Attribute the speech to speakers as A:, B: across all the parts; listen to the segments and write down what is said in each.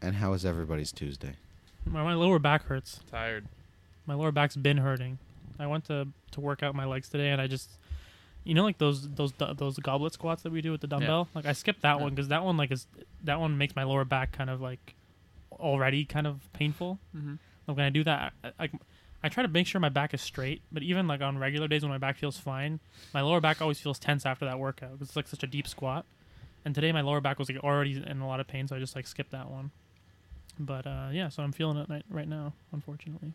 A: And how is everybody's Tuesday?
B: My, my lower back hurts.
C: Tired.
B: My lower back's been hurting. I went to to work out my legs today, and I just, you know, like those those du- those goblet squats that we do with the dumbbell. Like I skipped that
C: Yeah.
B: one because that one like is that one makes my lower back kind of like already kind of painful.
C: Mm-hmm.
B: Like when I do that, I- I- like I try to make sure my back is straight. But even like on regular days when my back feels fine, my lower back always feels tense after that workout 'cause it's like such a deep squat. And today my lower back was like already in a lot of pain, so I just like skipped that one. But uh, yeah, so I'm feeling it right, right now, unfortunately.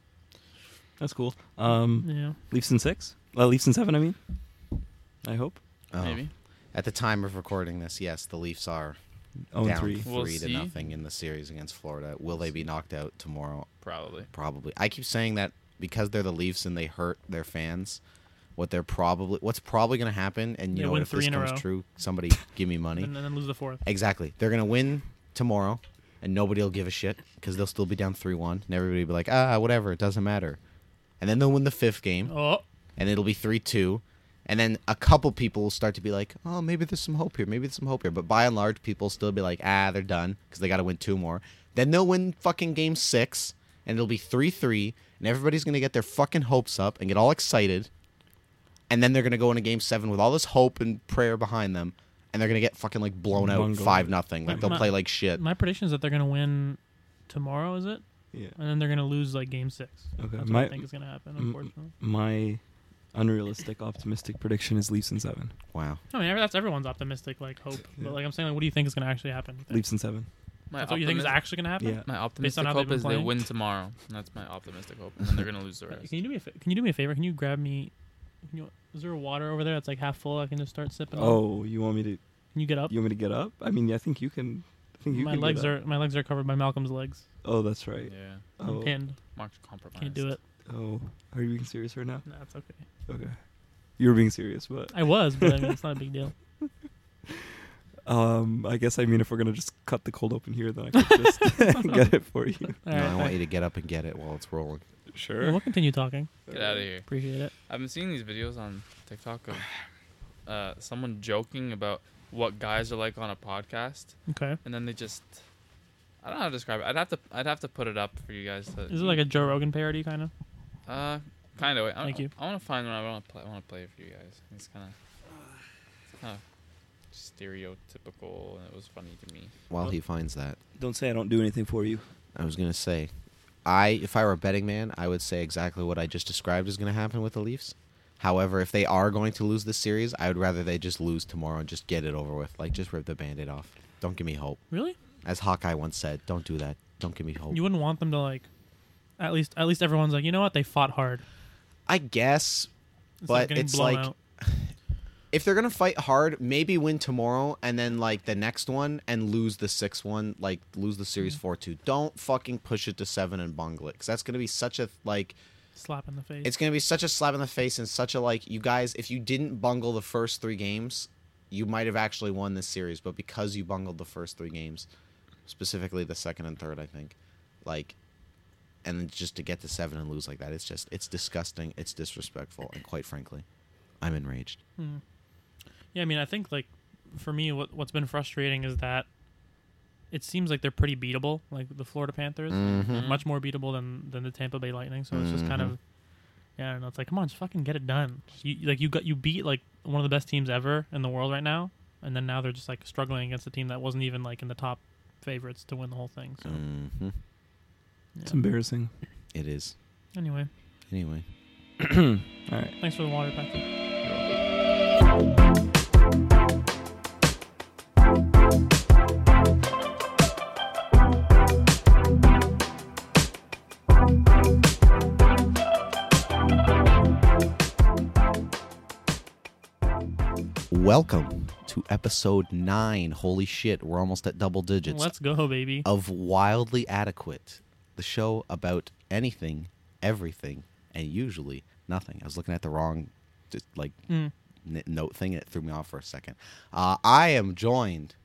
D: That's cool. Um,
B: Yeah,
D: Leafs in six? Uh, Leafs in seven, I mean. I hope.
A: Oh,
C: Maybe.
A: At the time of recording this, yes, the Leafs are
D: Oh, and
A: down
D: three.
A: 3
C: We'll
A: to
C: see.
A: nothing in the series against Florida. Will they be knocked out tomorrow?
C: Probably.
A: Probably. I keep saying that because they're the Leafs and they hurt their fans. What they're probably what's probably going to happen, and you
B: They
A: know what,
B: win
A: if
B: three
A: this
B: in a
A: comes
B: row.
A: true, somebody give me money.
B: and, then- and then lose the fourth.
A: Exactly. They're going to win tomorrow, and nobody will give a shit because they'll still be down 3 1. And everybody will be like, ah, whatever. It doesn't matter. And then they'll win the fifth game,
B: Oh,
A: and it'll be 3 2. And then a couple people will start to be like, oh, maybe there's some hope here. Maybe there's some hope here. But by and large, people will still be like, ah, they're done because they got to win two more. Then they'll win fucking game six, and it'll be 3 3. And everybody's going to get their fucking hopes up and get all excited. And then they're going to go into game seven with all this hope and prayer behind them. And they're going to get fucking like blown out
D: Bungled.
A: 5 nothing. Like they'll
B: My-
A: play like shit.
B: my prediction is that they're gonna win tomorrow. Is it?
D: Yeah.
B: And then they're gonna lose like game six.
D: Okay,
B: That's what I
D: my-
B: think is gonna happen.
D: m-
B: Unfortunately,
D: My unrealistic, optimistic prediction is Leafs in seven.
A: Wow.
B: I mean that's everyone's optimistic like hope,
D: Yeah.
B: but like I'm saying, like, what do you think is gonna actually happen?
D: Leafs in seven.
C: My
B: That's what you think is
C: optimis-
B: actually gonna happen?
D: Yeah.
C: My optimistic
B: how they've
C: hope
B: been
C: is they
B: playing?
C: win tomorrow. And that's my optimistic hope. And then they're gonna lose the
B: Uh,
C: rest.
B: Can you do me a fa- Can you do me a favor? Can you grab me? Can you, is there a water over there that's like half full? I can just start sipping. on?
D: Oh, you want me to?
B: can you get up?
D: You want me to get up? I mean, I think you can. I think you
B: my
D: can get
B: legs
D: up.
B: are my legs are covered by Malcolm's legs.
D: Oh, that's
C: Yeah.
D: right.
B: I'm
D: Oh,
B: pinned.
C: Marked compromise.
B: Can't do it.
D: oh, are you being serious right now?
B: No, it's okay.
D: Okay, you were being serious, but
B: I was, but I mean, it's not a big deal.
D: um, I guess I mean if we're gonna just cut the cold open here, then I could just get it for you.
B: All
A: No,
B: right,
A: I want you
B: thanks.
A: to get up and get it while it's rolling.
B: Well,
D: Sure.
B: we'll continue talking.
C: Get out of here.
B: Appreciate it.
C: I've been seeing these videos on TikTok of uh, someone joking about what guys are like on a podcast,
B: Okay.
C: and then they just. I don't know how to describe it. I'd have to I'd have to put it up for you guys to.
B: Is it like a Joe Rogan parody kind of?
C: Uh, kind of.
B: Thank you.
C: I want to find one. I want to play. I want to play it for you guys. It's kind of, kind of stereotypical, and it was funny to me.
A: While he finds that,
D: Don't say I don't do anything for you.
A: I was gonna say, I if I were a betting man, I would say exactly what I just described is gonna happen with the Leafs. However, if they are going to lose this series, I would rather they just lose tomorrow and just get it over with. Like just rip the band-aid off. Don't give me hope.
B: Really?
A: As Hawkeye once said, don't do that. Don't give me hope.
B: You wouldn't want them to like. At least, at least everyone's like, you know what? They fought hard.
A: I guess
B: Instead of
A: But
B: getting
A: it's
B: blown
A: like-
B: out.
A: if they're gonna fight hard, maybe win tomorrow and then like the next one and lose the sixth one, like lose the series
B: Mm-hmm.
A: four two. Don't fucking push it to seven and bungle it, 'cause that's gonna be such a like
B: slap in the face.
A: it's gonna be such a slap in the face and such a like you guys. If you didn't bungle the first three games, you might have actually won this series, but because you bungled the first three games, specifically the second and third, I think, like. And then just to get to seven and lose like that, it's just it's disgusting, it's disrespectful, and quite frankly, I'm enraged.
B: Hmm. Yeah, I mean, I think like for me, what what's been frustrating is that it seems like they're pretty beatable, like the Florida Panthers,
A: Mm-hmm.
B: much more beatable than than the Tampa Bay Lightning. So it's just kind of yeah, I don't know. It's like come on, just fucking get it done. You like you got you beat like one of the best teams ever in the world right now, and then now they're just like struggling against a team that wasn't even like in the top favorites to win the whole thing. So
A: Mhm.
D: It's embarrassing.
A: It is.
B: anyway,
A: Anyway.
D: All right.
B: thanks for the water, Patrick.
A: Welcome to episode nine. Holy shit, we're almost at double digits.
B: Let's go, baby.
A: Of Wildly Adequate, the show about anything, everything, and usually nothing. I was looking at the wrong just like
B: Hmm.
A: n- note thing and it threw me off for a second. Uh, I am joined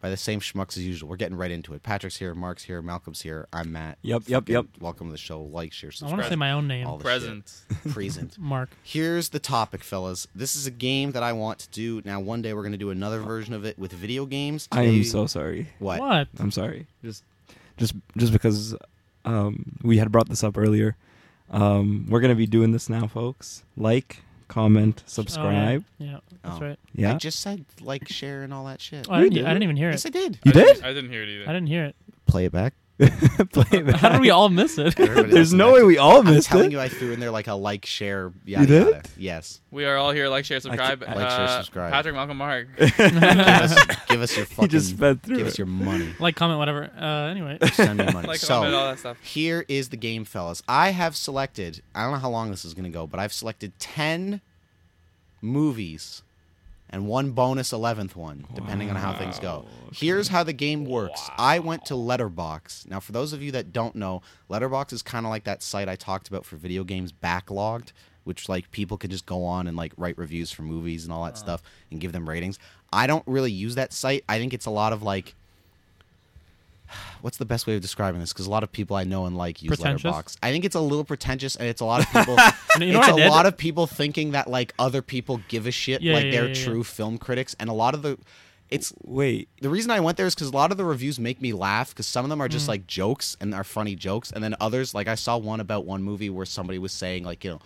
A: by the same schmucks as usual. We're getting right into it. Patrick's here, Mark's here, Malcolm's here, I'm Matt.
D: Yep, yep, yep.
A: Welcome to the show. Like, share,
B: I want
A: subscribe.
B: to say my own name.
A: all the
C: Present.
A: shit. Present.
B: Mark.
A: Here's the topic, fellas. This is a game that I want to do. Now, one day we're going to do another version of it with video games.
D: I am
A: Today-
D: so sorry.
A: What?
B: What?
D: I'm sorry. Just just just because um, we had brought this up earlier. Um, we're gonna be doing this now, folks. Like, comment, subscribe.
B: Oh, yeah. yeah, that's
A: Oh.
B: right.
D: yeah.
A: I just said like, share, and all that shit.
B: Oh, I,
D: You
B: didn't,
D: did.
B: I didn't even hear
A: yes,
B: it.
A: I did.
D: you
C: I didn't-
D: did?
C: I didn't hear it either.
B: I didn't hear it.
A: Play it back.
D: Play it
B: How did we
D: back.
B: all miss it?
A: Everybody
D: There's
A: else
D: no
A: did.
D: way we all
A: I'm
D: missed
A: telling
D: it.
A: you, I threw in there like a like, share, yada
D: did?
A: yada. Yes.
C: We are all here. Like, share, subscribe.
A: like, share,
C: Uh,
A: subscribe.
C: Patrick, Malcolm, Mark.
A: give, us, give us your
D: He
A: fucking.
D: just sped through
A: give
D: it.
A: us your money.
B: like, comment, whatever. Uh, anyway,
A: Send me money.
C: like,
A: so
C: comment, all that stuff.
A: here is the game, fellas. I have selected. I don't know how long this is going to go, but I've selected ten movies and one bonus eleventh one, depending on how things go. Here's how the game works. I went to Letterbox. Now, for those of you that don't know, Letterbox is kind of like that site I talked about for video games, Backlogged, which like people can just go on and like write reviews for movies and all that stuff and give them ratings. I don't really use that site. I think it's a lot of like what's the best way of describing this? Because a lot of people I know and like use
B: Pretentious?
A: Letterbox. I think it's a little pretentious, and it's a lot of people.
B: You know
A: it's
B: what I
A: a
B: did?
A: lot of people thinking that like other people give a shit,
B: Yeah,
A: like
B: yeah,
A: they're
B: yeah, yeah.
A: true film critics, and a lot of the, it's
D: Wait,
A: the reason I went there is because a lot of the reviews make me laugh because some of them are
B: Mm.
A: just like jokes and are funny jokes, and then others like I saw one about one movie where somebody was saying like you know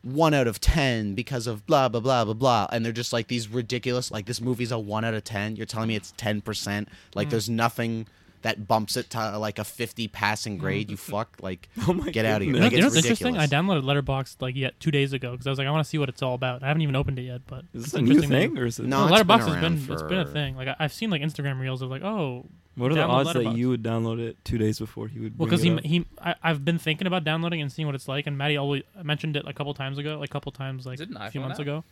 A: one out of ten because of blah blah blah blah blah, and they're just like these ridiculous like this movie's a one out of ten. You're telling me it's ten percent? Like
B: Mm.
A: there's nothing that bumps it to like a fifty passing
B: Mm.
A: grade. You fuck like
B: Uh,
D: Oh my
A: get out of here.
B: you
D: goodness.
B: know,
A: Like,
B: you know
A: it's
B: what's interesting? I
A: ridiculous.
B: downloaded Letterboxd like yet two days ago because I was like, I want to see what it's all about. I haven't even opened it yet, but
D: is
B: it's
D: this a new
B: interesting to-
D: thing or is it?
A: No,
B: No,
A: it's been
B: Letterboxd has
A: around
B: been it's been a
A: for-
B: thing. Like I, I've seen like Instagram reels of like, oh,
D: What are the
B: Download
D: odds that
B: Letterboxd.
D: you would download it two days before he would?
B: well,
D: because
B: because he he I, I've been thinking about downloading and seeing what it's like, and Maddie always mentioned it a couple times ago, like a couple times like
C: Is it an
B: a few
C: iPhone
B: months
C: app?
B: ago.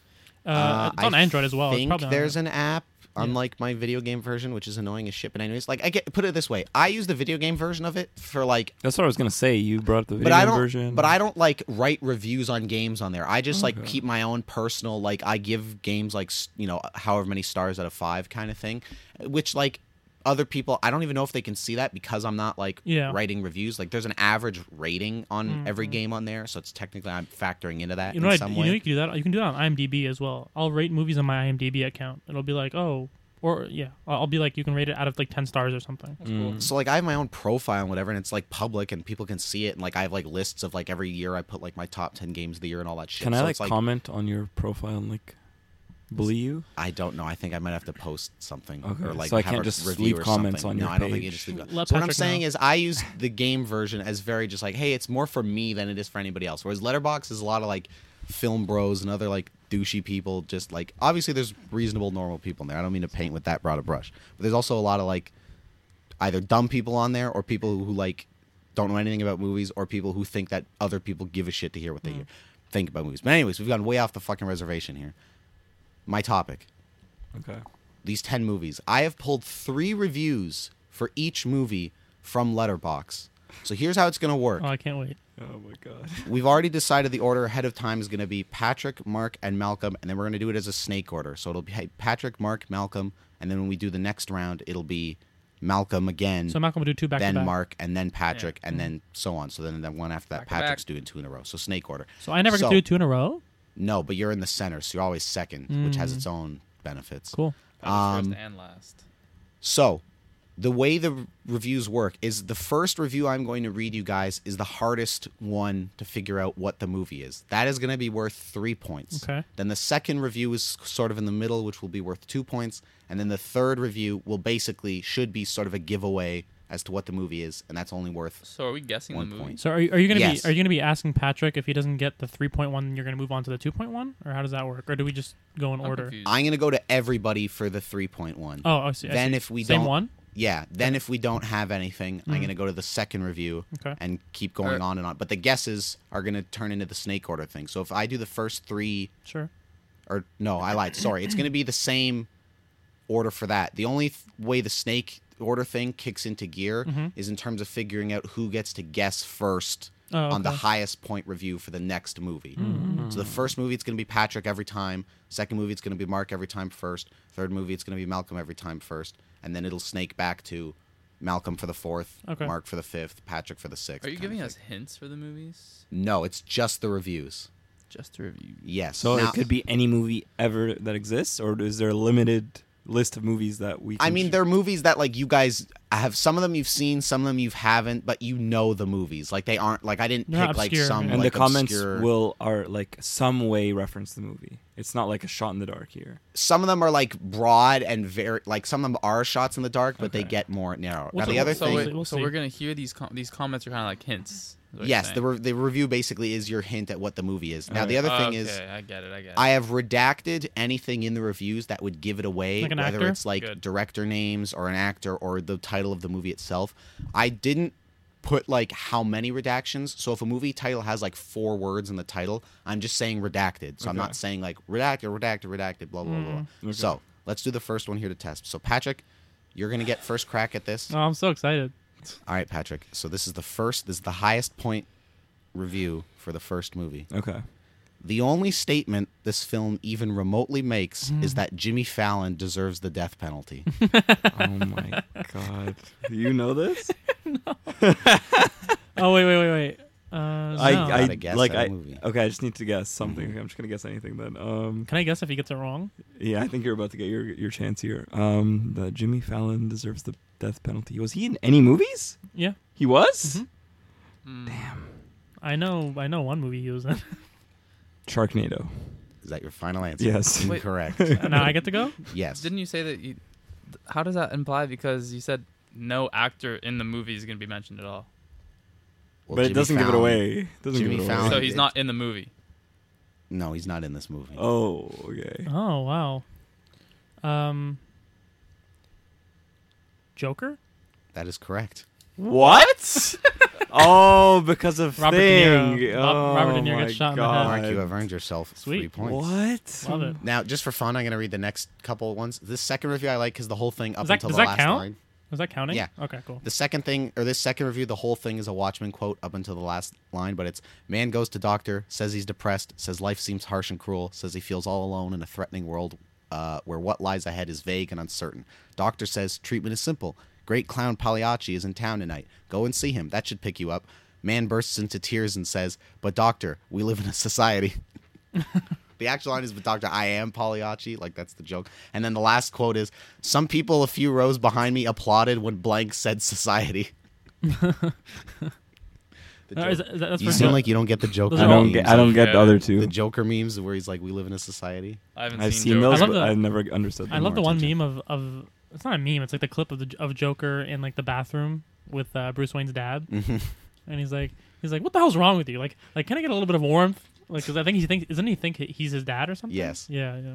B: Uh,
A: Uh,
B: it's on
A: I
B: Android as well. It's
A: think
B: probably on
A: there's
B: Android.
A: an app, unlike my video game version, which is annoying as shit. But anyways, like I get put it this way: I use the video game version of it for like,
D: That's what I was gonna say. You brought up the video
A: but I
D: game
A: don't,
D: version.
A: but I don't like write reviews on games on there. I just like keep my own personal, like I give games like s- you know however many stars out of five kind of thing, which like other people I don't even know if they can see that because I'm not like
B: Yeah. Mm-hmm.
A: writing reviews. Like there's an average rating on every game on there, so it's technically I'm factoring into that
B: You know,
A: in
B: what I,
A: some
B: you
A: way.
B: know, you can do that. You can do that on IMDb as well. I'll rate movies on my IMDb account. It'll be like, oh, or yeah, I'll I'll be like, you can rate it out of like ten stars or something.
A: Mm.
C: That's cool.
A: So like I have my own profile and whatever, and it's like public and people can see it. And like I have like lists of like every year I put like my top ten games of the year and all that shit.
D: Can I
A: so
D: like,
A: it's, like
D: comment on your profile and like bully you?
A: I don't know. I think I might have to post something
D: Okay,
A: or like
D: so I
A: have
D: can't
A: a
D: just
A: review
D: leave
A: or
D: comments
A: something. no,
D: on your
A: I don't think you
D: page.
A: just leave. Let so
B: Let
A: what I'm
B: Patrick
A: saying
B: know.
A: is, I use the game version as very just like, hey, it's more for me than it is for anybody else. Whereas Letterbox is a lot of like film bros and other like douchey people. Just like obviously there's reasonable normal people in there. I don't mean to paint with that broad a brush, but there's also a lot of like either dumb people on there or people who like don't know anything about movies or people who think that other people give a shit to hear what they hear, think about movies. But anyways, we've gone way off the fucking reservation here. My topic
D: Okay.
A: these 10 movies. I have pulled three reviews for each movie from Letterbox. So here's how it's going to work.
B: Oh, I can't wait.
D: Oh my god.
A: We've already decided the order ahead of time is going to be Patrick, Mark, and Malcolm, and then we're going to do it as a snake order. So it'll be Patrick, Mark, Malcolm, and then when we do the next round, it'll be Malcolm again,
B: So Malcolm will do two back
A: then
B: to back. Mm-hmm.
A: Mark, and then Patrick, and then so on. So then the one after that,
C: Back to back.
A: Patrick's doing two in a row. So snake order.
B: So I never
A: So-
B: get to do two in a row.
A: No, but you're in the center, so you're always second, which
B: Mm.
A: has its own benefits.
B: Cool.
C: That
A: um,
C: was first and last.
A: So, the way the r- reviews work is the first review I'm going to read you guys is the hardest one to figure out what the movie is. That is going to be worth three points.
B: Okay.
A: Then the second review is sort of in the middle, which will be worth two points. And then the third review will basically should be sort of a giveaway as to what the movie is, and that's only worth.
C: So are we guessing
A: One
C: the movie?
A: point.
B: So are you, are you gonna
A: Yes.
B: be are you gonna be asking Patrick if he doesn't get the three point one, you're gonna move on to the two point one, or how does that work? Or do we just go in
C: I'm
B: order?
C: confused.
A: I'm going to go to everybody for the 3.1.
B: Oh, I see. I
A: then
B: see.
A: if we
B: same
A: don't
B: one.
A: Yeah. Then if we don't have anything, I'm going to go to the second review
B: Okay.
A: and keep going
C: Alright.
A: on and on. But the guesses are going to turn into the snake order thing. So if I do the first three,
B: Sure.
A: or no, I lied. Sorry. It's going to be the same order for that. The only th- way the snake order thing kicks into gear
B: Mm-hmm.
A: is in terms of figuring out who gets to guess first
B: Oh,
A: on the
B: okay. Mm-hmm.
A: highest point review for the next movie. So the first movie, it's going to be Patrick every time. Second movie, it's going to be Mark every time first. Third movie, it's going to be Malcolm every time first. and then it'll snake back to Malcolm for the fourth,
B: Okay.
A: Mark for the fifth, Patrick for the sixth.
C: Are you
A: kind of
C: giving us
A: thing.
C: hints for the movies?
A: No, it's just the reviews.
C: Just review.
A: Yes.
D: So
A: Now-
D: it could be any movie ever that exists, or is there a limited list of movies that we? Can
A: I mean,
D: sh-
A: there are movies that like you guys have. Some of them you've seen, some of them you haven't, but you know the movies. Like they aren't like I didn't
B: They're not
A: pick like
B: obscure,
A: some
B: yeah.
D: and
A: like
D: the comments
A: obscure-
D: will are like some way reference the movie. It's not like a shot in the dark here.
A: Some of them are like broad and very like some of them are shots in the dark, but they
D: Okay.
A: get more narrow.
B: Well,
A: now
B: so-
A: the other
C: so
A: thing,
B: wait,
C: We're,
B: We'll
C: so
B: see.
C: we're gonna hear these com- these comments are kind of like hints. is what you're
A: yes, the
C: saying.
A: re- the review basically is your hint at what the movie is. Now the
D: Okay.
A: other
C: Oh,
A: thing is.
C: okay, I get it. I get it.
A: I have redacted anything in the reviews that would give it away,
B: Like an
A: whether
B: actor?
A: it's like
C: Good.
A: director names or an actor or the title of the movie itself. I didn't put like how many redactions. So if a movie title has like four words in the title, I'm just saying redacted. So I'm
D: Okay.
A: not saying like redacted, redacted, redacted, blah blah blah. blah.
B: Hmm.
D: Okay.
A: So let's do the first one here to test. So Patrick, you're gonna get first crack at this.
B: Oh, I'm so excited.
A: All right, Patrick. So this is the first. This is the highest point review for the first movie.
D: Okay.
A: The only statement this film even remotely makes is
B: Hmm.
A: that Jimmy Fallon deserves the death penalty.
D: Oh my god. Do you know this?
B: Oh wait, wait, wait, wait. Uh,
D: I,
B: no.
D: I
A: Gotta guess
D: like
A: at a
D: I
A: movie.
D: okay. I just need to guess something. I'm just gonna guess anything then. Um,
B: Can I guess if he gets it wrong?
D: yeah, I think you're about to get your your chance here. Um, the Jimmy Fallon deserves the death penalty. Was he in any movies?
B: Yeah,
D: He was.
C: Mm.
B: I know. I know one movie he was in.
D: Sharknado.
A: Is that your final answer?
D: Yes.
C: Wait.
A: Incorrect.
B: now I get to go.
A: yes.
C: Didn't you say that? You, th- how does that imply? Because you said no actor in the movie is gonna be mentioned at all.
A: Well,
D: but it
A: Jimmy
D: doesn't give it
A: Fallon-
D: away. It doesn't
A: Jimmy
D: give it
A: Fallon-
D: away.
C: so he's
A: it-
C: not in the movie.
A: No, he's not in this movie.
D: Oh, okay.
B: Oh wow. Um. Joker.
A: That is correct.
D: What? oh, because of
B: Robert De
D: thing.
B: Niro.
D: Oh,
B: Rob- Robert De Niro
D: my
B: gets shot in the head.
D: God.
A: Mark, you have earned yourself three
B: Sweet.
A: points.
D: Uh, What?
B: Love it.
A: Now, just for fun, I'm going to read the next couple ones. This second review I like because the whole thing up
B: Does that-
A: until
B: does
A: the
B: that
A: last
B: count?
A: line.
B: Was that counting?
A: Yeah.
B: Okay. Cool.
A: The second thing, or this second review, the whole thing is a Watchmen quote up until the last line, but it's man goes to doctor, says he's depressed, says life seems harsh and cruel, says he feels all alone in a threatening world uh, where what lies ahead is vague and uncertain. Doctor says treatment is simple. Great clown Pagliacci is in town tonight. Go and see him. That should pick you up. Man bursts into tears and says, "But doctor, we live in a society." The actual line is, but Doctor, I am Pagliacci. Like, that's the joke. And then the last quote is, some people a few rows behind me applauded when blank said society. The
B: Uh, is
A: joke-
B: that- is that- that's
A: you
B: for
A: seem
B: sure.
A: like you don't get the Joker
B: Those
D: I
B: are all-
D: don't
A: memes.
D: get. I don't get the other
A: The
D: two.
A: Joker memes where he's like, we live in a society.
C: I haven't
D: I've
C: seen,
D: seen
C: Joker.
D: those,
B: I love
D: but
B: the-
D: I've never understood.
B: I
D: them
B: love the
D: more
B: one
D: attention.
B: meme of, of it's not a meme. It's like the clip of the of Joker in like the bathroom with uh, Bruce Wayne's dad,
D: Mm-hmm.
B: and he's like he's like, "What the hell's wrong with you? Like like can I get a little bit of warmth? Like because I think he thinks doesn't he think he- he's his dad or something?
A: Yes.
B: Yeah. Yeah.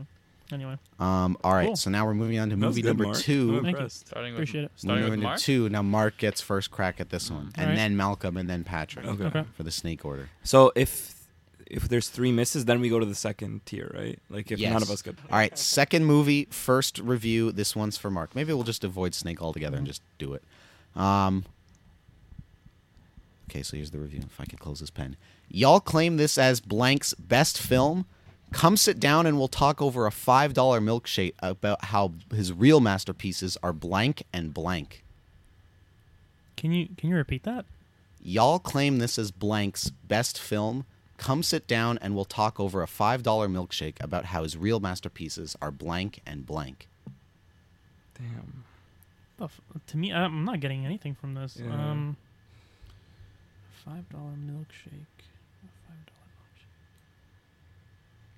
B: Anyway,
A: Um, all right,
B: Cool.
A: so now we're moving on to
D: That was
A: movie
D: good,
A: number
D: Mark.
A: two.
D: I'm
B: you.
D: impressed.
C: Starting with,
B: appreciate it.
C: Starting
A: moving
C: with
A: into
C: Mark.
A: two. Now Mark gets first crack at this one, and
B: Mm. right.
A: then Malcolm, and then Patrick
D: Okay.
B: Okay.
A: for the snake order.
D: So if if there's three misses, then we go to the second tier, right? Like if none
A: Yes.
D: of us get.
A: All right, second movie, first review. This one's for Mark. Maybe we'll just avoid Snake altogether and just do it. Um, okay, so here's the review. If I could close this pen. Y'all claim this as blank's best film. Come sit down and we'll talk over a $5 milkshake about how his real masterpieces are blank and blank.
B: Can you can you repeat that?
A: Y'all claim this as blank's best film. Come sit down and we'll talk over a $5 milkshake about how his real masterpieces are blank and blank.
D: Damn.
B: The f- to me, I'm not getting anything from this.
D: Yeah.
B: Um, five dollar milkshake. Five dollar milkshake.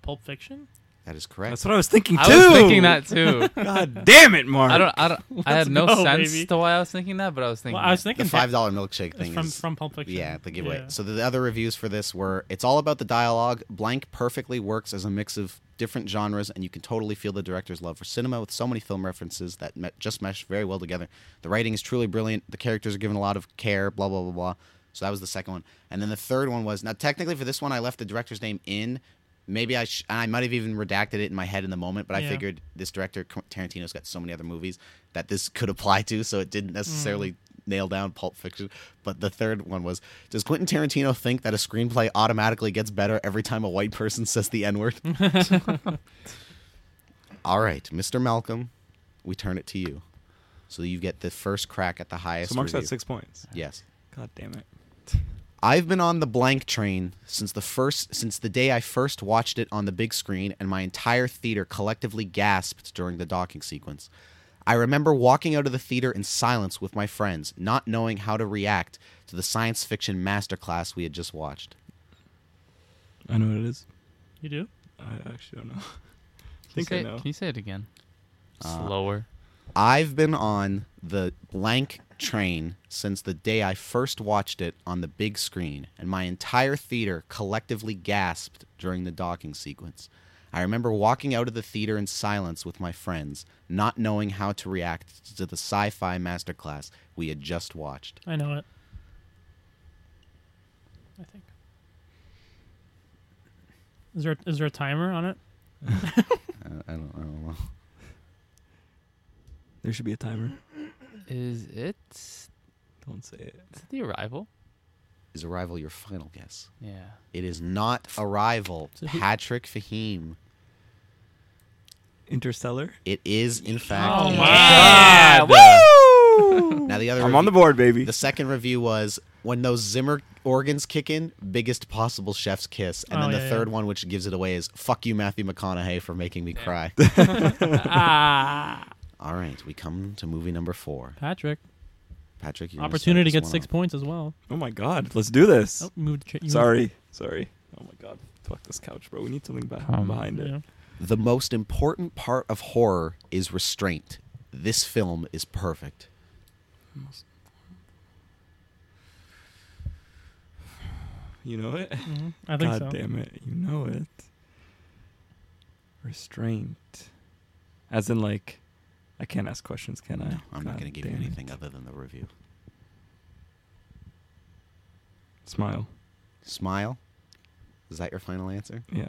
B: Pulp Fiction.
A: That is correct.
D: That's what I was thinking too.
C: I was thinking that too.
D: God damn it, Mark.
C: I don't. I don't. I had no
B: go,
C: sense
B: baby.
C: to why I was thinking that, but I was thinking.
B: Well, I was
C: that.
B: thinking
A: the five dollar milkshake thing
B: from
A: is
B: from Pulp Fiction.
A: yeah the giveaway.
B: Yeah.
A: So the, the other reviews for this were it's all about the dialogue. Blank perfectly works as a mix of different genres, and you can totally feel the director's love for cinema with so many film references that me- just mesh very well together. The writing is truly brilliant. The characters are given a lot of care. Blah blah blah blah. So that was the second one, and then the third one was now technically for this one I left the director's name in. Maybe I sh- and I might have even redacted it in my head in the moment, but I
B: Yeah.
A: figured this director Qu- Tarantino's got so many other movies that this could apply to, so it didn't necessarily nail down Pulp Fiction. But the third one was: Does Quentin Tarantino think that a screenplay automatically gets better every time a white person says the N word? All right, Mr. Malcolm, we turn it to you. so you get the first crack at the highest.
D: So Mark's
A: review.
D: at six points.
A: Yes.
D: God damn it.
A: I've been on the blank train since the first since the day I first watched it on the big screen and my entire theater collectively gasped during the docking sequence. I remember walking out of the theater in silence with my friends, not knowing how to react to the science fiction masterclass we had just watched.
D: I know what it is.
B: You do?
D: I actually don't know. I
C: Can you
D: think
C: say,
D: I
C: it-
D: know.
C: Can you say it again?
A: Uh,
C: Slower.
A: I've been on the blank train since the day I first watched it on the big screen, and my entire theater collectively gasped during the docking sequence. I remember walking out of the theater in silence with my friends, not knowing how to react to the sci fi masterclass we had just watched.
B: I know it. I think. Is there is there a timer on it?
A: I, Uh, I, don't, I don't know.
D: There should be a timer.
C: Is it? Is
D: Don't say it.
C: it the arrival?
A: Is Arrival your final guess?
C: Yeah.
A: It is not Arrival,
B: So who-
A: Patrick Fahim.
D: Interstellar.
A: It is, in fact.
B: Oh
A: Ian.
B: my
A: Ah,
C: Yeah,
D: Woo!
A: Now the other
D: I'm on
A: review-
D: the board, baby.
A: The second review was when those Zimmer organs kick in, biggest possible chef's kiss. And
B: Oh,
A: then the
B: yeah,
A: third
B: yeah.
A: one, which gives it away, is fuck you, Matthew McConaughey, for making me cry. All right, we come to movie number four.
B: Patrick,
A: Patrick, you're gonna
B: opportunity to
A: start
B: get
A: this
B: six
A: one
B: points as well.
D: Oh my god, let's do this.
B: Oh, you moved. cha- you moved-
D: Sorry, sorry. Oh my god, fuck this couch, bro. We need something back
C: Um,
D: behind it.
B: Yeah.
A: off. The most important part of horror is restraint. This film is perfect.
D: You know it?
B: hmm I think
D: God
B: so.
D: damn it, you know it. Restraint, as in like, I can't ask questions, can I?
A: No, I'm not
D: God
A: going to give you
D: damn it.
A: anything other than the review.
D: Smile.
A: Smile? Is that your final answer?
D: Yeah.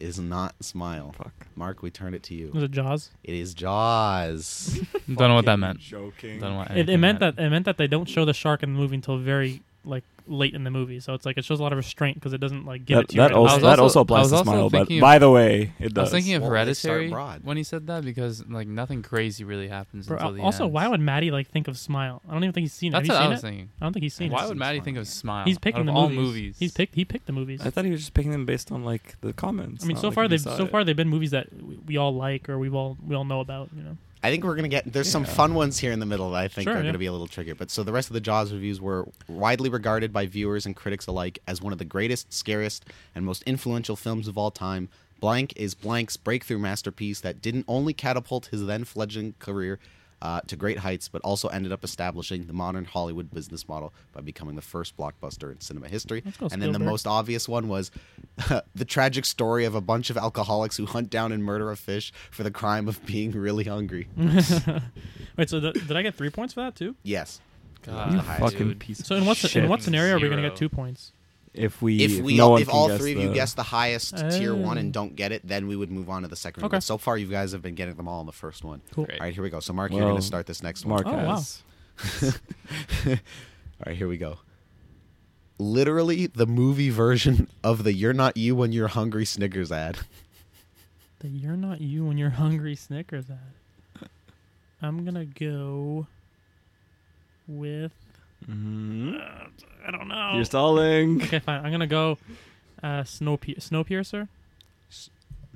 A: Is not smile.
D: Fuck.
A: Mark, we turn it to you.
B: Was it Jaws?
A: It is Jaws.
C: Don't know what that
D: Fucking
C: meant.
D: Joking.
C: Don't know what
B: It, it
C: anything
B: meant that it meant that they don't show the shark in the movie until very like late in the movie. So it's like it shows a lot of restraint because it doesn't like give
D: That,
B: it to
D: that
B: you.
C: I
D: also,
C: was
D: that
C: also-
D: also
C: I
D: applies
C: was
D: to
C: also
D: smile, but
C: thinking of-
D: by the way, it
C: I
D: does.
C: was thinking of
A: Well, they start
C: Hereditary
A: broad.
C: when he said that because like nothing crazy really happens
B: Bro,
C: until the
B: also,
C: end.
B: why would Maddie like think of Smile? I don't even think he's seen it.
C: That's
B: Have
C: what
B: you
C: I
B: seen
C: was
B: it?
C: thinking.
B: I don't think he's seen
C: Why
B: it.
C: would
A: Seen
C: Maddie
A: Smile,
C: think of
A: yeah.
C: Smile?
B: He's
C: out
B: picking
C: of
B: the
C: all
B: movies.
C: movies.
B: He's picked. He picked the movies.
D: I thought he was just picking them based on like the comments.
B: I mean,
D: not,
B: so
D: like,
B: far
D: if he
B: they've
D: saw
B: so
D: it.
B: far they've been movies that we, we all like or we all we all know about. You know,
A: I think we're gonna get there's some
D: Yeah.
A: fun ones here in the middle that I think
B: Sure,
A: are
B: yeah.
A: gonna be a little trickier. But so the rest of the Jaws reviews were widely regarded by viewers and critics alike as one of the greatest, scariest, and most influential films of all time. Blank is Blank's breakthrough masterpiece that didn't only catapult his then fledgling career uh, to great heights, but also ended up establishing the modern Hollywood business model by becoming the first blockbuster in cinema history.
B: Let's go,
A: and then the
B: Spielberg.
A: most obvious one was the tragic story of a bunch of alcoholics who hunt down and murder a fish for the crime of being really hungry.
B: Mm. wait. So the, did I get three points for that too?
A: Yes.
C: God,
D: You
A: High
D: fucking
C: dude.
D: piece.
B: So
D: of
B: in what
D: shit.
B: in what scenario are we gonna
C: Zero.
B: get two points?
D: If we,
A: if we
D: no one
A: if
D: can
A: all
D: guess
A: three of you
D: the-
A: guess the highest tier one
B: Oh.
A: and don't get it, then we would move on to the second. one.
B: Okay.
A: But so far, you guys have been getting them all in the first one.
B: Cool.
C: Great.
A: All right, here we go. So Mark, you're
D: Well,
A: going to start this next one.
D: Mark
B: Oh, wow.
D: has.
A: All right, here we go. Literally the movie version of the "You're Not You When You're Hungry" Snickers ad.
B: The you're not you when you're hungry Snickers ad. I'm gonna go with Mm-hmm. uh,
D: Mhm.
B: I don't know.
D: You're stalling.
B: okay, fine. I'm gonna go uh, snow Snowpiercer.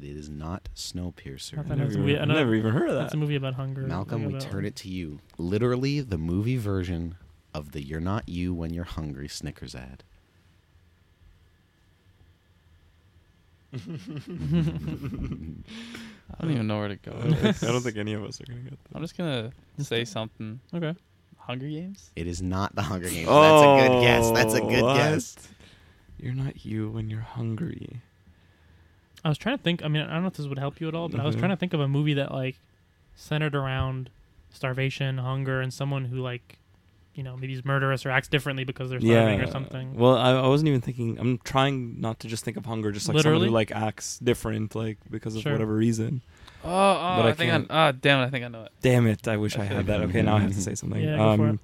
A: It is not Snowpiercer.
B: Not
D: I
B: that-
D: never,
B: That's weird.
D: even, I never even heard of
B: That's a
D: that.
B: movie about hunger.
A: Malcolm, we
B: About-
A: turn it to you. Literally the movie version of the "You're Not You When You're Hungry" Snickers ad.
C: I don't even know where to go.
D: I
C: with
D: don't,
C: this.
D: think, I don't think any of us are gonna get that.
C: I'm just gonna say something.
B: Okay.
C: Hunger Games.
A: It is not the Hunger Games. That's a good guess. That's a good
D: Oh, what?
A: guess.
D: You're not you when you're hungry.
B: I was trying to think. I mean, I don't know if this would help you at all, but I was
D: Mhm.
B: trying to think of a movie that like centered around starvation, hunger, and someone who like, you know, maybe is murderous or acts differently because they're starving or something.
D: Well, I, I wasn't even thinking. I'm trying not to just think of hunger, just like someone
B: Literally?
D: who like acts different, like because of
B: Sure.
D: whatever reason.
C: Oh, oh
D: But I
C: I, think I. Oh, damn it! I think I know it.
D: Damn it! I wish I
C: Okay.
D: had that. Okay, now I have to say something.
B: Yeah, go for
D: Um,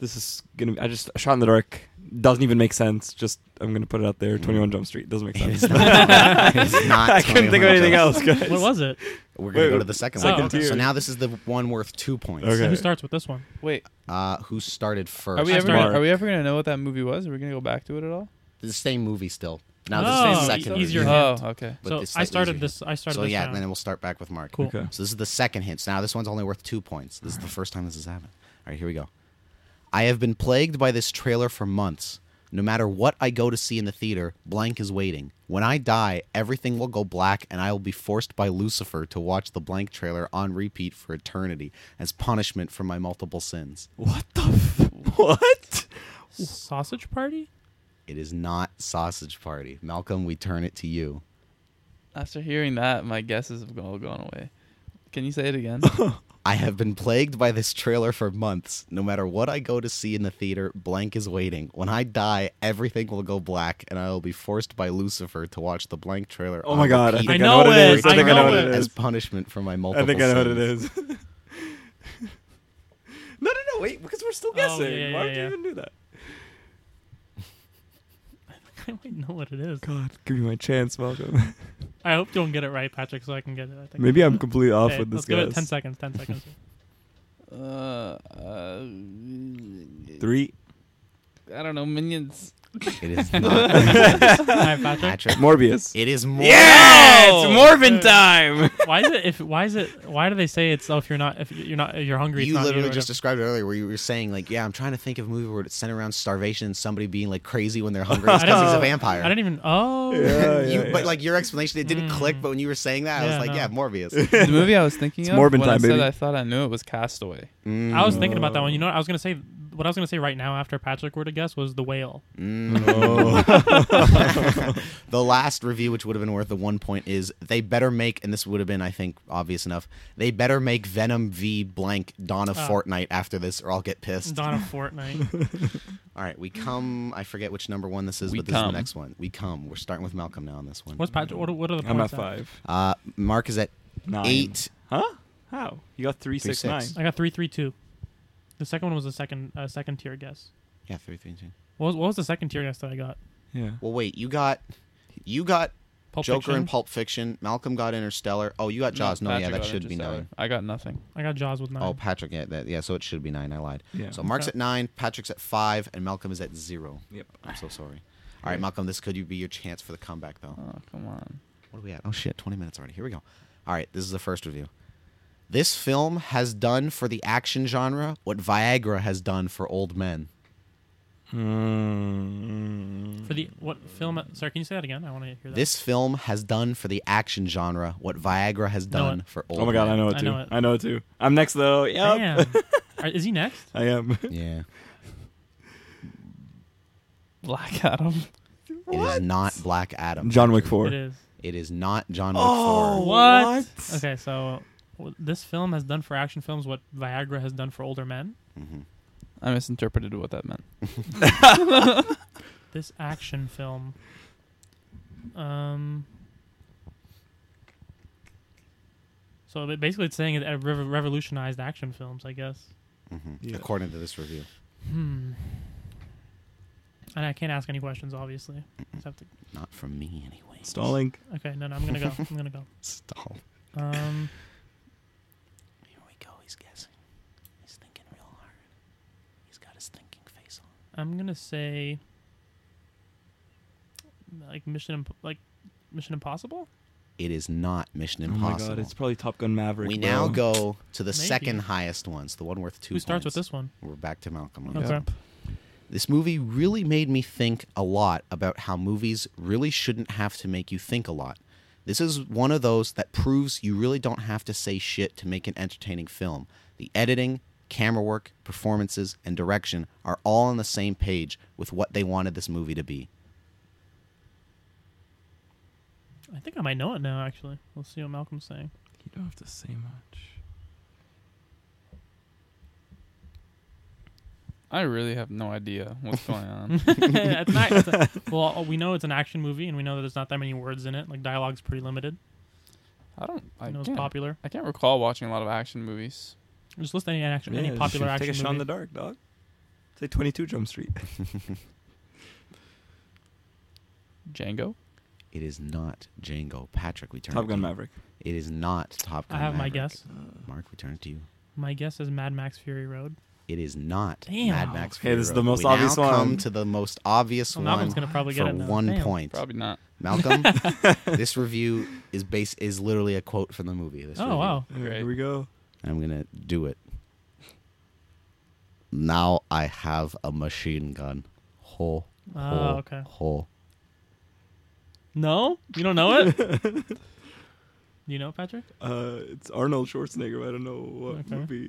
D: This is gonna. Be, I just shot in the dark. Doesn't even make sense. Just I'm gonna put it out there. Twenty One Jump Street doesn't make sense.
A: It's not- it's not
D: I couldn't think of
A: 21
D: anything
A: Jump
D: else, guys.
B: What was it?
A: We're gonna
D: Wait,
A: go to the second,
B: second
A: one.
B: tier.
A: So now this is the one worth two points.
D: Okay.
B: So who starts with this one?
C: Wait,
A: Uh, who started first?
C: are we
B: I
C: ever
B: started-
C: gonna, are we ever gonna know what that movie was? Are we gonna go back to it at all?
A: the same movie still? Now
B: No,
A: this is the
B: e-
A: second.
B: easier
A: movie,
B: hit.
C: Oh,
B: hand.
C: okay.
A: but
B: so
A: it's
B: I
A: slightly
B: started
A: easier.
B: this. I started
A: So
B: this.
A: yeah,
B: round.
A: then we'll start back with Mark.
B: Cool.
D: Okay.
A: So this is the second hint. So now this one's only worth two points. This is the first time this has happened. All right, here we go. I have been plagued by this trailer for months. No matter what I go to see in the theater, blank is waiting. When I die, everything will go black, and I will be forced by Lucifer to watch the blank trailer on repeat for eternity as punishment for my multiple sins.
D: What the? F- what?
B: Sausage party?
A: It is not Sausage Party. Malcolm, we turn it to you.
C: After hearing that, my guesses have all gone away. Can you say it again?
A: I have been plagued by this trailer for months. No matter what I go to see in the theater, blank is waiting. When I die, everything will go black, and I will be forced by Lucifer to watch the blank trailer.
D: Oh
A: on
D: my god! I
A: repeat
D: think I
B: I
D: know, what
B: know
D: it is. I
B: it.
D: think I know what it
A: as
D: is.
A: punishment for my multiple.
D: I think I know what
A: sins.
D: it is. no, no, no! Wait, because we're still
B: Oh,
D: guessing.
B: yeah, yeah,
D: Why would you
B: yeah.
D: even do that?
B: I might know what it is.
D: God, give me my chance, Malcolm.
B: I hope you don't get it right, Patrick, so I can get it. I think.
D: Maybe I'm completely off
B: Hey,
D: with this
B: let's give it ten
D: guy.
B: seconds. Ten seconds.
C: uh, uh,
D: Three.
C: I don't know. Minions.
A: It is not.
B: All right, Patrick.
A: Patrick.
D: Morbius.
A: It is more.
C: Yeah,
D: Oh!
C: Morbin time.
B: Why is it? If why is it? Why do they say it's? Oh, if you're not, if you're not, if you're hungry. it's
A: You
B: not
A: literally
B: or
A: just described it earlier, where you were saying like, "Yeah, I'm trying to think of a movie where it's centered around starvation and somebody being like crazy when they're hungry
B: I
A: because he's a
B: didn't-
A: vampire."
B: whatever. I didn't even. Oh.
D: Yeah, yeah,
A: you,
D: yeah.
A: But like your explanation, it didn't
B: Mm.
A: click. But when you were saying that, I
B: Yeah,
A: was like,
B: no.
A: "Yeah, Morbius."
C: the movie I was thinking
D: It's
C: of
D: Morbin
C: when I
D: time,
C: said
D: baby.
C: I thought I knew it was Castaway.
A: Mm.
B: I was thinking about that one. You know, what I was gonna say what I was gonna say right now after Patrick were to guess was the whale.
A: the last review, which would have been worth the one point, is they better make, and this would have been, I think, obvious enough. They better make Venom v blank Dawn of
B: Ah.
A: Fortnite after this, or I'll get pissed.
B: Dawn of Fortnite.
A: All right, we come. I forget which number one this is,
C: We
A: but this is
C: come.
A: the next one. We come. We're starting with Malcolm now on this one.
B: What's Patrick? What, are- what are the points?
D: I'm at
B: then?
D: five.
A: Uh, Mark is at
D: Nine.
A: eight.
D: Huh? How? You got three,
A: Three,
D: six, nine.
A: six.
B: I got three, three, two. The second one was a second, uh, second tier guess.
A: Yeah, three, three, two.
B: What was, what was the second tier guess that I got?
D: Yeah.
A: Well, wait. You got, you got
B: Pulp
A: Joker
B: Fiction?
A: and Pulp Fiction. Malcolm got Interstellar. Oh, you got Jaws. No, yeah,
C: Patrick
A: that
C: got
A: should be
C: Interstellar.
A: nine.
C: I got nothing.
B: I got Jaws with nine.
A: Oh, Patrick, yeah, that, yeah, so it should be nine. I lied.
D: Yeah.
A: So Mark's
B: Okay.
A: at nine, Patrick's at five, and Malcolm is at zero.
D: Yep.
A: I'm so sorry. All right, Malcolm, this could be your chance for the comeback, though.
C: Oh come on.
A: What are we at? Oh, shit, 20 minutes already. Here we go. All right, this is the first review. This film has done for the action genre what Viagra has done for old men.
B: For the what film? Sorry, can you say that again? I want to hear that.
A: This film has done for the action genre what Viagra has
B: Know
A: done
B: it.
A: for old
D: Oh my god, I
A: men.
D: know it
B: I
D: too. I
B: know
D: know
B: it.
D: it, too. I'm next though. Yep.
B: Damn. Alright, is he next?
D: I am.
A: Yeah.
C: Black Adam.
A: It is not Black Adam.
D: John Wick
B: It
D: 4.
B: is.
A: It is not John Wick
D: Oh!
A: 4.
B: What? Okay, so w- this film has done for action films what Viagra has done for older men.
A: Mm-hmm,
C: I misinterpreted what that meant.
B: This action film. Um. So ba- basically, it's saying it uh, rev- revolutionized action films, I guess.
D: Yeah.
A: mm-hmm. According to this review.
B: Hmm. And I can't ask any questions, obviously. Just have to.
A: Not from me, anyway.
D: Stalling.
B: Okay, no, no, I'm gonna go. I'm gonna go.
A: Stall.
B: Um.
A: Here we go. He's guessing. He's thinking real hard. He's got his thinking face on.
B: I'm gonna say like Mission Imp- like Mission Impossible.
A: It is not Mission
D: Oh my
A: Impossible.
D: god, it's probably Top Gun Maverick.
A: we
D: bro.
A: now go to the
B: Maybe.
A: second highest ones, the one worth two.
B: Who starts with
A: points.
B: this one?
A: We're back to Malcolm. on
B: Okay.
A: this. This movie really made me think a lot about how movies really shouldn't have to make you think a lot. This is one of those that proves you really don't have to say shit to make an entertaining film. The editing, camera work, performances, and direction are all on the same page with what they wanted this movie to be.
B: I think I might know it now. Actually, we'll see what Malcolm's saying.
D: You don't have to say much.
C: I really have no idea what's going on.
B: it's not, it's a- well, oh, we know it's an action movie, and we know that there's not that many words in it. Like dialogue's pretty limited.
C: I don't. I
B: I know it's
C: can't-
B: popular.
C: I can't recall watching a lot of action movies.
B: Just list any action,
D: Yeah,
B: any
D: just
B: popular
D: take
B: action
D: a shot in
B: movie.
D: the dark, dog. Say 22 Jump Street.
C: Django.
A: It is not Django. Patrick, we turn
D: Top
A: it
D: Gun
A: to you.
D: Maverick.
A: It is not Top Gun
B: I have my
A: Maverick.
B: guess.
A: Mark, we turn it to you.
B: My guess is Mad Max Fury Road.
A: It is not
B: Damn.
A: Mad Max.
D: Okay, this is
A: Fury Road.
D: the most
A: we now
D: obvious
A: Come
D: one.
A: to the most obvious
B: So that
A: one
B: one's gonna probably get
A: for
B: it now.
A: one
B: Damn.
A: point.
C: Probably not.
A: Malcolm, this review is base is literally a quote from the movie. This
B: Oh
A: review.
B: wow.
D: Here
C: Great.
D: we go.
A: I'm gonna do it. Now I have a machine gun. Ho, ho,
B: Oh, okay.
A: ho.
B: No, you don't know it. Do you know it, Patrick?
D: Uh, it's Arnold Schwarzenegger. but I don't know what
B: Okay.
D: movie.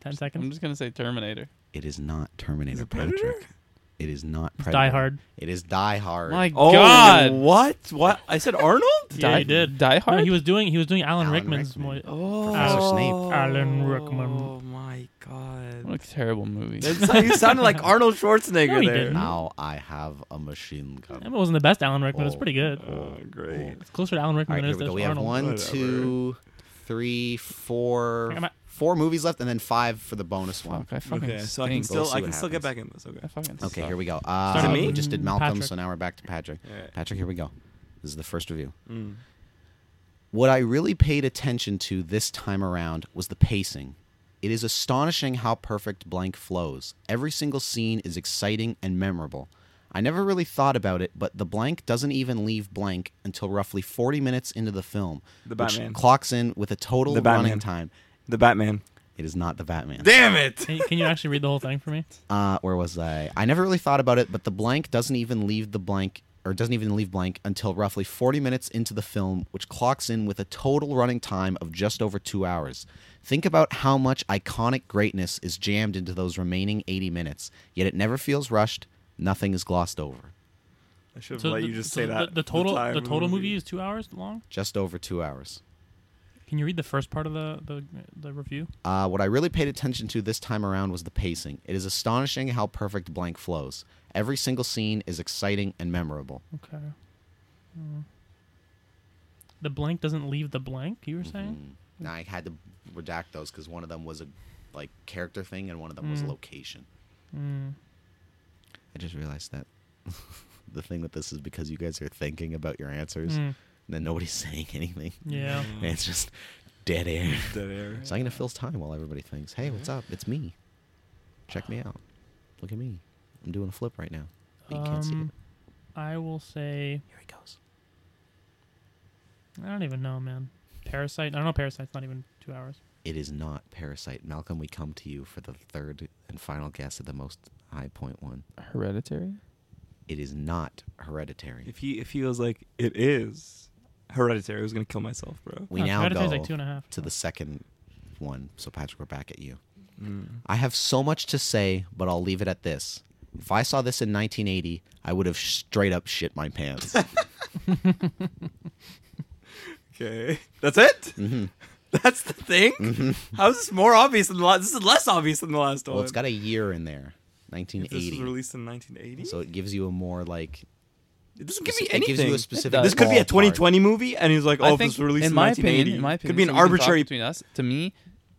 B: Ten
C: I'm
B: seconds.
C: just gonna say Terminator.
A: It is not Terminator
D: Is it Predator?
A: Patrick. It is not Predator.
B: Die Hard.
A: It is Die Hard.
C: My God.
D: Oh, What? What? I said Arnold?
B: Oh, Yeah, you did.
C: Die
B: No,
C: Hard.
B: he was doing he was doing Alan,
A: Alan
B: Rickman's
A: Rickman.
B: mo-
D: Oh.
B: Professor
A: Snape.
B: Alan Rickman.
D: Oh, my God.
C: what a terrible movie.
D: That's- you sounded like Arnold Schwarzenegger
B: No, he
D: there.
B: didn't.
A: Now I have a machine gun.
B: That wasn't the best Alan Rickman. It's pretty good.
D: Oh, great.
B: It's closer to Alan
A: All
B: Rickman
A: right,
B: than it
A: here
B: is
A: we go.
B: to
A: We have
B: Arnold.
A: one,
D: Whatever.
A: two, three, four,
B: Think I'm at-
A: four movies left, and then five for the bonus one.
C: Fuck, I fucking
D: Okay, so I
A: We'll
D: can
C: stink.
D: still
A: see
D: I
A: what
D: can still get
A: happens.
D: back in this. Okay.
C: I fucking
A: Okay,
C: suck.
A: here we go.
B: Start Mm-hmm.
A: Uh,
D: with
A: we
D: me?
A: just did Malcolm,
B: Patrick.
A: so now we're back to Patrick. Patrick, here we go. This is the first review.
D: Mm.
A: What I really paid attention to this time around was the pacing. It is astonishing how perfect blank flows. Every single scene is exciting and memorable. I never really thought about it, but the blank doesn't even leave blank until roughly 40 minutes into the film,
D: The
A: which
D: Batman.
A: clocks in with a total
D: The Batman.
A: running time.
D: The Batman.
A: It is not the Batman.
D: Damn it!
B: Can, can you actually read the whole thing for me?
A: uh, where was I? I never really thought about it, but the blank doesn't even leave the blank or doesn't even leave blank until roughly 40 minutes into the film, which clocks in with a total running time of just over two hours. Think about how much iconic greatness is jammed into those remaining 80 minutes, yet it never feels rushed. Nothing is glossed over.
D: I should have
B: So
D: let
B: the,
D: you just
B: so
D: say
B: the-
D: that.
B: The, total
D: time
B: the
D: of
B: total movie is two hours long.
A: Just over two hours.
B: Can you read the first part of the the, the review?
A: Uh, what I really paid attention to this time around was the pacing. It is astonishing how perfect blank flows. Every single scene is exciting and memorable.
B: Okay. Hmm. The blank doesn't leave the blank. You were saying
A: Mhm. Now I had to redact those because one of them was a like character thing and one of them was a
B: Mm.
A: location.
B: Mm.
A: I just realized that the thing with this is because you guys are thinking about your answers and
B: Mm.
A: then nobody's saying anything.
B: Yeah.
A: And it's just dead air.
D: Mm. Dead air.
A: So I'm gonna fill time while everybody thinks, "Hey, what's up? It's me. Check me out. Look at me. I'm doing a flip right now. But you can't see it.
B: Um, I will say
A: Here he goes.
B: I don't even know, man. Parasite. I don't know. Parasite's not even two hours.
A: It is not Parasite. Malcolm, we come to you for the third and final guess at the most high point one.
C: Hereditary.
A: It is not Hereditary.
D: If he if he was like it is hereditary, I was gonna kill myself, bro.
A: We
B: No,
A: now go
B: Hereditary's like two and a half.
A: to the second one. So Patrick, we're back at you.
D: Mm.
A: I have so much to say, but I'll leave it at this. If I saw this in 1980, I would have straight up shit my pants.
D: Okay, that's it.
A: Mhm.
D: That's the thing. How is this more obvious than the last? This is less obvious than the last
A: Mm-hmm. well,
D: one.
A: it's got a year in there,
D: If this was
A: 1980.
D: released in 1980.
A: So it gives you a more like
D: it doesn't give
A: speci-
D: me
A: It
D: anything.
A: gives you a specific.
C: does.
D: this could be a
A: ballpark.
D: 2020 movie, and he's like, "Oh,
C: I
D: if
C: think,
D: this was released
C: in
D: in
C: my
D: 1980,
C: opinion, in my opinion,
D: could be an
C: so we can talk
D: arbitrary."
C: between us. To me,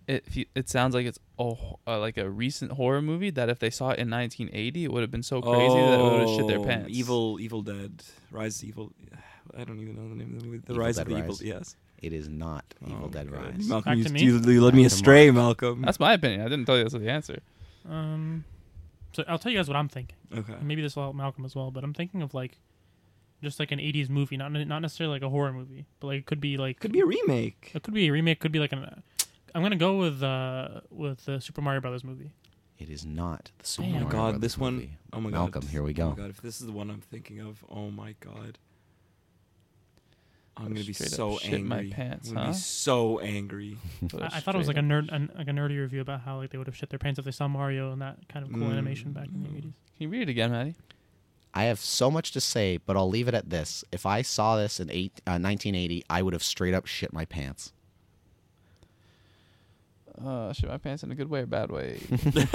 C: it fe- it sounds like it's a, ho- uh, like a recent horror movie that if they saw it in 1980, it would have been so crazy that it would have shit their
D: Oh,
C: pants.
D: Evil, Evil Dead, Rise of Evil. I don't even know the name of the movie. The
A: Evil
D: Rise of
A: Dead
D: the Evil.
A: Rise.
D: Yes.
A: It is not Evil
D: Oh,
A: Dead
D: God.
A: Rise.
D: Malcolm,
B: Back
D: you,
B: to me?
D: you, you led me
A: Back to
D: astray, Malcolm.
C: Mm. That's my opinion. I didn't tell you that's the answer.
B: Um, so I'll tell you guys what I'm thinking.
D: okay.
B: And maybe this will help Malcolm as well. But I'm thinking of like, just like an '80s movie, not not necessarily like a horror movie, but like it could be like
D: Could be a remake. Oh
B: it could be a remake. Could be like an. I'm gonna go with uh with the Super Mario Brothers movie.
A: It is not the Super
B: Oh my
A: Mario
D: God,
A: Brothers
D: this one-
A: movie.
D: Oh my god.
A: Malcolm, here we
D: Oh
A: go.
D: my god, if this is the one I'm thinking of, oh my god. I'm gonna be
C: Straight up
D: so angry.
C: shit my pants,
D: I'm gonna
C: huh?
D: be so angry.
A: Oh,
B: I, I thought it was like a nerd an, like a nerdy review about how like they would have shit their pants if they saw Mario and that kind of cool
D: Mm.
B: animation back in the '80s.
C: Can you read it again, Maddie?
A: I have so much to say, but I'll leave it at this. If I saw this in eight, uh, 1980, I would have straight up shit my pants.
C: Uh, shit my pants in a good way or bad way.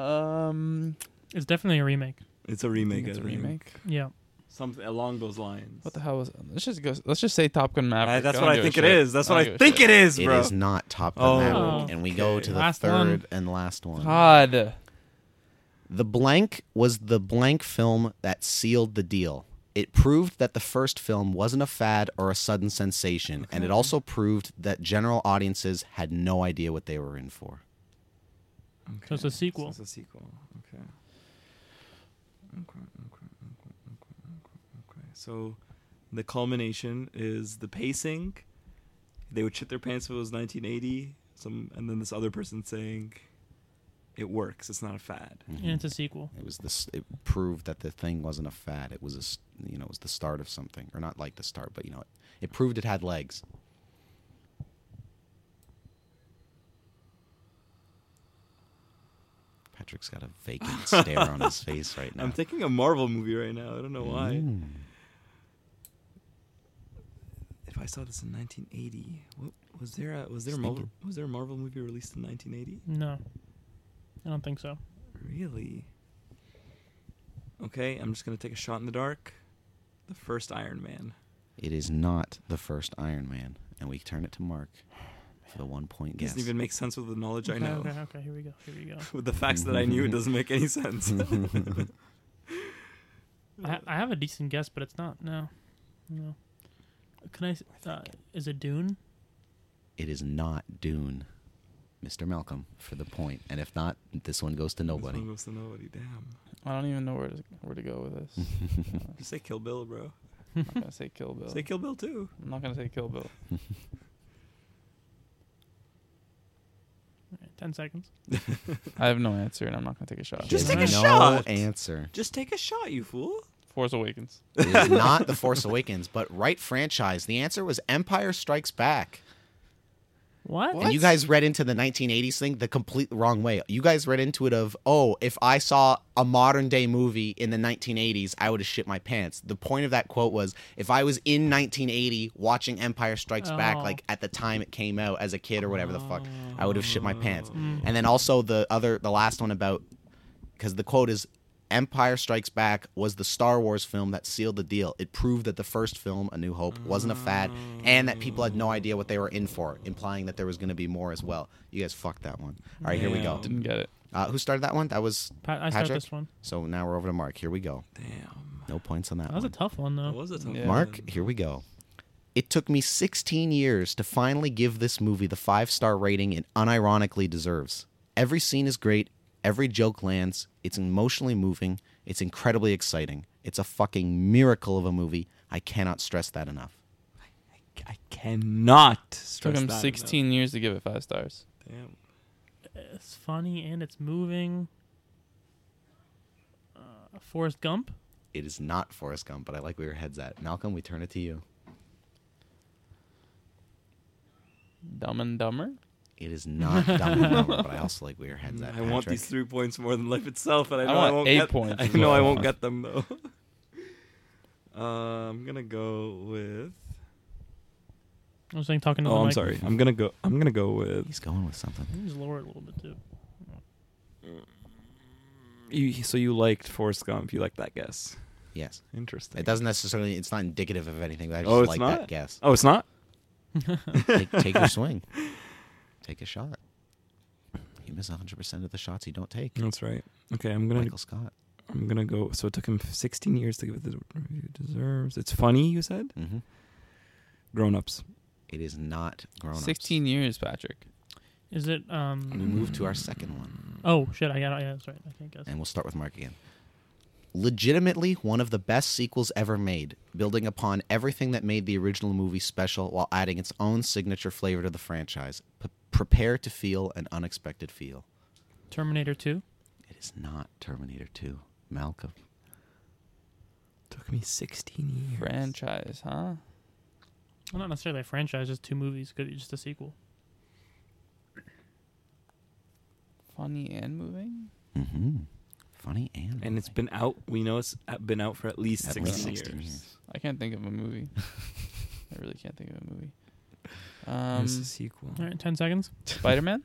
C: um,
B: It's definitely a remake.
D: It's a
C: I Um,
D: remake.
C: think it's a
D: I think.
C: remake.
B: Yeah.
D: something along those lines.
C: What the hell was? Let's just go. Let's just say Top Gun Maverick.
D: that's
C: I don't
D: what I
C: give a
D: think it
C: shit.
D: is. That's
C: I
D: what
C: don't
D: I
C: give a
D: think
C: shit.
D: it is,
A: It is
D: bro.
A: not Top Gun
D: Oh,
A: Maverick, and we go to the
B: Last
A: third
B: one.
A: and last one.
C: God.
A: The Blank was the blank film that sealed the deal. It proved that the first film wasn't a fad or a sudden sensation, and it also proved that general audiences had no idea what they were in for.
B: So it's a sequel.
D: it's a sequel. Okay. Okay, okay, okay, okay, okay, okay. So the culmination is the pacing. They would shit their pants if it was 1980. Some, and then this other person saying, "It works. It's not a fad."
B: and it's a sequel.
A: It was this. It proved that the thing wasn't a fad. It was a, s- you know, it was the start of something, or not like the start, but you know, it, it proved it had legs. Patrick's got a vacant stare on his face right now.
D: I'm thinking a Marvel movie right now. I don't know why.
A: Mm.
D: If I saw this in 1980, what was there? A, was there a
A: Just
D: Marvel,
A: thinking.
D: was there a Marvel movie released in 1980?
B: No, I don't think so.
D: Really? Okay, I'm just gonna take a shot in the dark. The first Iron Man.
A: It is not the first Iron Man, and we turn it to Mark for the one point guess.
D: Doesn't even make sense with the knowledge I
B: okay,
D: know.
B: okay, okay. Here we go. Here we go.
D: With the facts that I knew, it doesn't make any sense.
B: I, I have a decent guess, but it's not. No, no. Can I? s- Uh, is it Dune?
A: it is not Dune, Mr. Malcolm, for the point. And if not, this one goes to
D: This one
A: nobody.
D: goes to nobody. Damn.
C: I don't even know where to where to go with this.
D: Just say Kill Bill, bro.
C: I'm not gonna say Kill Bill.
D: Say Kill Bill too.
C: I'm not gonna say Kill Bill.
B: All right, Ten seconds.
C: I have no answer, and I'm not gonna take a shot.
D: Just
A: There's
B: take a
A: no
D: shot.
A: answer.
D: Just take a shot, you fool.
C: Force Awakens.
A: It is not The Force Awakens, but right franchise. The answer was Empire Strikes Back.
B: What?
A: And you guys read into the 1980s thing the complete wrong way. You guys read into it of, oh, if I saw a modern day movie in the 1980s, I would have shit my pants. The point of that quote was, if I was in 1980 watching Empire Strikes Back,
B: Oh.
A: like at the time it came out as a kid or whatever the fuck, I would have shit my pants.
B: Mm.
A: And then also the other, the last one about, because the quote is, Empire Strikes Back was the Star Wars film that sealed the deal. It proved that the first film, A New Hope, wasn't a fad and that people had no idea what they were in for, implying that there was going to be more as well. You guys fucked that one. All right, here we go.
C: Didn't get it.
A: Uh, who started that one? That was
B: Pa- I start
A: Patrick.
B: this one.
A: So now we're over to Mark. Here we go.
D: Damn.
A: No points on that,
B: That was a
A: one.
B: tough one,
D: That
B: though.
D: was a tough
C: Yeah.
A: Mark, here we go. It took me 16 years to finally give this movie the five star rating it unironically deserves. Every scene is great. Every joke lands. It's emotionally moving. It's incredibly exciting. It's a fucking miracle of a movie. I cannot stress that enough.
D: I, I cannot stress
C: Took him
D: that enough.
C: 16 years to give it five stars.
D: Damn.
B: It's funny and it's moving. Uh, Forrest Gump.
A: It is not Forrest Gump, but I like where your head's at. Malcolm, we turn it to you.
C: Dumb and Dumber.
A: It is not Dumb and Dumber, but I also like where your head's at.
D: I want
A: Patrick.
D: these three points more than life itself, and I
C: I
D: know I,
C: want
D: won't
C: eight
D: get.
C: points
D: I
C: as
D: know I
C: well.
D: won't get them though. uh, I'm gonna go with.
B: I was saying talking to
D: Oh,
B: the
D: I'm
B: mic.
D: sorry. I'm gonna go. I'm gonna go with.
A: He's going with something.
B: You can Just lower it a little bit too.
D: You, so you liked Forrest Gump? You liked that guess?
A: Yes.
D: Interesting.
A: It doesn't necessarily. It's not indicative of anything. But I just
D: Oh, it's
A: like
D: not?
A: that guess.
D: Oh, it's not.
A: take, take your swing. Take a shot. You miss 100 percent of the shots you don't take.
D: That's right. Okay, I'm gonna.
A: Michael Scott.
D: I'm gonna go. So it took him 16 years to give it the review it deserves. It's funny. You said
A: Mhm.
D: grown ups.
A: It is not grown
C: 16 years, Patrick.
B: Is it?
A: We
B: Um.
A: move to our second
D: Mm.
A: one,
B: Oh shit! I got. it. Yeah, that's right. I can't guess.
A: and we'll start with Mark again. Legitimately, one of the best sequels ever made, building upon everything that made the original movie special while adding its own signature flavor to the franchise. P- prepare to feel an unexpected feel.
B: Terminator Two.
A: It is not Terminator 2. Malcolm.
D: Took me 16 years.
C: Franchise, huh?
B: Well, not necessarily a franchise. Just two movies. Could just a sequel.
C: Funny and moving.
A: Mm-hmm. Funny and
D: And it's been out. We know it's at- been out for at least
A: At
D: 16,
A: least 16
D: years.
A: years.
C: I can't think of a movie. I really can't think of a movie.
D: There's
C: Um,
D: a sequel.
B: All right, ten seconds.
C: Spider Man.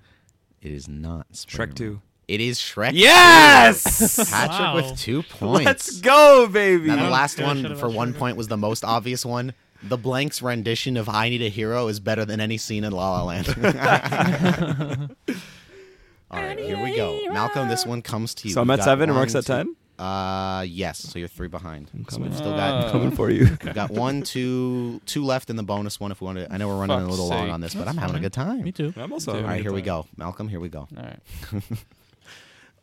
A: It is not
D: Shrek
A: Spider-Man.
D: 2.
A: It is Shrek.
D: Yes!
A: Patrick
B: Wow.
A: with two points.
D: Let's go, baby.
A: Now,
B: I
A: the
B: don't
A: last
B: give a shit
A: one
B: about
A: for one
B: Shrek.
A: point was the most obvious one. The Blank's rendition of I Need a Hero is better than any scene in La La Land. All right, here we go. Malcolm, this one comes to you.
D: So I'm
A: We've
D: at
A: got
D: seven and
A: one,
D: Mark's at
A: two-
D: ten.
A: Uh, yes. So you're three behind.
D: I'm
A: So we've
D: coming.
A: still
C: Oh.
A: got
D: Coming for you.
A: we've got one, two, two left in the bonus one. If we want to, I know we're running a
C: Fuck's
A: little long
C: sake.
A: on this, but I'm
B: That's
A: having a
B: fine.
A: good time.
B: Me too.
D: I'm also.
C: All
A: All
D: having a
A: right,
D: good
A: here we
D: time.
A: go, Malcolm. Here we go.
C: All right.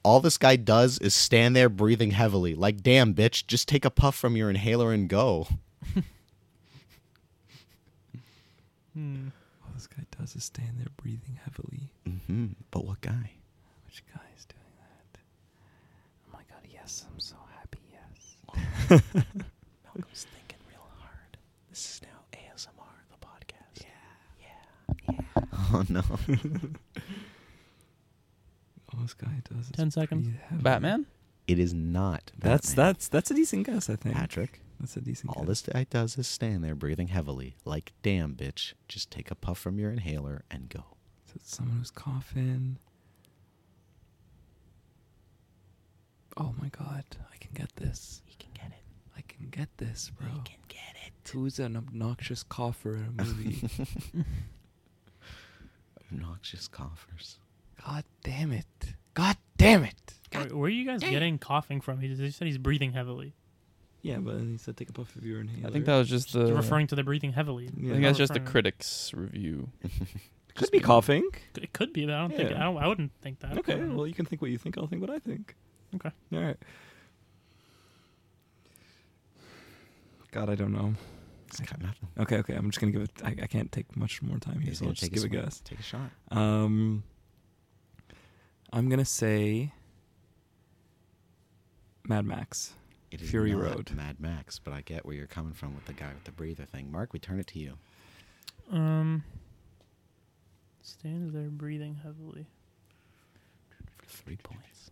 A: All this guy does is stand there breathing heavily, like, damn, bitch, just take a puff from your inhaler and go.
B: Hmm.
D: All this guy does is stand there breathing heavily.
A: hmm But what guy?
D: Which Mm-hmm. guy is doing that? Oh my god, yes, I'm so happy, yes. Malcolm's thinking real hard. This is now ASMR, the podcast.
A: Oh, no.
D: All Oh, this guy does is
B: Ten seconds.
D: breathe heavily.
C: Batman?
A: It is not.
D: That's
A: Batman.
D: that's that's a decent guess, I think.
A: Patrick.
D: That's a decent
A: All
D: guess.
A: this guy does is stand there breathing heavily, like, damn, bitch, just take a puff from your inhaler and go.
D: So it's someone who's coughing. Oh my god, I can get this. He can get it. I can get this, bro. He can get it. Who's an obnoxious cougher in a movie?
A: Obnoxious coffers.
D: god damn it. God damn it.
B: Where, where are you guys getting coughing from? He, he said he's breathing heavily.
D: Yeah, but he said take a puff of your inhaler.
C: I think that was just the.
B: He's referring to the breathing heavily.
D: Yeah.
C: I think that's
B: Not
C: just the
B: referring-
C: critics' review.
D: could be coughing.
B: It could be, but I don't think
D: Yeah.
B: I, don't, I wouldn't think that.
D: Okay, well you can think what you think. I'll think what I think.
B: Okay.
D: All right. God, I don't know.
A: It's got nothing.
D: Okay, okay. I'm just gonna give it. I, I can't take much more time here,
A: He's
D: so
A: gonna
D: I'll just
A: take
D: give a
A: swing.
D: guess.
A: Take a shot.
D: Um, I'm gonna say Mad Max.
A: It is
D: Fury
A: not
D: Road.
A: Mad Max, but I get where you're coming from with the guy with the breather thing. Mark, we turn it to you.
B: Um, stands there breathing heavily.
A: Three points.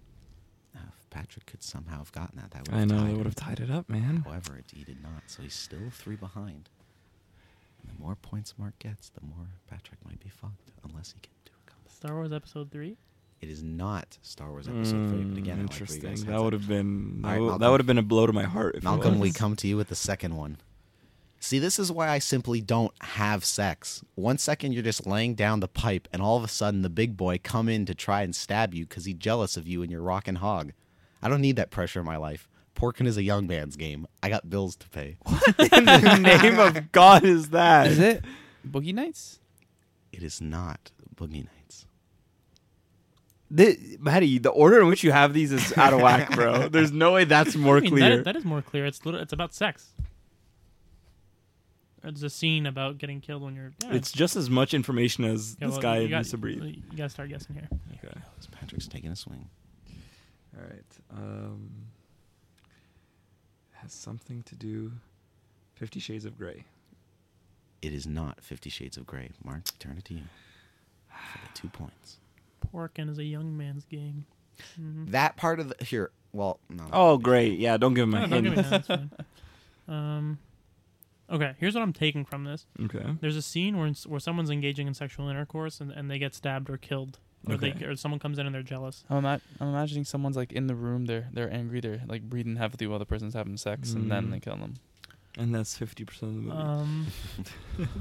A: Now, if Patrick could somehow have gotten that, that would
D: I
A: have
D: know
A: tied
D: I would
A: him.
D: have tied it up, man.
A: However, it, he did not, so he's still three behind. And the more points Mark gets, the more Patrick might be fucked, unless he can do a comeback.
B: Star Wars Episode Three.
A: It is not Star Wars Episode Three, but again, I like where you guys
D: Hmm, interesting.
A: had
D: that would have been
A: All right,
D: that, would- that
A: Malcolm.
D: would have been a blow to my heart. If it
A: Malcolm, we
D: was.
A: come to you with the second one. See, this is why I simply don't have sex. One second you're just laying down the pipe, and all of a sudden the big boy come in to try and stab you because he's jealous of you and your rockin' hog. I don't need that pressure in my life. Porkin is a young man's game. I got bills to pay.
D: in the name of God Uh, is that?
C: Is it Boogie Nights?
A: It is not Boogie Nights.
D: Thi- Maddie, the order in which you have these is out of whack, bro. There's no way that's more
B: I mean,
D: clear.
B: That, that is more clear. It's lit- it's about sex. It's a scene about getting killed when you're. Yeah.
D: it's just as much information as
B: Yeah,
D: this
B: well,
D: guy
B: you got-
D: needs to breathe.
B: You gotta start guessing here.
D: Okay.
A: As Patrick's taking a swing.
D: All right. Um, has something to do. Fifty Shades of Grey.
A: It is not Fifty Shades of Grey. Mark, turn it to you for the two points.
B: Porkin is a young man's game. Mhm.
A: That part of the here. Well, no.
D: Oh, great. Yeah, don't give him a
B: No, don't give me
D: hint.
B: that. That's fine. Um, okay, here's what I'm taking from this.
D: Okay.
B: There's a scene where where someone's engaging in sexual intercourse and, and they get stabbed or killed, or
D: Okay.
B: they or someone comes in and they're jealous.
C: I'm, ima- I'm imagining someone's like in the room. They're they're angry. They're like breathing heavily while the person's having sex, and then
D: Mm.
C: they kill them.
D: And that's fifty percent of the movie.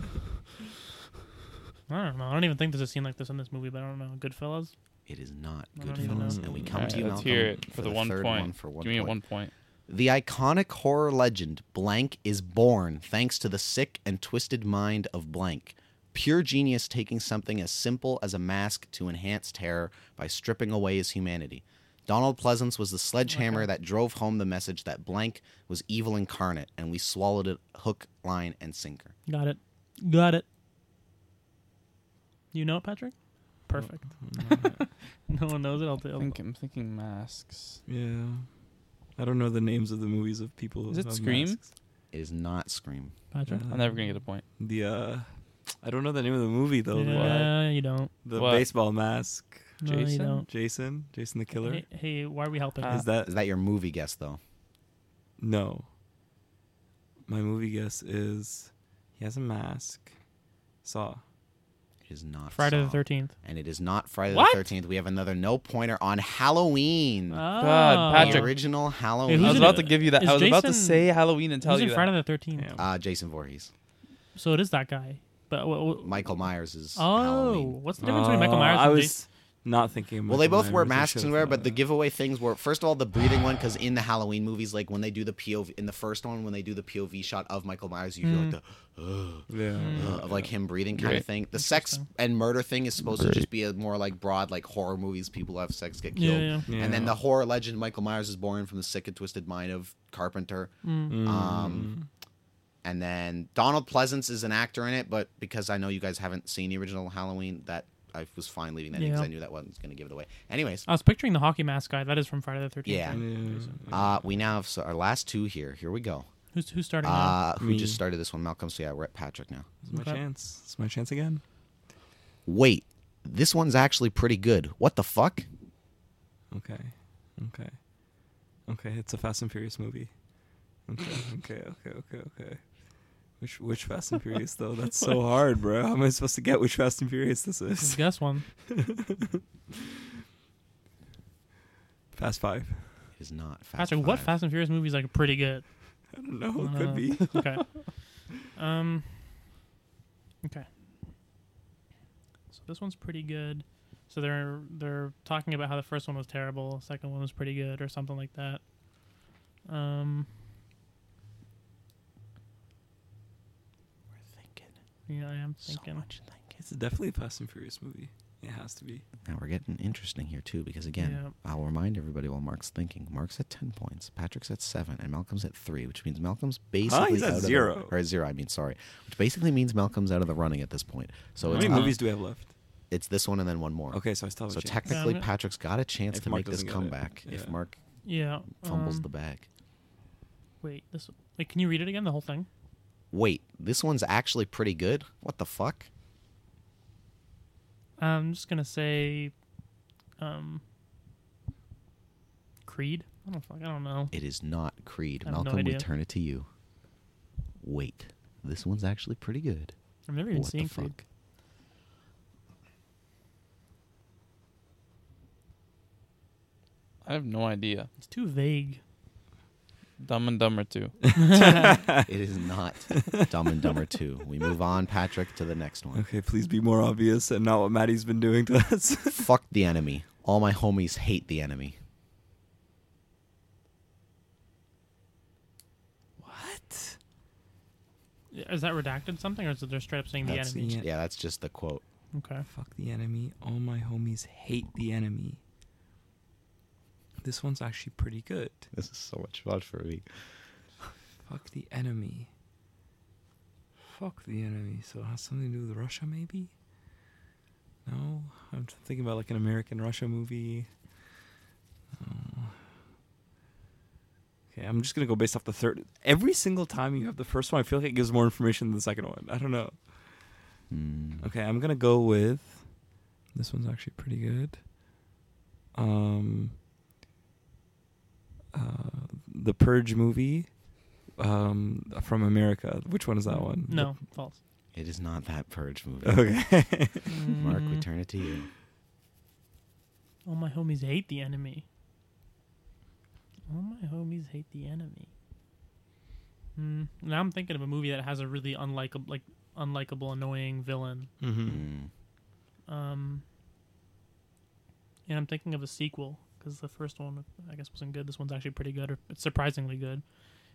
B: Um, I don't know. I don't even think there's a scene like this in this movie, but I don't know. Goodfellas.
A: It is not
B: I
A: good
B: don't even
A: films,
B: know.
A: and we
D: Mm.
A: come
D: Alright,
A: to you,
C: let's
A: Malcolm,
C: hear it for the one
A: third
C: point.
A: one for one
C: Give me a
A: point.
C: one point.
A: The iconic horror legend Blank is born thanks to the sick and twisted mind of Blank. Pure genius taking something as simple as a mask to enhance terror by stripping away his humanity. Donald Pleasance was the sledgehammer that drove home the message that Blank was evil incarnate, and we swallowed it hook, line, and sinker.
B: Got it. Got it. You know it, Patrick? Perfect. no one knows it. I'll
C: I
B: tell.
C: think, I'm thinking masks.
D: yeah. I don't know the names of the movies of people.
C: Is it
D: who have
C: Scream?
D: masks.
A: It is not Scream.
B: Patrick.
D: Uh,
C: I'm never gonna get a point.
D: The uh, I don't know the name of the movie though. the-
B: yeah, you don't.
D: The,
C: What?
D: baseball mask.
B: No, you
C: Jason?
B: don't.
D: Jason. Jason the Killer.
B: Hey, hey, why are we helping?
C: Uh,
D: Is that
A: Is that your movie guess, though?
D: No. My movie guess is he has a mask. Saw.
A: It is not
B: Friday the
A: Saw.
B: Thirteenth.
A: and it is not Friday
C: What?
A: the Thirteenth. We have another no pointer on Halloween.
C: God,
B: Oh.
A: The
C: Patrick.
A: original
B: Wait,
A: Halloween.
B: Uh, who's
C: I was
B: in
C: about
B: it?
C: to give you that.
B: Is
C: I was about to
B: Jason-
C: say Halloween and tell
B: Who's
C: you
B: in
C: that.
B: Friday the Thirteenth?
D: Yeah.
A: uh, Jason Voorhees.
B: So it is that guy. But wh- wh-
A: Michael Myers is.
B: oh,
A: Halloween.
B: what's the difference between Michael
D: Oh,
B: Myers?
D: I
B: and
D: was
B: Jason?
D: not thinking. Of
A: Well, they
D: Michael
A: both wear
D: Myers. I
A: masks
D: should've
A: and whatever,
D: thought
A: but the
D: of
A: giveaway things were first of all the breathing one because in the Halloween movies, like when they do the POV in the first one, when they do the POV shot of Michael Myers, you feel like the "Ugh,
D: that. Yeah.
B: Hmm.
A: ugh," of like him breathing kind
C: Right.
A: of thing. The sex and murder thing is supposed to just be a more like broad like horror movies. People have sex, get
B: Yeah,
A: killed,
D: yeah.
A: and then
D: Yeah.
A: the horror legend Michael Myers is born from the sick and twisted mind of Carpenter.
B: Mm.
A: Um, and then Donald Pleasance is an actor in it, but because I know you guys haven't seen the original Halloween, that I was fine leaving that because
B: Yeah.
A: I knew that wasn't going to give it away. Anyways.
B: I was picturing the hockey mask guy. That is from Friday the Thirteenth.
A: Yeah.
D: Yeah.
A: Uh, we now have so our last two here. Here we go.
B: Who's who's starting? now?
A: Uh, who
D: Me.
A: just started this one? Malcolm. So yeah, we're at Patrick now.
D: It's my
B: Okay.
D: chance. It's my chance again.
A: Wait, this one's actually pretty good. What the fuck?
D: Okay. Okay. Okay, it's a Fast and Furious movie. Okay, okay, okay, okay, okay. Which which Fast and Furious though? That's so hard, bro. How am I supposed to get which Fast and Furious this
B: Let's
D: is?
B: guess one.
D: Fast Five.
A: It is not Fast
B: Patrick, what
A: Five.
B: Fast and Furious movie is like pretty good?
D: I don't know. It
B: Uh,
D: could be.
B: okay. Um. Okay. So this one's pretty good. So they're they're talking about how the first one was terrible, second one was pretty good, or something like that. Um.
A: We're thinking
B: Yeah, I am
A: so
B: thinking.
A: much thinking.
D: It's definitely a Fast and Furious movie. It has to be.
A: Now we're getting interesting here too, because again,
B: Yeah.
A: I'll remind everybody while Mark's thinking. Mark's at ten points, Patrick's at seven, and Malcolm's at three, which means Malcolm's basically
D: he's at
A: out of the-
D: zero.
A: or at zero. I mean, sorry, which basically means Malcolm's out of the running at this point. So
D: How
A: it's
D: many
A: up-
D: movies do we have left?
A: It's this one and then one more.
D: Okay, so I still have
A: So
D: a chance.
A: technically,
B: Yeah.
A: Patrick's got a chance
D: If
A: to
D: Mark
A: make this
D: doesn't get it,
A: comeback if
D: yeah.
A: Mark
B: Yeah.
A: fumbles
B: um,
A: the bag.
B: Wait, this. Wait, can you read it again? The whole thing.
A: Wait, this one's actually pretty good. What the fuck?
B: I'm just gonna say, um, Creed. I don't fuck. I don't know.
A: It is not Creed.
B: I have no
A: Malcolm, we
B: idea.
A: turn it to you. Wait, this one's actually pretty good.
B: I've never even
A: what the
B: seen
A: fuck?
B: Creed.
C: I have no idea.
B: It's too vague.
C: Dumb and Dumber Two.
A: it is not Dumb and Dumber 2. We move on, Patrick, to the next one.
D: Okay, please be more obvious and not what Maddie's been doing to us.
A: fuck the enemy. All my homies hate the enemy.
D: what?
B: Is that redacted something, or is it just straight up saying
D: That's
B: the enemy?
D: Yeah.
A: Yeah, that's just the quote.
B: Okay.
D: Fuck the enemy. All my homies hate the enemy. This one's actually pretty good.
A: This is so much fun for me.
D: Fuck the enemy. Fuck the enemy. So it has something to do with Russia, maybe? No? I'm t- thinking about like an American Russia movie. Oh. Okay, I'm just going to go based off the third. Every single time you have the first one, I feel like it gives more information than the second one. I don't know.
A: Hmm.
D: Okay, I'm gonna go with this one's actually pretty good. Um, uh, the Purge movie, um, from America. Which one is that one?
B: No, false.
A: It is not that Purge movie.
D: Okay.
A: Mark, we
B: Mm.
A: turn it to you.
B: All my homies hate the enemy. All my homies hate the enemy. Hmm. Now I'm thinking of a movie that has a really unlikable, like unlikable, annoying villain.
D: mm-hmm.
A: Hmm.
B: Um. And I'm thinking of a sequel because the first one, I guess, wasn't good. This one's actually pretty good, or it's surprisingly good.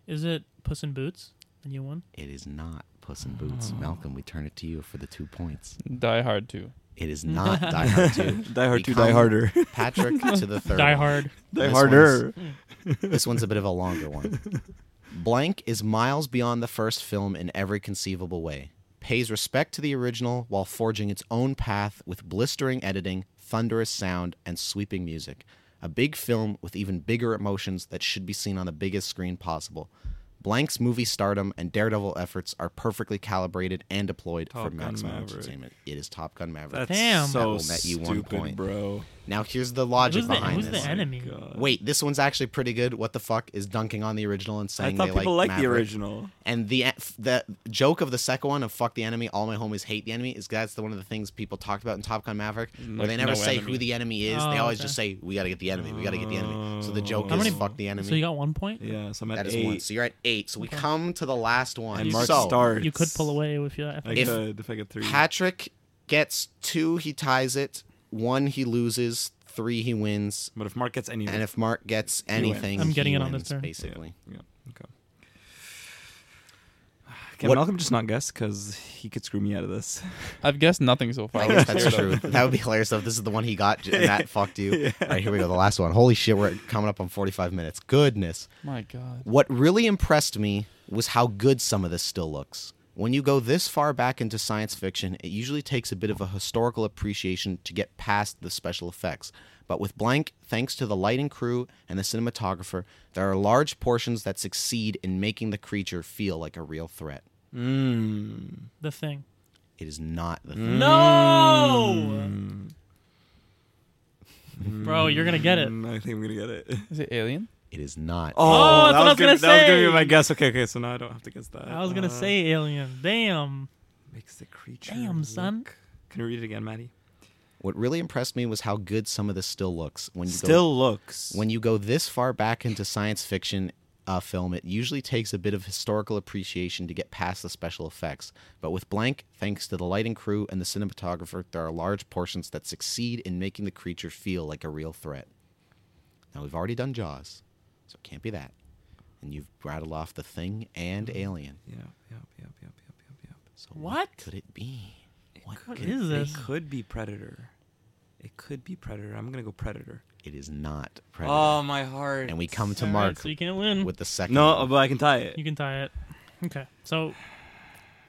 B: Is it Puss in Boots, the new one?
A: It is not Puss in
B: Oh.
A: Boots. Malcolm, we turn it to you for the two points.
C: Die Hard Two.
A: It is not Die Hard 2.
D: Die Hard
A: We
D: Two, Die
A: come
D: Harder,
A: Patrick to the third.
B: Die
A: one.
B: Hard.
D: Die
A: This
D: Harder.
A: This one's a bit of a longer one. Blank is miles beyond the first film in every conceivable way. Pays respect to the original while forging its own path with blistering editing, thunderous sound, and sweeping music. A big film with even bigger emotions that should be seen on the biggest screen possible. Blank's movie stardom and Daredevil efforts are perfectly calibrated and deployed
D: Top
A: for
D: Gun
A: maximum
D: Maverick.
A: entertainment. It is Top Gun Maverick.
D: That's
B: Damn.
A: That
D: so
A: will net you one
D: stupid,
A: point.
D: bro.
A: Now here's the logic
B: Who's the-
A: behind
B: who's
A: this.
B: the enemy?
A: uh, Wait, this one's actually pretty good. What the fuck is dunking on the original and
D: I
A: saying
D: thought
A: they
D: people
A: like
D: liked the
A: Maverick.
D: original.
A: And the eh, the joke of the second one of "fuck the enemy, all my homies hate the enemy" is that's the one of the things people talked about in Top Gun Maverick, where they
C: Like,
A: never
C: no
A: say
C: enemy.
A: who the enemy is. they
B: Oh,
A: always
B: okay.
A: just say, "We got to get the enemy. We got to get the enemy." So the joke
D: How
A: is
B: many-
A: "fuck the enemy."
B: So you got one point.
D: Yeah, so I'm at
A: that is
D: eight.
A: one. So you're at eight. So we come to the last one.
D: And
B: You
D: Mark
A: so,
D: starts.
B: You could pull away if you.
D: I
A: If
D: could if I get three.
A: Patrick gets two, he ties it. One, he loses. Three, he wins.
D: but if Mark gets any,
A: And if Mark gets
D: wins.
A: anything,
B: I'm getting
A: he
B: it on
A: wins,
B: this turn.
A: Basically,
D: yeah, okay. Can
A: What-
D: Malcolm just not guess because he could screw me out of this?
C: I've guessed nothing so far.
A: I guess that's true. That would be hilarious. If this is the one he got, and that fucked you. All right, here we go. The last one. Holy shit, we're coming up on 45 minutes. Goodness.
C: My God.
A: What really impressed me was how good some of this still looks. When you go this far back into science fiction, it usually takes a bit of a historical appreciation to get past the special effects. But with Blank, thanks to the lighting crew and the cinematographer, there are large portions that succeed in making the creature feel like a real threat.
D: Mm.
B: The thing.
A: It is not the
B: No. Bro, you're gonna get it.
D: Mm, I think I'm gonna get it.
C: Is it Alien?
A: It is not.
B: Oh, that's what I was
D: gonna,
B: gonna
D: that was gonna
B: say.
D: be my guess. Okay, okay. So now I don't have to guess that.
B: I was gonna
D: Uh,
B: say alien. Damn.
D: makes the creature.
B: Damn, son.
D: look- Can you read it again, Maddie?
A: What really impressed me was how good some of this still looks. When you go,
D: Still looks.
A: when you go this far back into science fiction uh, film, it usually takes a bit of historical appreciation to get past the special effects. But with Blank, thanks to the lighting crew and the cinematographer, there are large portions that succeed in making the creature feel like a real threat. Now we've already done Jaws, so it can't be that. And you've rattled off the Thing and Alien.
D: Yeah, yeah, yeah, yeah, yeah, yeah,
A: So
B: What?
A: could it be? What
B: could-
A: could
B: What is
A: it be?
B: this?
D: It could be Predator. It could be Predator. I'm gonna go Predator.
A: It is not Predator.
B: Oh,
D: my heart.
A: and we come to
B: All right,
A: Mark
B: so you can't win.
A: with the second.
D: No,
A: one.
D: but I can tie it.
B: you can tie it. Okay. So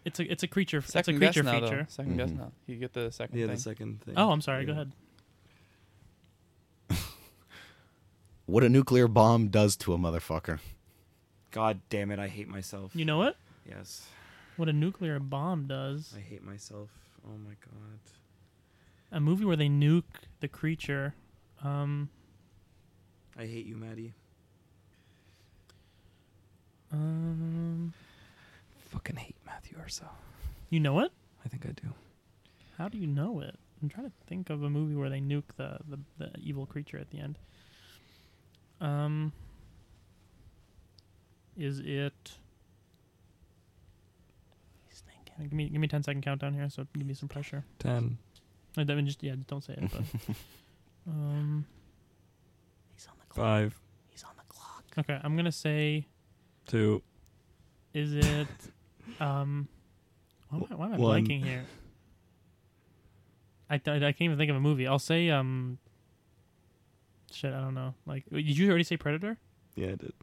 B: it's a it's a creature.
C: Second
B: it's a creature
C: guess now,
B: feature.
C: Though. 2nd guess
A: Mhm.
C: now. You get the second
D: Yeah,
C: thing.
D: the second thing.
B: Oh, I'm sorry. Go
D: Yeah.
B: ahead.
A: what a nuclear bomb does to a motherfucker.
D: God damn it! I hate myself.
B: You know what?
D: Yes,
B: What a nuclear bomb does.
D: I hate myself. Oh my god.
B: A movie where they nuke the creature. Um.
D: I hate you, Maddie.
B: Um.
D: Fucking hate Matthew Urso.
B: You know it?
D: I think I do.
B: How do you know it? I'm trying to think of a movie where they nuke the, the, the evil creature at the end. Um, is it? He's thinking. Give me give me a 10 second countdown here, so give me some pressure.
D: Ten.
B: I mean, just yeah, just don't say it. But um,
A: He's on the
D: Five.
A: He's on the clock.
B: okay, I'm gonna say,
D: Two.
B: is it? Um, why am I, why am I
D: One.
B: blanking here? I, I I can't even think of a movie. I'll say um. Shit, I don't know. Like, did you already say Predator?
D: Yeah, I did.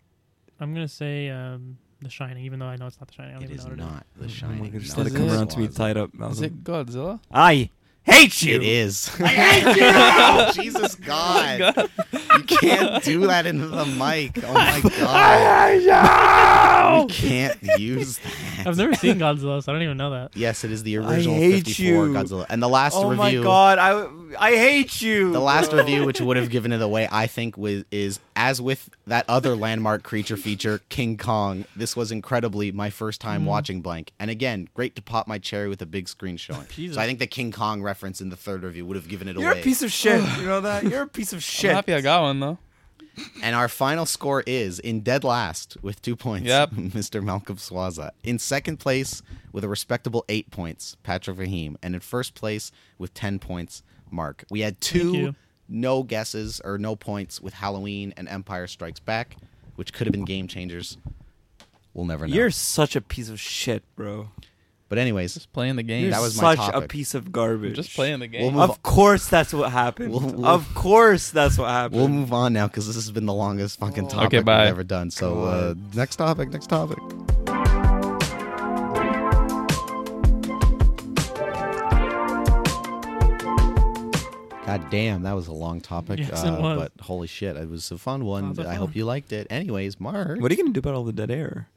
B: I'm gonna say um, The Shining, even though I know it's not The Shining. I
A: It
B: don't even
A: is
B: know what
A: not
D: Oh
A: The
D: my
A: Shining.
D: God, Just
A: No,
D: let it
A: it's
D: come
A: not.
D: around to me tied up.
C: Is
D: Malcolm.
C: it Godzilla?
D: I hate you.
A: It is. I hate you! Jesus God. You can't do that into the mic. Oh my God. You can't use
B: it
A: that.
B: is. I've never seen Godzilla, so I don't even know that.
A: Yes, it is the
D: I
A: original
D: hate
A: 54
D: you.
A: Godzilla. And the last
D: Oh my
A: review.
D: god, I I hate you.
A: The last
D: bro.
A: review, which would have given it away, I think, was is as with that other landmark creature feature, King Kong. This was incredibly my first
D: Mm-hmm.
A: time watching blank, and again, great to pop my cherry with a big screen showing. So I think the King Kong reference in the third review would have given it
D: You're
A: away.
D: a piece of shit. you know that? You're a piece of shit.
C: I'm happy I got one though.
A: and our final score is in dead last with two points.
C: Yep.
A: Mr. Malcolm Swaza in second place with a respectable eight points, Patrick Raheem, and in first place with ten points, Mark. We had two.
B: you.
A: no guesses or no points with Halloween and Empire Strikes Back, which could have been game changers. We'll never know.
D: You're such a piece of shit, bro.
A: but anyways,
C: Just playing the game.
D: You're
A: That was my
D: such a
A: topic.
D: piece of garbage.
C: just playing the
A: We'll
C: game.
A: move-
D: Of course, that's what happened.
A: We'll- we'll-
D: of course, that's what happened.
A: we'll move on now because this has been the longest fucking
B: Oh.
A: topic
C: bye.
A: we've ever done. So uh, next topic, next topic. God damn, that was a long topic.
B: Yes,
A: uh,
B: it was.
A: But holy shit, it was a fun one.
B: Sounds like
A: I
B: fun.
A: hope you liked it. Anyways, Mark.
D: What are you gonna do about all the dead air?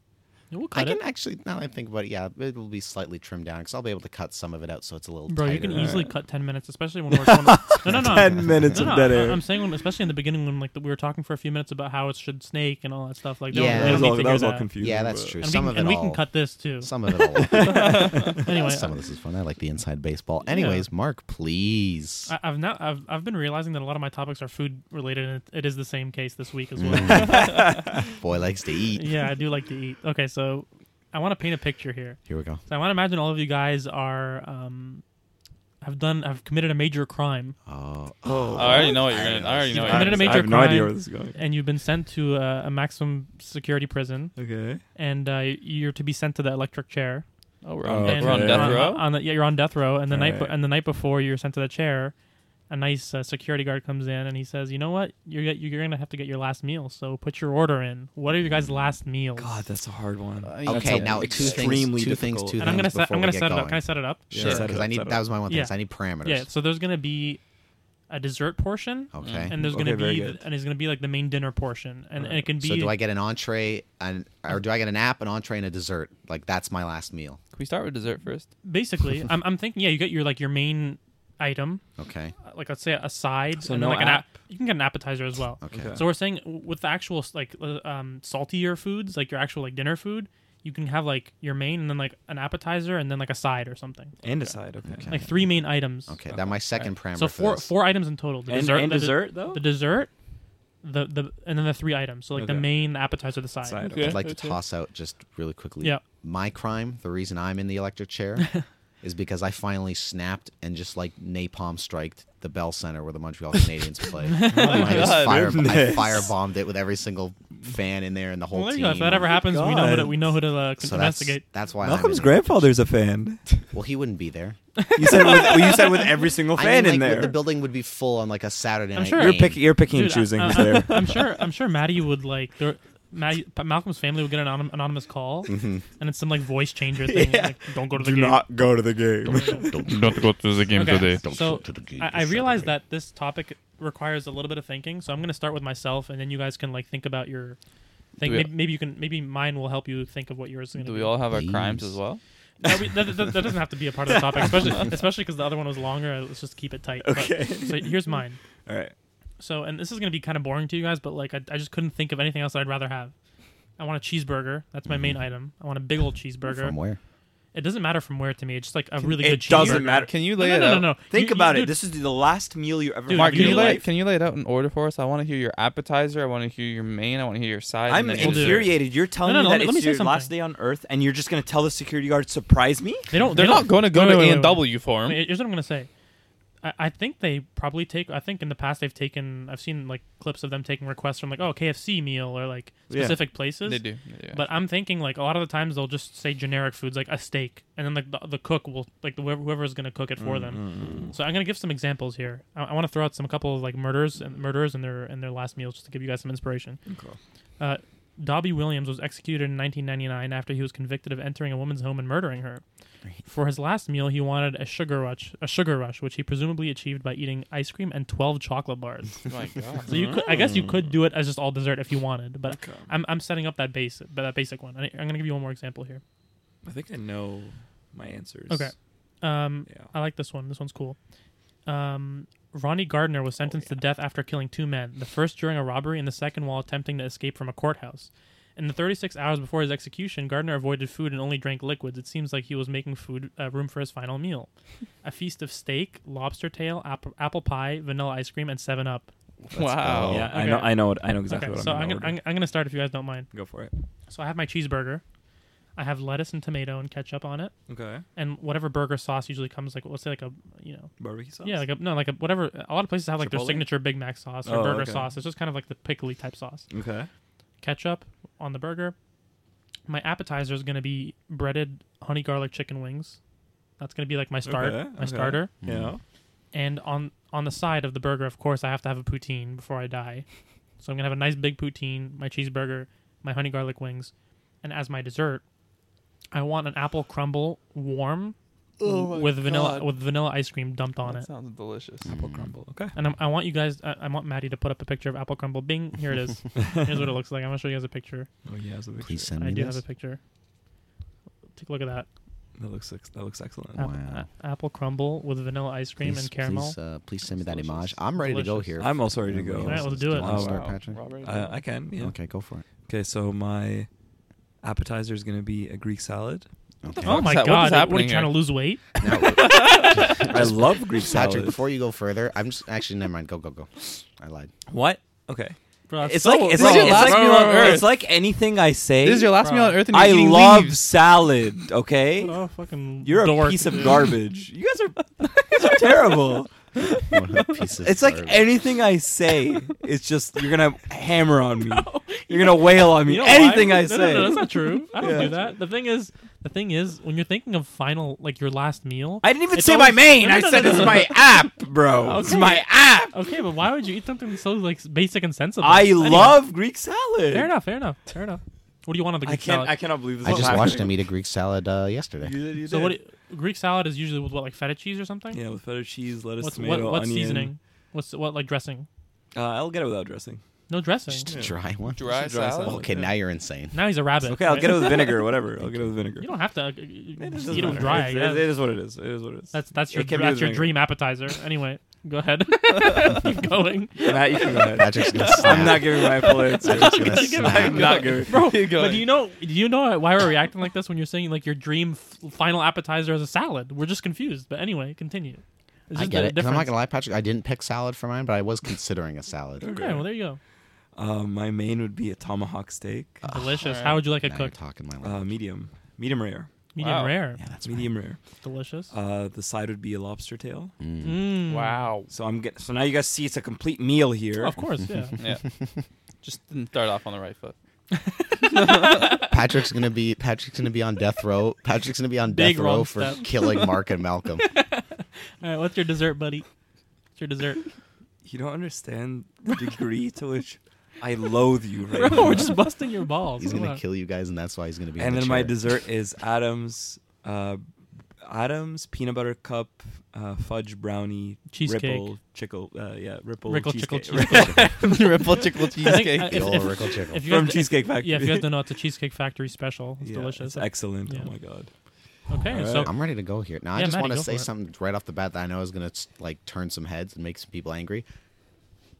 B: Yeah, We'll
A: I
B: cut
A: can
B: it,
A: actually now that I think about it, yeah, it will be slightly trimmed down because I'll be able to cut some of it out so it's a little.
B: bro. You
A: tighter.
B: can easily cut ten minutes, especially when we're going no, no, no, I'm-
D: 10 minutes
B: no,
D: of
B: no,
D: dead
B: I-
D: air.
B: I'm saying, when, especially in the beginning, when like we were talking for a few minutes about how it should snake and all that stuff. Like, they don't-
A: Yeah.
B: they don't
D: that was
B: need
D: all
B: to
D: that
B: hear
D: was all confusing.
A: Yeah, that's
D: but-
A: true.
B: And,
A: some
B: we,
A: of it
B: and we
A: all,
B: can cut this too.
A: Some of it all.
B: anyway,
A: some of this is fun. I like the inside baseball. Anyways, Mark, please.
B: I, I've not. I've, I've been realizing that a lot of my topics are food related, and it, it is the same case this week as well.
A: Boy likes to Mm. eat.
B: yeah, I do like to eat. Okay, so I want to paint a picture here.
A: Here we go.
B: So I want to imagine all of you guys are um, have done have committed a major crime,
A: Oh,
D: Oh,
C: I already know what you're gonna. I already
B: You've
C: know. what
B: committed a
C: you're
B: major
C: gonna
D: I have no idea
B: crime.
D: where this is going.
B: and you've been sent to a, a maximum security prison,
D: Okay.
B: and uh, you're to be sent to the electric chair.
C: say. Oh, we're on,
D: Okay.
B: And
C: we're on
B: you're
C: death
B: on-
C: row.
B: on the- yeah, you're on death row, and the night
D: Alright.
B: and the night before you're sent to the chair. A nice uh, security guard comes in and he says, "You know what? You're get- you're gonna have to get your last meal. So put your order in. What are your guys' last meals?
D: God, that's a hard one.
C: Uh,
D: That's
A: Okay,
D: a-
A: now two things. Two
D: extremely
A: things.
D: difficult.
A: Two
B: and I'm
A: things
B: gonna set,
A: before
B: I'm
A: we
B: gonna
A: get
B: set it
A: going.
B: up. Can I set it up?
A: Sure,
D: Set it
A: because
D: up,
A: I need
D: set it
A: that
D: up.
A: was my one thing.
B: Yeah.
A: is I need parameters.
B: Yeah. So there's gonna be a dessert portion,
A: Okay.
B: and there's
D: Okay,
B: gonna
D: very
B: be
D: good.
B: th- and it's gonna be like the main dinner portion, and, and it can be
A: so do I get an entree and or do I get an app, an entree, and a dessert? Like that's my last meal.
C: Can we start with dessert first?
B: basically. I'm, I'm thinking, yeah, you get your like your main item,
A: Okay.
B: uh, like let's say a side,
D: So
B: and
D: no
B: then like an
D: app?
B: app. You can get an appetizer as well.
A: Okay.
D: Okay.
B: So we're saying w- with the actual like uh, um, saltier foods, like your actual like dinner food, you can have like your main and then like an appetizer and then like a side or something,
D: and a side. Okay.
B: like three main items.
A: Okay. That my second parameter.
B: So
A: for
B: four
A: this.
B: four items in total. The
D: And,
B: dessert,
D: and
B: the de-
D: dessert though.
B: the dessert, the the and then the three items. So like the
D: Okay.
B: main, the appetizer, the side.
D: Side.
C: Okay.
D: Okay.
A: I'd like to
C: okay.
A: toss out just really quickly.
B: Yeah.
A: My crime, the reason I'm in the electric chair, is because I finally snapped and just like napalm striked the Bell Center where the Montreal Canadiens
B: Oh
A: play. And I just
C: God,
A: fire, I
D: goodness.
A: firebombed it with every single fan in there and the whole
B: Well, there you
A: team.
B: go. If that ever happens, we know who to,
D: Oh God.
B: we know who to uh,
A: so that's,
B: investigate.
A: that's why
D: Malcolm's
A: I'm in there.
D: grandfather's a fan.
A: Well, he wouldn't be there.
D: You said with, well, you said with every single
A: I
D: fan
A: mean, like,
D: in
A: the-
D: there.
A: The building would be full on like a Saturday
B: I'm
A: night.
B: sure.
A: game.
D: you're picking. You're picking and
B: Dude, uh,
D: choosing
B: I,
D: who's
B: I-
D: there.
B: I'm sure. I'm sure Maddie would like. There, Maddie, Pa- Malcolm's family would get an anonym, anonymous call, and it's some like voice changer thing. Like, don't go to the
D: Mm-hmm. Do
B: game.
D: not go to the game.
C: Don't go to the game
B: Okay, So I, I realize that this topic requires a little bit of thinking, so I'm going to start with myself, and then you guys can like think about your. Think
C: we-
B: maybe, maybe you can maybe mine will help you think of what yours is going to
C: Do
B: be.
C: we all have our crimes
A: Please.
C: as well?
B: No, we, that, that, that doesn't have to be a part of the topic, especially especially because the other one was longer. uh, Let's just keep it tight. But-
D: Okay.
B: so here's mine.
D: All right.
B: So, and this is gonna be kind of boring to you guys, but like I, I just couldn't think of anything else I'd rather have. I want a cheeseburger. That's my
D: Mm-hmm.
B: main item. I want a big old
A: From
B: cheeseburger.
A: where?
B: It doesn't matter from where to me. It's just like a really good
D: It
B: cheeseburger.
D: doesn't matter.
C: Can you
B: No,
C: lay
B: no,
C: it
B: no,
C: out?
B: no, no.
D: Think
B: You-
D: about
B: you-
D: it. This is the last meal you ever
B: Dude,
D: had
C: Mark,
D: in
C: can
B: you
D: your
C: you lay
D: life.
C: can you lay it out in order for us? I want to hear your appetizer. I want to hear your main. I want to hear your side.
D: I'm
C: and then we'll do-
D: infuriated. You're telling
B: No, no,
D: me
B: no,
D: that
B: let me- let
D: it's
B: me say
D: your last
B: something.
D: day on Earth, and you're just gonna tell the security guard, "Surprise me."
B: They don't.
C: They're
B: they
C: not going to go
B: wait,
C: to
B: wait,
C: A
B: wait,
C: and W for
B: Wait,
C: him.
B: wait. Here's what I'm gonna say. I, I think they probably take. I think in the past they've taken. I've seen like clips of them taking requests from like oh KFC meal or like
D: Yeah.
B: specific places.
C: They do. They do.
B: But I'm thinking like a lot of the times they'll just say generic foods like a steak, and then like the, the cook will like the, whoever's gonna cook it for them. So I'm gonna give some examples here. I, I want to throw out some couple of like murders and murderers and their and their last meals just to give you guys some inspiration. Uh, Dobby Williams was executed in 1999 after he was convicted of entering a woman's home and murdering her. For his last meal, he wanted a sugar rush, a sugar rush, which he presumably achieved by eating ice cream and 12 chocolate bars.
C: Oh my God.
B: So you could, I guess you could do it as just all dessert if you wanted, but
D: Okay.
B: I'm, I'm setting up that base, but that basic one. I, I'm gonna give you one more example here.
D: I think I know my answers.
B: Okay. Um,
D: Yeah.
B: I like this one. This one's cool. Um, Ronnie Gardner
D: Oh,
B: was sentenced to death after killing two men, the first during a robbery and the second while attempting to escape from a courthouse. In the 36 hours before his execution, Gardner avoided food and only drank liquids. It seems like he was making food uh, room for his final meal. a feast of steak, lobster tail, ap- apple pie, vanilla ice cream, and 7 Up.
C: wow.
A: go.
D: Yeah, Oh, I
B: okay.
D: know. I know. What, I know exactly
B: okay,
D: what
B: so
D: I'm
B: I'm
D: gonna,
B: gonna, I'm, I'm gonna start if you guys don't mind.
D: order. go for it.
B: So I have my cheeseburger. I have lettuce and tomato and ketchup on it,
D: Okay.
B: and whatever burger sauce usually comes like let's say like a you know
D: Barbecue sauce.
B: Yeah, like a, no, like a, whatever. A lot of places have like
D: Chipotle?
B: their signature Big Mac sauce or
D: Oh,
B: burger
D: okay.
B: sauce. It's just kind of like the pickly type sauce.
D: okay.
B: Ketchup on the burger. My appetizer is gonna be breaded honey garlic chicken wings. That's gonna be like my start,
D: Okay,
B: my
D: okay.
B: starter.
D: Yeah.
B: And on on the side of the burger, of course, I have to have a poutine before I die. So I'm gonna have a nice big poutine, my cheeseburger, my honey garlic wings, and as my dessert, I want an apple crumble warm with vanilla with vanilla ice cream dumped on
C: That
B: it.
C: sounds delicious.
D: Apple
B: Mm.
D: crumble. Okay.
B: And I'm, I want you guys. I, I want Maddie to put up a picture of apple crumble. Bing, here it is. Here's what it looks like. I'm gonna show you guys a picture.
D: Oh yeah.
A: Please send
B: I
A: me
B: do
A: this.
B: have a picture. Take a look at that.
D: That looks ex- that looks excellent.
A: Wow.
B: Apple, a- apple crumble with vanilla ice cream
A: please,
B: and caramel.
A: Please, uh, please send me that
B: Delicious.
A: image. I'm ready to go
B: Delicious.
A: here.
D: I'm also ready to go.
B: All right, let's do it.
A: wanna
D: Wow.
A: start, Patrick?
C: Robert,
D: Uh, I can. Yeah. Okay.
A: Okay, go for it.
D: So my appetizer is going to be a Greek salad.
A: Okay.
B: oh
C: fuck's
B: my
C: that-
B: god!
C: what is
B: What, are
C: happening
B: you trying to
C: here?
B: lose weight?
D: I love Greek
A: Patrick,
D: salad.
A: before you go further, I'm just actually never mind. Go, go, go. I lied.
D: What? Okay.
B: Bro, that's
D: It's
B: so-
D: like it's
C: bro,
D: like, it's
C: last
D: like,
C: meal
D: meal
C: on
D: on
C: Earth.
D: it's like anything I say.
C: This is your last
B: Bro.
C: meal on Earth, and you're
D: I
C: eating
D: love
C: leaves.
D: salad. Okay.
B: Oh, fucking
D: You're a
B: dork,
D: piece of
B: dude.
D: garbage. You guys are terrible.
A: What a piece of
D: It's like
A: garbage.
D: anything I say, it's just you're gonna hammer on me. You're gonna wail on me.
B: You know
D: anything
B: why?
D: I
B: No,
D: say.
B: No, no, that's not true. I don't
D: Yeah.
B: do that. The thing is, the thing is, when you're thinking of final, like your last meal.
D: I didn't even
B: It's
D: say
B: always-
D: my main.
B: No, no,
D: I
B: no,
D: said
B: no,
D: it's
B: no.
D: my app, bro. It's
B: Okay.
D: my app.
B: okay, but why would you eat something so like s- basic and sensible?
D: I
B: Anyway,
D: love Greek salad.
B: Fair enough. Fair enough. Fair enough. What do you want on the
D: I
B: Greek
D: can't.
B: salad?
D: I cannot believe this.
A: I
D: is
A: just
D: happening.
A: watched him eat a Greek salad uh, yesterday.
D: You did, you
B: so
D: did.
B: what? do- Greek salad is usually with what, like feta cheese or something.
D: yeah, with feta cheese, lettuce,
B: What's
D: tomato,
B: what? What
D: onion.
B: seasoning? What's what like dressing?
D: Uh, I'll get it without dressing.
B: No dressing.
A: Just a dry one.
D: Dry
C: Dry
D: salad.
C: salad.
A: Okay, now you're insane.
B: Now he's a rabbit.
D: Okay, I'll
B: right?
D: get it with vinegar. Whatever. I'll get it with vinegar.
B: You don't have to uh,
D: It
B: just
D: doesn't
B: eat them
D: matter.
B: dry. I
D: It's-
B: guess.
D: it is what it is. It is what it is.
B: That's that's
D: It
B: your
D: can be
B: that's your
D: with
B: dream appetizer. Anyway, go ahead. Keep going.
D: Matt, you can go ahead.
A: Patrick's gonna snap.
D: I'm not giving my full answer.
A: Patrick's gonna
B: Give it-
A: snap.
D: I'm not giving.
B: Bro,
D: Keep
B: but
D: going.
B: do you know do you know why we're reacting like this when you're saying like your dream f- final appetizer is a salad? We're just confused. But anyway, continue. It's
A: I
B: just
A: get
B: the
A: it. 'cause I'm not
B: difference.
A: gonna lie, Patrick. I didn't pick salad for mine, but I was considering a salad.
B: Okay, well there you go.
D: Um, my main would be a tomahawk steak,
B: Delicious.
C: alright.
B: How would you like it
A: Now you're
B: cooked?
A: talking my
D: uh,
A: language.
D: medium, medium rare.
B: Medium
C: Wow.
B: rare.
A: Yeah, that's medium.
D: medium rare.
B: Delicious.
D: Uh, the side would be a lobster tail.
B: Mm.
C: Wow.
D: So I'm get, so now you guys see it's a complete meal here.
B: Of course, yeah.
C: Yeah. Just didn't start off on the right foot.
A: Patrick's gonna be Patrick's gonna be on death row. Patrick's gonna be on
B: Big
A: death row
B: wrong
A: for
B: step.
A: killing Mark and Malcolm.
B: All right, what's your dessert, buddy? What's your dessert?
D: You don't understand the degree to which I loathe you
B: Bro,
D: right
B: we're
D: now.
B: just busting your balls.
A: He's
B: Come
A: gonna
B: on.
A: kill you guys, and that's why he's gonna be. on
D: And
A: the
D: then my
A: chair.
D: dessert is Adams, uh, Adams peanut butter cup, uh, fudge brownie,
B: Cheesecake.
D: ripple chickle, uh, yeah, ripple
B: Rickle chickle
D: cheesecake,
B: cheesecake.
C: Ripple chickle
B: I think, uh,
A: The
B: if-
A: old
B: if-
A: Oracle Chickle.
B: if you
D: from
B: guys-
D: Cheesecake Factory.
B: Yeah, if you guys don't know, it's a Cheesecake Factory special. It's
D: Yeah,
B: delicious.
D: it's excellent.
B: yeah.
D: Oh my god.
B: okay,
D: All
B: so
D: right.
A: I'm ready to go here. Now I
B: Yeah,
A: just
B: Matty,
A: want to
B: go
A: say
B: for it.
A: something right off the bat that I know is gonna like turn some heads and make some people angry.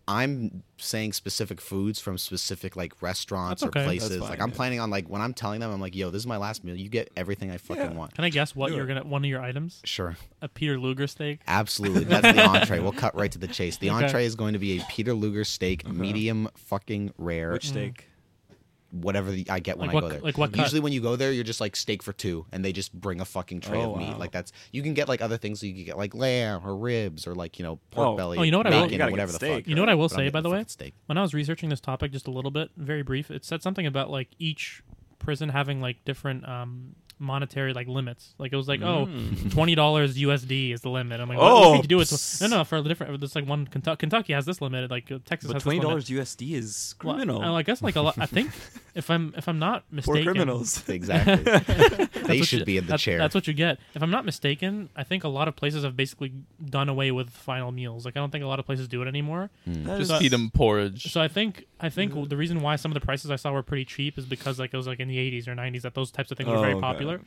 A: I'm saying specific foods from specific like restaurants
B: That's okay.
A: or
B: That's
A: places.
D: fine,
A: like I'm
D: yeah.
A: planning on like when I'm telling them, I'm like, "Yo, this is my last meal. You get everything I fucking
D: Yeah.
A: want."
B: can I guess what
D: Do
B: you're
D: it.
B: gonna one of your items?
A: Sure.
B: A Peter Luger steak.
A: Ah, Absolutely. That's the entree. We'll cut right to the chase. The
B: Okay. Uh-huh.
A: entree is going to be a Peter Luger steak, medium fucking rare,
B: Mm.
D: Which steak?
A: whatever the, I get when I
B: Like what
A: go
B: cu-
A: there.
B: like what cut?
A: Usually when you go there, you're just like steak for two, and they just bring a fucking tray
D: Oh,
A: of meat.
D: wow.
A: Like that's you can get like other things. So you can get like lamb or ribs or like you know pork
D: Oh.
A: belly.
B: Oh, you know what I will-
A: bacon,
B: You
D: gotta get
A: whatever the
D: steak,
A: fuck.
B: You know what I will
A: But I'm
B: say,
A: getting
B: by the way?
A: fucking Steak.
B: When I was researching this topic just a little bit, very brief, it said something about like each prison having like different um monetary like limits. Like it was like, oh, twenty dollars USD is the limit. I'm like, what, what
D: Mm. Oh,
B: could you do with
D: psst.
B: no, no, for the different. There's like one Kentucky, Kentucky has this limit. Like uh, Texas
D: But
B: has
D: twenty
B: this limit.
D: dollars USD is
B: Well,
D: criminal.
B: I, I guess like a lot. I think if I'm if I'm not
D: Poor
B: mistaken,
D: criminals.
A: Exactly.
B: That's
A: they
B: what
A: should
B: you-
A: be in the
B: that's-
A: chair.
B: That's what you get. If I'm not mistaken, I think a lot of places have basically done away with final meals. Like I don't think a lot of places do it anymore.
D: That
C: Just
D: is-
C: feed him porridge.
B: So I think I think the reason why some of the prices I saw were pretty cheap is because like it was like in the 80s or 90s that those types of things were
D: Oh,
B: very
D: okay.
B: popular.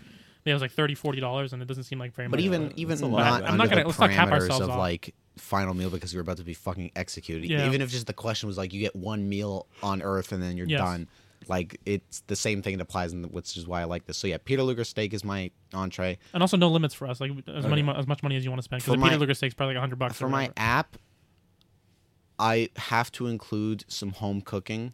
B: Yeah, it was like 30 40 dollars and it doesn't seem like very
A: But
B: much.
A: even even
D: a
A: not,
D: lot.
A: under
D: I'm
B: not gonna-
A: the
B: let's not cap
A: parameters
B: ourselves
A: of
B: off.
A: like final meal because you're about to be fucking executed.
B: Yeah.
A: Even if just the question was like you get one meal on Earth and then you're
B: Yes.
A: done. Like it's the same thing that applies, and which is why I like this. So yeah, Peter Luger steak is my entree.
B: and also no limits for us like as many mo- as much money as you want to spend
A: For
B: because the
A: my-
B: Peter Luger steak's probably like 100 bucks or
A: For my
B: whatever.
A: app, I have to include some home cooking.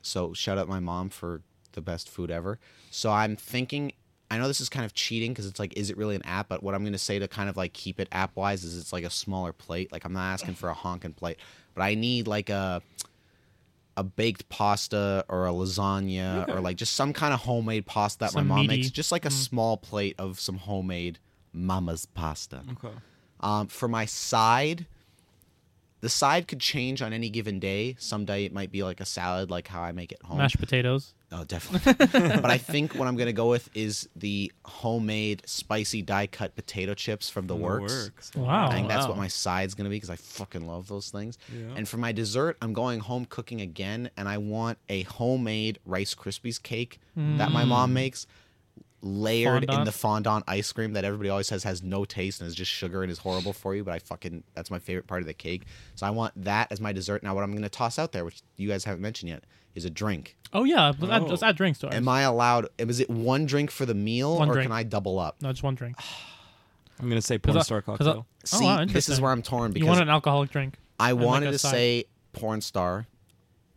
A: So shout out my mom for the best food ever. So I'm thinking. I know this is kind of cheating because it's like, is it really an app? But what I'm going to say to kind of like keep it app wise is it's like a smaller plate. Like I'm not asking for a honkin' plate, but I need like a a baked pasta or a lasagna or like just some kind of homemade pasta that
B: Some
A: my mom
B: meaty- Mm-hmm.
A: makes. Just like a small plate of some homemade mama's pasta.
D: Okay.
A: Um, for my side, the side could change on any given day. Someday it might be like a salad, like how I make it home.
B: mashed potatoes.
A: oh, definitely. but I think what I'm gonna go with is the homemade spicy die cut potato chips from the works.
B: Wow.
A: I think that's what
B: Oh, wow.
A: my side's gonna be because I fucking love those things.
D: Yeah.
A: And for my dessert, I'm going home cooking again, and I want a homemade Rice Krispies cake that my mom makes. layered in
B: Hmm. Fondant?
A: the fondant ice cream that everybody always says has no taste and is just sugar and is horrible for you. But I fucking that's my favorite part of the cake. So I want that as my dessert. Now what I'm gonna toss out there, which you guys haven't mentioned yet, is a drink.
B: Oh yeah, let's, add,
D: Oh.
B: let's add drinks to it.
A: Am I allowed? Is it one drink for the meal,
B: One
A: or
B: drink. Oh,
A: can I double up?
B: no, just one drink.
D: I'm gonna say
B: 'Cause I-
D: porn star
B: 'cause I-
D: cocktail.
B: oh,
A: See,
B: wow,
A: this is
B: interesting.
A: where I'm torn
B: You want
A: because
B: an alcoholic drink?
A: I
B: like
A: wanted
B: a
A: to
B: side.
A: say porn star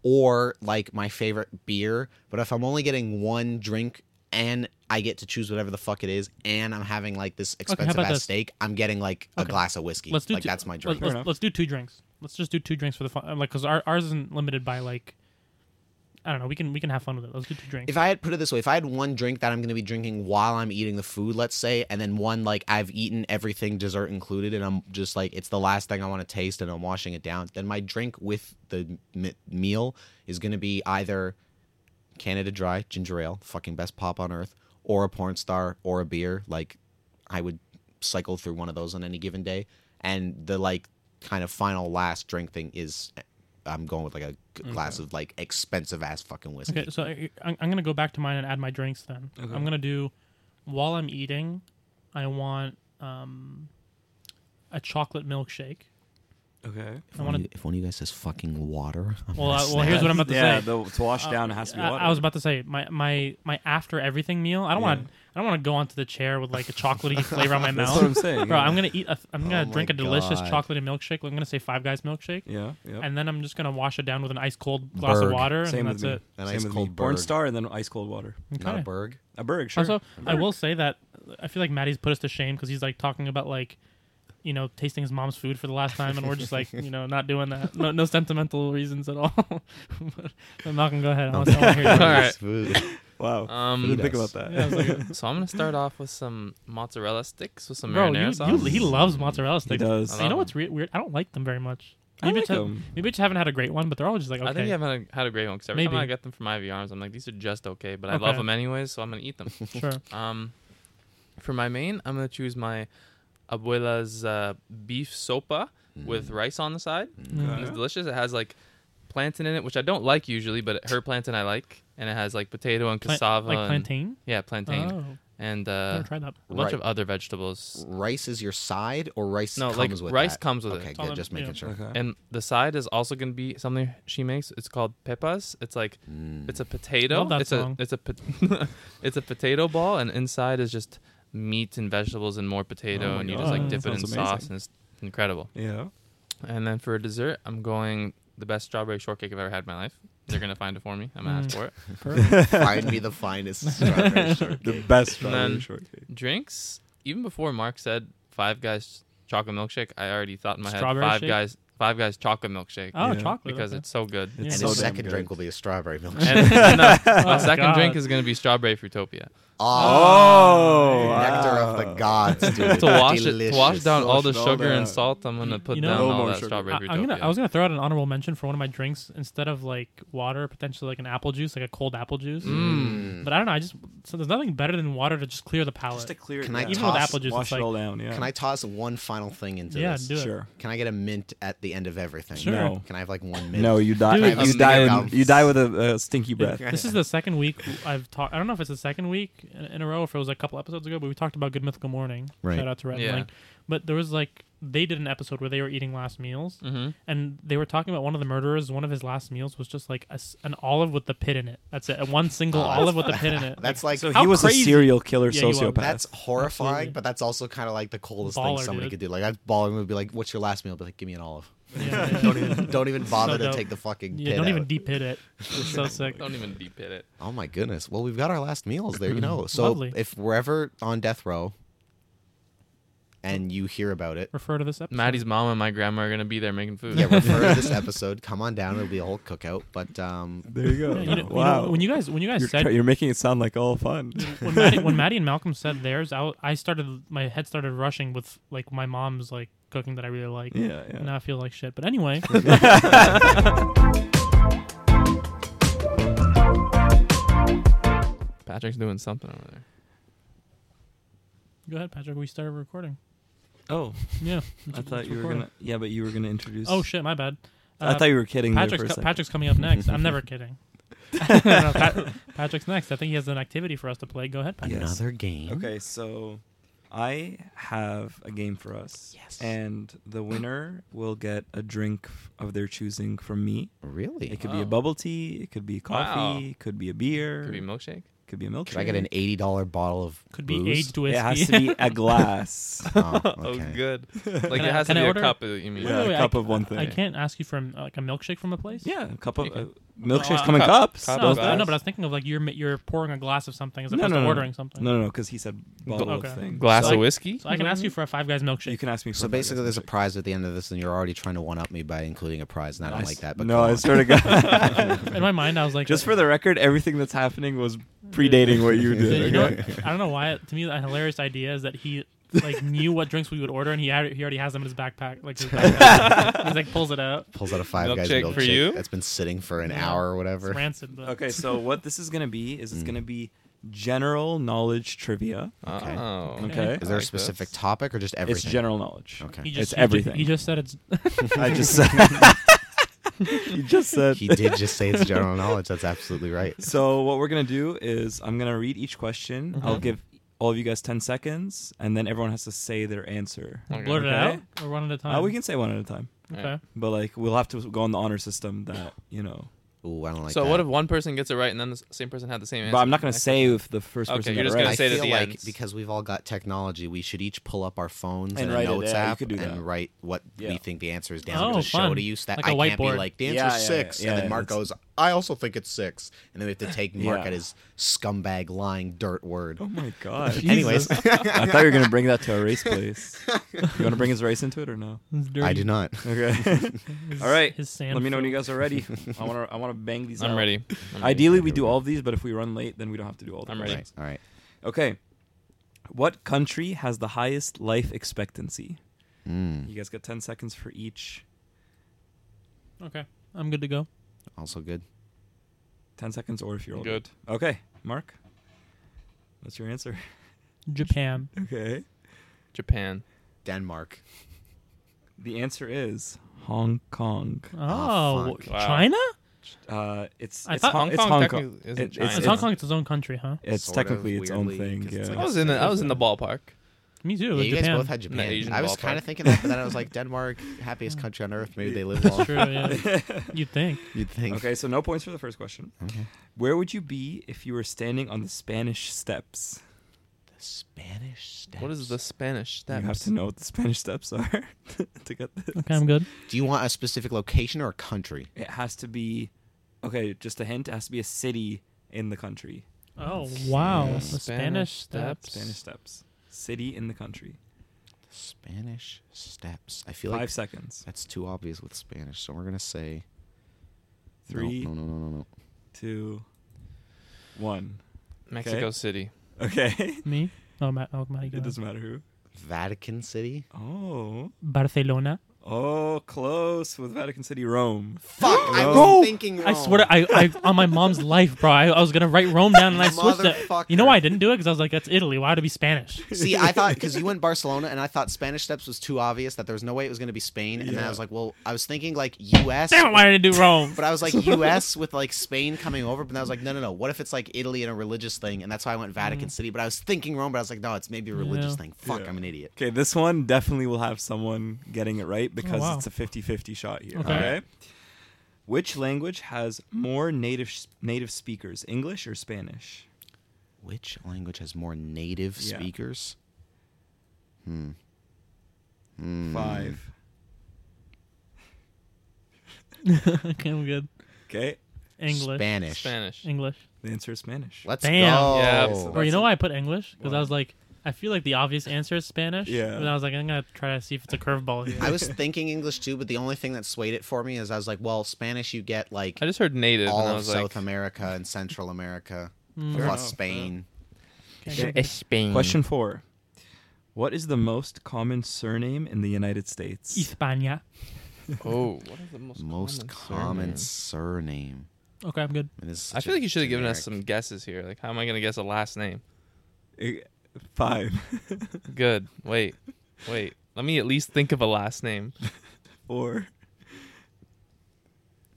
A: or like my favorite beer, but if I'm only getting one drink and I get to choose whatever the fuck it is, and I'm having like this
B: how
A: expensive
B: about
A: ass
B: this?
A: steak, I'm getting like a
B: Okay.
A: glass of whiskey.
B: Let's do
A: like
B: two-
A: that's my
B: Let's,
A: drink.
D: Fair
B: let's,
D: enough.
B: let's do two drinks. Let's just do two drinks for the fun. Like, cause our, ours isn't limited by like, I don't know. We can we can have fun with it. Let's do two drinks.
A: If I had put it this way, if I had one drink that I'm going to be drinking while I'm eating the food, let's say, and then one like I've eaten everything dessert included, and I'm just like it's the last thing I want to taste, and I'm washing it down, then my drink with the m- meal is going to be either Canada Dry ginger ale, fucking best pop on earth, or a porn star, or a beer. Like I would cycle through one of those on any given day, and the like kind of final last drink thing is. I'm going with like a g- glass of like expensive ass fucking whiskey.
B: Okay, so I, I'm, I'm gonna go back to mine and add my drinks. Then
D: Okay.
B: I'm gonna do while I'm eating, I want um, a chocolate milkshake.
D: Okay.
A: If,
B: I
A: one of
B: wanna-
A: you, if one of you guys says fucking water, I'm
B: Well,
A: gonna
B: uh, well,
A: snap.
B: here's what I'm about to
D: yeah,
B: say. uh,
D: the to wash down has to be
B: I,
D: water.
B: I was about to say my my my after everything meal. I don't
D: Yeah.
B: want I don't want to go onto the chair with like a chocolatey flavor on my
D: That's what I'm
B: mouth.
D: saying.
B: Bro, I'm gonna eat. A, I'm
A: Oh
B: gonna
A: my
B: drink a delicious
A: God.
B: chocolatey milkshake. I'm gonna say Five Guys milkshake,
D: yeah. Yeah.
B: and then I'm just gonna wash it down with an ice cold glass
A: Berg.
B: of water,
D: Same
B: and
D: with
B: that's
D: me.
B: it.
A: An
D: Same
A: ice
D: with
A: cold
D: me. Born
A: Berg.
D: star and then ice cold water.
A: Not
B: Okay.
A: a berg.
D: A berg, sure.
B: Also, I will say that I feel like Maddie's put us to shame because he's like talking about like, you know, tasting his mom's food for the last time, and we're just like, you know, not doing that. No, no sentimental reasons at all. but I'm not gonna go ahead. I want to hear
E: All
B: yours.
E: right.
D: wow.
A: Food Food
D: I didn't
E: Um,
D: think
A: us.
D: about that.
B: Yeah, I was like,
E: so I'm gonna start off with some mozzarella sticks with some
B: Bro,
E: marinara
B: you,
E: sauce.
B: you, he loves mozzarella sticks.
D: does.
B: You know what's re- weird? I don't like them very much.
D: I
B: Maybe
D: like
B: it's ha-
D: them.
B: Maybe I just haven't had a great one, but they're always just like okay.
E: I think you haven't had a great one because every time
B: Maybe.
E: I get them from Ivy Arms, I'm like, these are just okay, but I love
B: Okay.
E: them anyways, so I'm gonna eat them.
B: sure.
E: Um, for my main, I'm gonna choose my abuela's uh, beef sopa with rice on the side.
B: Mm-hmm.
E: And it's
D: Yeah.
E: delicious. It has like plantain in it, which I don't like usually, but her plantain I like, and it has like potato and
B: Plant-
E: cassava,
B: like
E: and-
B: plantain.
E: yeah, plantain,
B: Oh,
E: and
B: I
E: uh,
B: never tried that.
E: a bunch
A: Right.
E: of other vegetables.
A: Rice is your side, or rice
E: No,
A: comes
E: like
A: with
E: rice
A: that?
E: comes with
A: okay,
E: it.
A: Okay,
B: Um,
A: good. Just
B: yeah.
A: making sure.
D: Okay.
E: And the side is also gonna be something she makes. It's called pepas. It's like
A: Mm.
E: it's a potato.
B: Love that
E: it's
B: song.
E: a it's a pot- it's a potato ball, and inside is just meat and vegetables and more
D: Oh
E: potato,
D: my
E: and you
D: God.
E: just like
B: Mm.
E: dip it in
D: Sounds
E: sauce,
D: amazing.
E: and it's incredible.
D: Yeah.
E: And then for a dessert, I'm going the best strawberry shortcake I've ever had in my life. They're gonna find it for me. I'm gonna ask
B: Mm.
E: for it.
B: Perfect.
A: Find me the finest strawberry
D: The
A: shortcake.
D: best
E: And
D: strawberry
E: then-
D: shortcake.
E: Drinks. Even before Mark said Five Guys chocolate milkshake, I already thought in my
B: Strawberry
E: head Five
B: shake?
E: Guys Five Guys chocolate milkshake
B: Oh,
D: Yeah.
B: chocolate.
E: because
B: okay.
E: it's so good.
B: Yeah.
A: And
D: It's
A: his
D: so damn
A: second
D: good.
A: drink will be a strawberry milkshake.
E: And, and, uh, my
B: Oh,
E: second drink
B: God.
E: is gonna be strawberry frutopia.
D: Oh,
B: Oh,
A: Ah, nectar of the
D: wow.
A: gods, dude.
E: to wash it,
A: Delicious.
E: to wash down all the
D: Wash it all
E: sugar
D: down.
E: and salt. I'm gonna put
B: You know-
E: down
B: No
E: all
D: more
E: that
D: sugar.
E: strawberry.
B: I, I'm gonna,
E: Fruitopia.
B: I was gonna throw out an honorable mention for one of my drinks instead of like water, potentially like an apple juice, like a cold apple juice.
E: Mm.
B: But I don't know. I just so there's nothing better than water to just clear the palate.
D: Just to clear
A: Can
D: it
A: I
D: down.
B: Even
A: toss-
B: with apple juice,
D: Wash
B: it's
D: it all
B: like
D: down, yeah.
A: Can I toss one final thing into
B: yeah,
A: this?
B: do it.
D: Sure.
A: Can I get a mint at the end of everything?
B: Sure.
D: No.
A: Can I have like one mint?
D: No, you die.
B: Dude,
A: I have a
D: you
A: stick
D: die.
A: of
D: with-
A: gum.
D: you die with a, a stinky breath.
B: This is the second week I've talked. I don't know if it's the second week in, in a row, or if it was a couple episodes ago, but we talked about Good Mythical Morning.
A: Right.
B: Shout out to Red. and
E: Yeah.
B: Link. But there was like they did an episode where they were eating last meals,
E: hmm
B: and they were talking about one of the murderers. One of his last meals was just like a s an olive with the pit in it. That's it. One single
A: Oh,
B: olive with the pit in it.
A: That's like
D: so
B: How
D: he was
B: crazy-
D: a serial killer
B: Yeah, he was.
D: sociopath.
A: That's horrifying,
B: Absolutely.
A: but that's also kind of like the coldest thing
B: Baller,
A: somebody
B: dude.
A: could do. Like, I'd baller would be like, "What's your last meal?" I'd be like, "Give me an olive."
B: Yeah, yeah.
A: don't even, don't even bother to
B: dope.
A: take the fucking.
B: Yeah,
A: pit
B: don't even
A: out.
B: deep hit it. It's so sick.
E: Don't even deep hit it.
A: Oh my goodness. Well, we've got our last meals there, you know. So
B: Mm-hmm. Lovely.
A: if we're ever on death row, and you hear about it,
B: Refer to this episode.
E: Maddie's mom and my grandma are gonna be there making food.
A: yeah, refer to this episode. Come on down; it'll be a whole cookout. But um,
D: there you go.
B: Yeah, you know- you know,
D: wow.
B: when you guys when you guys
D: you're,
B: said
D: tr- you're making it sound like all fun.
B: when Maddie, when Maddie and Malcolm said theirs, I, I started my head started rushing with like my mom's like cooking that I really like.
D: yeah, yeah.
B: And Now I feel like shit. But anyway,
E: Patrick's doing something over there.
B: go ahead, Patrick. We started recording.
D: Oh,
B: Yeah,
D: I
B: it's-
D: thought
B: it's
D: you were
B: recording.
D: gonna. Yeah, but you were gonna introduce.
B: Oh shit, my bad.
D: uh, I thought you were kidding. there
B: Patrick's,
D: for a
B: co-
D: second.
B: Patrick's coming up next. I'm never kidding. No, Pat- Patrick's next. I think he has an activity for us to play. Go ahead, Patrick.
D: Yes.
A: Another game.
B: Mm-hmm.
D: Okay, so I have a game for us.
A: Yes.
D: And the winner will get a drink f- of their choosing from me.
A: Really?
D: It
B: Oh.
D: could be a
C: Wow.
D: bubble tea, it could be coffee,
C: Wow.
D: it could be a beer,
C: Could be milkshake.
D: could be a milkshake.
A: Could I get an eighty dollar bottle of
B: Could be
A: booze?
B: aged
D: It
B: whiskey.
D: has to be a glass.
A: Oh,
C: Oh,
A: okay.
C: good. Like
B: Can
C: it
B: I-
C: has
B: can
C: to
B: I
C: be a
B: order?
C: cup. uh, You mean?
D: yeah,
B: wait,
D: a
B: I
D: cup
B: c-
D: of one thing.
B: I can't ask you from uh, like a milkshake from a place.
D: Yeah, a cup of
C: Okay.
D: uh, milkshakes
B: Uh,
D: coming
C: cup-
D: up.
C: cup
B: No,
C: of
D: Those
B: I
C: glass.
B: know,
D: guys.
B: but I was thinking of like you're ma- you're pouring a glass of something as
D: No,
B: opposed
D: no,
B: to
D: no.
B: ordering something.
D: No, no, no, because he said bottle
B: Okay.
D: of thing.
C: Glass
B: So
C: of
B: I-
C: whiskey.
B: So I can ask you for a Five Guys milkshake.
D: You can ask me. For
A: So
D: a Five Guys
A: basically, there's a
D: milkshake.
A: prize at the end of this, and you're already trying to one up me by including a prize, and I don't
D: I
A: like
D: s-
A: that. But
D: no,
A: go
D: I
A: on.
D: swear to God.
B: In my mind, I was like,
D: Just for the record, everything that's happening was predating what you
B: Yeah, you
D: did.
B: know
D: Okay?
B: what? I don't know why. To me, the hilarious idea is that he like knew what drinks we would order, and he had, he already has them in his backpack. Like his backpack. he's like pulls it out.
A: pulls out a five guys
C: Milkshake
A: milkshake
C: for you?
A: that's been sitting for an
B: Yeah.
A: hour or
B: It's
A: whatever.
B: rancid. But
D: okay, so what this is gonna be
A: Mm.
D: is it's gonna be general knowledge trivia.
A: Okay.
C: Oh.
D: Okay.
A: Is
C: I
A: there a
C: like
A: specific
C: this.
A: topic or just everything?
D: It's general knowledge.
A: Okay.
B: He
A: He,
B: just,
D: It's
B: he ju-
D: everything.
B: He just said it's.
D: I just said. you just said.
A: did just say it's general knowledge. That's absolutely right.
D: So what we're gonna do is I'm gonna read each question.
C: Mm-hmm.
D: I'll give all of you guys ten seconurs, and then everyone has to say their answer.
C: Okay.
B: blurt it
D: Okay.
B: out or one at a time.
D: Uh, we can say one at a time,
B: Okay.
D: but like we'll have to go on the honor system that you know.
A: Ooh, I don't like
C: so
A: that.
C: what if one person gets it right and then the s- same person had the same answer?
D: But I'm not gonna
C: Like,
D: say if the first
C: Okay,
D: person.
C: you're
D: got
C: just
D: it
C: gonna
A: I
D: right.
C: say it at
A: feel
C: the
A: like
C: end.
A: because we've all got technology, we should each pull up our phones
D: And
A: and,
D: write
A: a
D: it
A: notes
D: down. You
A: app
D: could do that.
A: and write what
D: Yeah.
A: we think the answer is down
B: Oh,
A: to just show
B: fun.
A: to you. That
B: Like a
A: I can't be
B: whiteboard.
A: like the
D: Yeah,
A: answer's
D: yeah,
A: six,
D: yeah,
A: and then
D: yeah,
A: Mark
D: that's-
A: goes, "I also think it's six. and then we have to take Mark
D: Yeah.
A: at his scumbag lying dirt word.
D: Oh my god.
A: Anyways,
D: I thought you were gonna bring that to a race place. You want to bring his race into it or no?
B: It's dirty.
A: I do not.
D: Okay.
B: His-
D: All right.
B: His sand.
D: Let me know when you
B: filled-
D: guys are ready. I want to. I want to bang these.
C: I'm
D: out.
C: ready. I'm ready.
D: Ideally,
A: Okay,
D: we
A: here
D: do
A: we
D: all of these, but if we run late, then we don't have to do all. the
C: I'm
D: ones.
C: ready.
A: Right, all right.
D: Okay. What country has the highest life expectancy?
A: Mm,
D: You guys got ten seconds for each.
B: Okay. I'm good to go.
A: also good.
D: Ten seconds, or if you're older.
C: Good.
D: Okay, Mark. What's your answer?
B: Japan.
D: Okay.
C: Japan.
A: Denmark.
D: The answer is Hong Kong.
B: Oh,
A: fuck.
C: Wow.
B: China?
D: Uh, it's
B: I
D: it's
B: thought-
D: Hong,
C: Hong
D: it's
C: Kong
D: Hong Kong.
C: technically isn't
D: It-
C: China.
B: It's
C: It's-
B: Hong Kong. It's its own country, huh?
D: It's
A: Sort of
D: technically its own
A: weirdly,
D: thing.
A: 'cause it's
D: Yeah.
A: like-
E: Oh,
C: I was in the I was in the ballpark.
B: Me too.
A: Yeah, you
B: Japan.
A: guys both had
C: The
A: Japan.
C: Asian
A: I was
C: ballpark.
A: kind of thinking that, but then I was like, Denmark, happiest country on earth. Maybe they live
B: That's
A: long.
B: true. Yeah. You'd think.
A: You'd think.
D: Okay, so no points for the first question.
A: Okay.
D: Where would you be if you were standing on the Spanish steps?
A: The Spanish steps.
C: What is the Spanish
D: You have
C: steps?
D: to know what the Spanish steps are to get this.
B: Okay, I'm good.
A: Do you want a specific location or a country?
D: It has to be, okay, just a hint, it has to be a city in the country.
B: Oh wow,
C: Yeah.
B: the
C: Spanish
B: Spanish
C: step.
B: steps.
D: Spanish steps. City in the country.
A: The Spanish steps. I feel
D: Five
A: like
D: seconds.
A: that's too obvious with Spanish, so we're gonna say no,
D: Three,
A: No, no, no, no, no.
D: two, one.
C: Mexico
D: Okay.
C: City.
D: Okay.
B: Me? Oh, Ma- oh Matty, go
D: it
B: ahead.
D: doesn't matter who.
A: Vatican City.
D: Oh.
B: Barcelona.
D: Oh, close with Vatican City, Rome.
A: Fuck!
D: I
A: I
D: was
A: was
D: Bro!
A: thinking.
B: I swear, to, I, I on my mom's life, bro. I, I was gonna write Rome down and I switched it. You know why I didn't do it? Because I was like, that's Italy. Why would it be Spanish?
A: See, I thought because you went Barcelona, and I thought Spanish steps was too obvious that there was no way it was gonna be Spain, and then
D: Yeah.
A: I was like, well, I was thinking like U.S.
B: Damn it! Why did I do Rome?
A: But I was like U.S. with like Spain coming over, but then I was like, no, no, no. What if it's like Italy and a religious thing? And that's why I went Vatican City. But I was thinking Rome, but I was like, no, it's maybe a religious
B: Yeah.
A: thing. Fuck,
D: Yeah.
A: I'm an idiot.
D: Okay, this one definitely will have someone getting it right because
B: Oh, wow.
D: it's a 50-50 shot here. Okay.
B: Okay.
D: Which language has more native native speakers, English or Spanish?
A: Which language has more native
D: Yeah.
A: speakers? Hmm.
D: Five.
B: okay, I'm good.
D: Okay,
B: English.
A: Spanish.
C: Spanish.
B: English.
D: the answer is Spanish.
A: Let's
B: Damn.
A: go.
C: Yeah, so
B: Or you
D: That's
B: know
D: it.
B: why I put English? Because
D: Why?
B: I was like, I feel like the obvious answer is Spanish.
D: Yeah.
B: And I was like, I'm gonna try to see if it's a curveball. here.
A: I was thinking English too, but the only thing that swayed it for me is I was like, well, Spanish you get like
C: I just heard native
A: all
C: and I
A: of
C: was
A: South
C: like
A: America and Central America,
B: Mm,
D: Fair
A: plus
D: enough,
A: Spain.
B: okay.
E: Hmm.
C: Spain.
D: Question four. What is the most common surname in the United States?
B: Hispania.
C: Oh, what is the most,
A: Most
C: common?
A: common
C: surname?
A: surname.
B: Okay, I'm good.
A: I, mean, this is
C: I
A: such
C: feel
A: a
C: like you should have given us some
A: generic-
C: guesses here. Like, how am I gonna guess a last name?
D: Eh, Five,
C: Good. Wait, wait. Let me at least think of a last name.
D: four,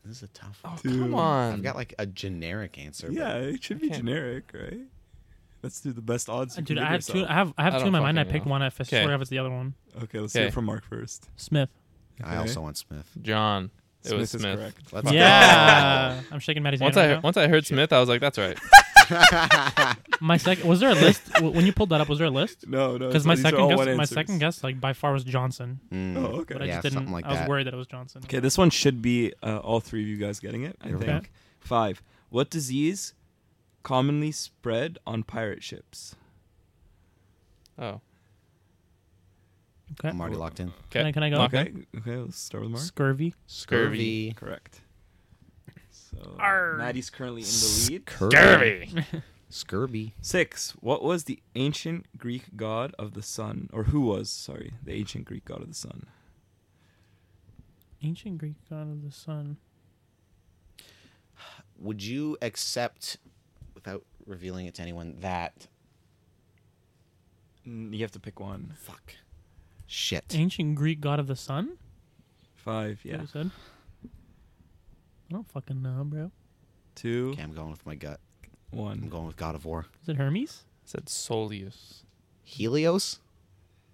A: This is a tough one.
E: Oh,
D: Dude.
E: come on.
A: I've got like a generic answer. but-
D: Yeah, it should
E: I
D: be
E: can't-
D: generic, right? Let's do the best odds. you
B: Uh, Dude,
D: can
B: I
D: give
B: have two.
D: yourself.
B: I have I have
E: I
B: two
E: don't
B: in my mind. I
E: fucking
B: picked
E: know.
B: one. I f-
E: Okay.
B: sort of it's the other one.
D: Okay, let's hear
E: Okay.
D: from Mark first.
B: Smith.
A: I
D: Okay.
A: also want Smith.
E: John. It
D: Smith
E: was
D: is
E: Smith.
D: correct.
A: Let's
B: Yeah, I'm shaking Maddie's
E: Once I
B: hand. right
E: once I heard Smith, I was like, that's right.
A: Hmm.
B: now. My second was there a list w- when you pulled that up? Was there a list?
D: No, no.
B: Because
D: it's-
B: my
D: these are
B: second
D: all
B: guess,
D: one
B: my
D: answers.
B: second guess, like by far, was Johnson.
A: Mm.
D: Oh, okay.
B: But I
A: Yeah,
B: just didn't.
A: something like
B: I was
A: that.
B: worried that it was Johnson.
D: Okay, this one should be uh, all three of you guys getting it. I
A: Here we
D: think.
A: go.
D: Five. What disease commonly spread on pirate ships?
E: Oh.
B: Okay.
A: I'm already locked in.
B: Can I, can I go?
E: Lock it.
D: Okay. Okay. Let's start with Mark.
B: Scurvy.
A: Scurvy.
D: Correct. So
B: Arr.
D: Maddie's currently in the lead.
A: Scurvy.
D: Six. What was the ancient Greek god of the sun, or who was? Sorry, the ancient Greek god of the sun.
B: Ancient Greek god of the sun.
A: Would you accept, without revealing it to anyone, that
D: Mm, You have to pick one.
A: fuck shit?
B: Ancient Greek god of the sun.
D: Five.
B: Is that what
D: Yeah.
B: you said? I don't fucking know, bro.
D: Two.
A: Okay, I'm going with my gut. I'm
D: One.
A: going with God of War.
B: Is it Hermes?
E: said Solius.
A: Helios?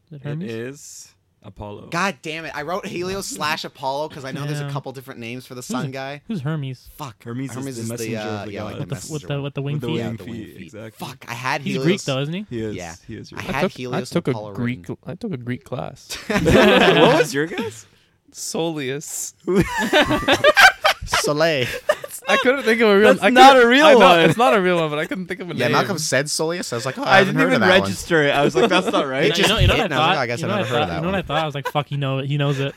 B: Is it
D: It
B: Hermes?
D: is Apollo.
A: God damn it! I wrote Helios slash Apollo because I know there's a
B: Yeah.
A: couple different names for the sun
B: it?
A: guy.
B: Who's Hermes?
A: Fuck.
D: Hermes, is the messenger
A: uh,
D: of the
A: yeah,
D: god.
A: like
B: With the, f-
A: messenger
B: with the
A: one.
B: with the wing
D: With the
B: feet.
A: yeah,
D: wing
A: the wing
D: feet,
A: feet.
D: exactly.
A: Fuck, I had
B: He's
A: Helios.
B: Greek though, isn't he?
D: He is.
A: Yeah.
D: He is.
A: I
D: Your
A: had
E: took,
A: Helios
E: I took a
A: and Paula
E: Greek. I took a Greek class.
D: what was your guess?
E: Solius.
A: Soleil.
E: I couldn't think of a real.
D: That's
E: I
D: not
E: couldn't-
D: a real
E: I know,
D: one.
E: It's not a real one, but I couldn't think of a
A: Yeah,
E: name.
A: Malcolm said Soleus. I was like, oh, I, haven't heard of that one.
D: it. I was like, that's not
B: You
D: right.
B: know, you know, you know what
A: hit, and I was like,
B: I thought?
A: I guess
B: you
A: I
B: know what
A: never heard of
B: thought-
A: that
B: You know what I
A: one.
B: thought? I was like, fuck, he know it. He knows it.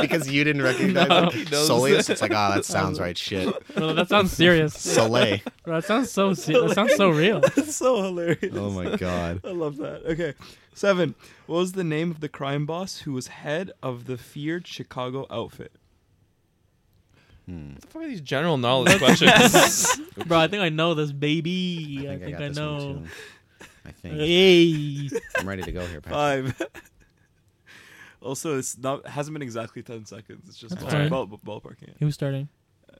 A: because you didn't recognize
E: No, he
A: it.
E: knows
A: Soleus.
E: it.
A: It's like, oh, that sounds right. Shit.
B: Bro, that sounds serious.
A: Soleil.
B: Bro, that sounds so se- that sounds so real.
D: That's so hilarious.
A: Oh my god.
D: I love that. Okay. Seven. What was the name of the crime boss who was head of the feared Chicago outfit?
E: What the fuck are these general knowledge questions?
B: Bro, I think I know this baby. I think I,
A: this one,
B: know.
A: too. I think
B: Hey.
A: I'm ready to go here, Patrick.
D: Five. also, it's not hasn't been exactly ten seconds. It's just
B: That's
D: ball,
B: fine.
D: ball, ballparking it.
B: Who's starting?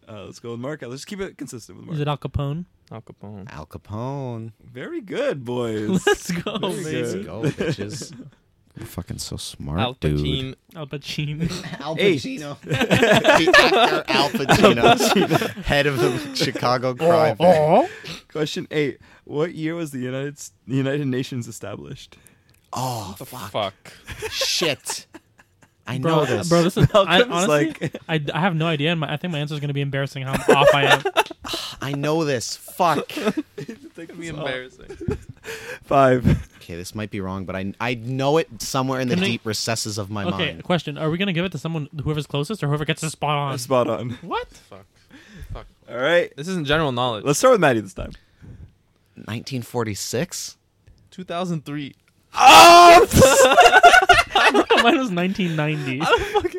D: Uh, let's go with Mark. Let's keep it consistent with Mark.
B: Is it Al Capone?
E: Al Capone.
A: Al Capone.
D: Very good, boys.
B: Let's go,
D: Very
A: Let's
B: baby.
D: good.
A: go, bitches. You're fucking so smart,
E: Al
A: dude.
E: Pacino.
B: Al Pacino.
A: Al
D: Eight.
A: Pacino. the actor Al Pacino, Oh, head of the Chicago crime. family.
D: Question eight. What year was the United S- United Nations established?
A: Oh, fuck.
E: Fuck.
A: Shit. I
B: Bro,
A: know this.
B: bro, this is I,
D: Malcolm's
B: honestly,
D: like-
B: I, I have no idea. And my, I think my answer is going to be embarrassing how off I am.
A: I know this. Fuck.
D: Take
E: Be
D: this off.
E: embarrassing.
D: Five.
A: Okay, this might be wrong, but I I know it somewhere in the
B: Can I-
A: deep recesses of my
B: Okay,
A: mind.
B: question: Are we going to give it to someone whoever's closest or whoever gets the spot on?
D: Spot on.
B: What?
E: Fuck. Fuck.
D: All right.
E: This isn't general knowledge.
D: Let's start with Maddie this time.
A: 1946.
E: 2003.
B: Mine was 1990.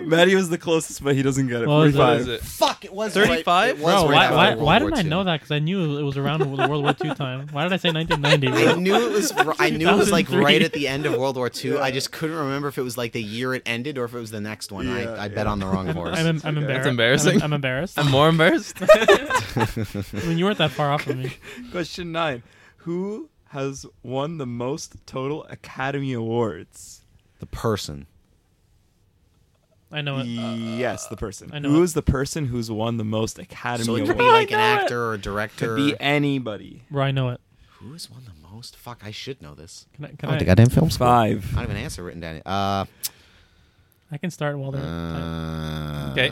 D: Maddie was the closest, but he doesn't get it.
B: What was it?
E: What
D: 45.
E: is it?
A: Fuck, it was
E: 35?
A: Right, it was
B: Bro,
A: right
B: Oh, why,
A: after
B: why,
A: World
B: why
A: War
B: didn't I
A: II.
B: know that? Because I knew it was around the World War II time. Why did I say 1990?
A: I
B: bro?
A: knew it was. I knew it was like
B: 2003.
A: right at the end of World War II. I just couldn't remember if it was like the year it ended or if it was the next one.
D: Yeah,
A: I, I bet
D: yeah.
A: on the wrong
B: I'm,
A: horse.
B: I'm, I'm embarrassed.
E: That's embarrassing.
B: I'm, I'm embarrassed.
E: I'm more embarrassed.
B: I mean, you weren't that far off from me.
D: Question nine. Who has won the most total Academy Awards?
A: the person.
B: I know it.
D: yes, the person.
B: Uh, I know
D: Who
B: it.
D: is the person who's won the most Academy
A: So it
D: Awards?
A: could be like an actor or a director.
D: Could be anybody.
B: Bro, I know it.
A: Who has won the most? Fuck, I should know this.
B: Can I? Can
A: Oh,
B: I,
A: the goddamn film school. I
D: Five.
A: don't have an answer written down. Uh,
B: I can start while they're.
A: uh,
E: Okay.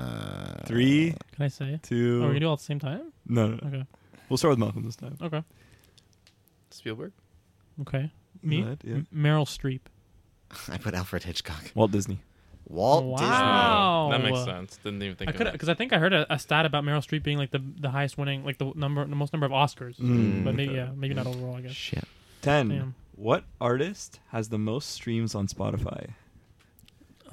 D: Three,
B: Can I say? Oh,
D: two.
B: we can do all at the same time.
D: no, no, no.
B: Okay.
D: We'll start with Malcolm this time.
B: Okay.
E: Spielberg.
B: Okay. Me. Hmm?
D: Right, yeah.
B: M- Meryl Streep.
A: I put Alfred Hitchcock.
D: Walt Disney.
A: Walt
B: Wow. Oh.
E: That makes sense. Didn't even think
B: I
E: of
B: could
E: it.
B: because I think I heard a, a stat about Meryl Streep being like the the highest winning, like the number, the most number of Oscars.
D: Mm,
B: but maybe
D: okay.
B: yeah, maybe not overall. I
A: Disney.
B: guess.
A: Shit.
D: Ten.
B: Damn.
D: What artist has the most streams on Spotify?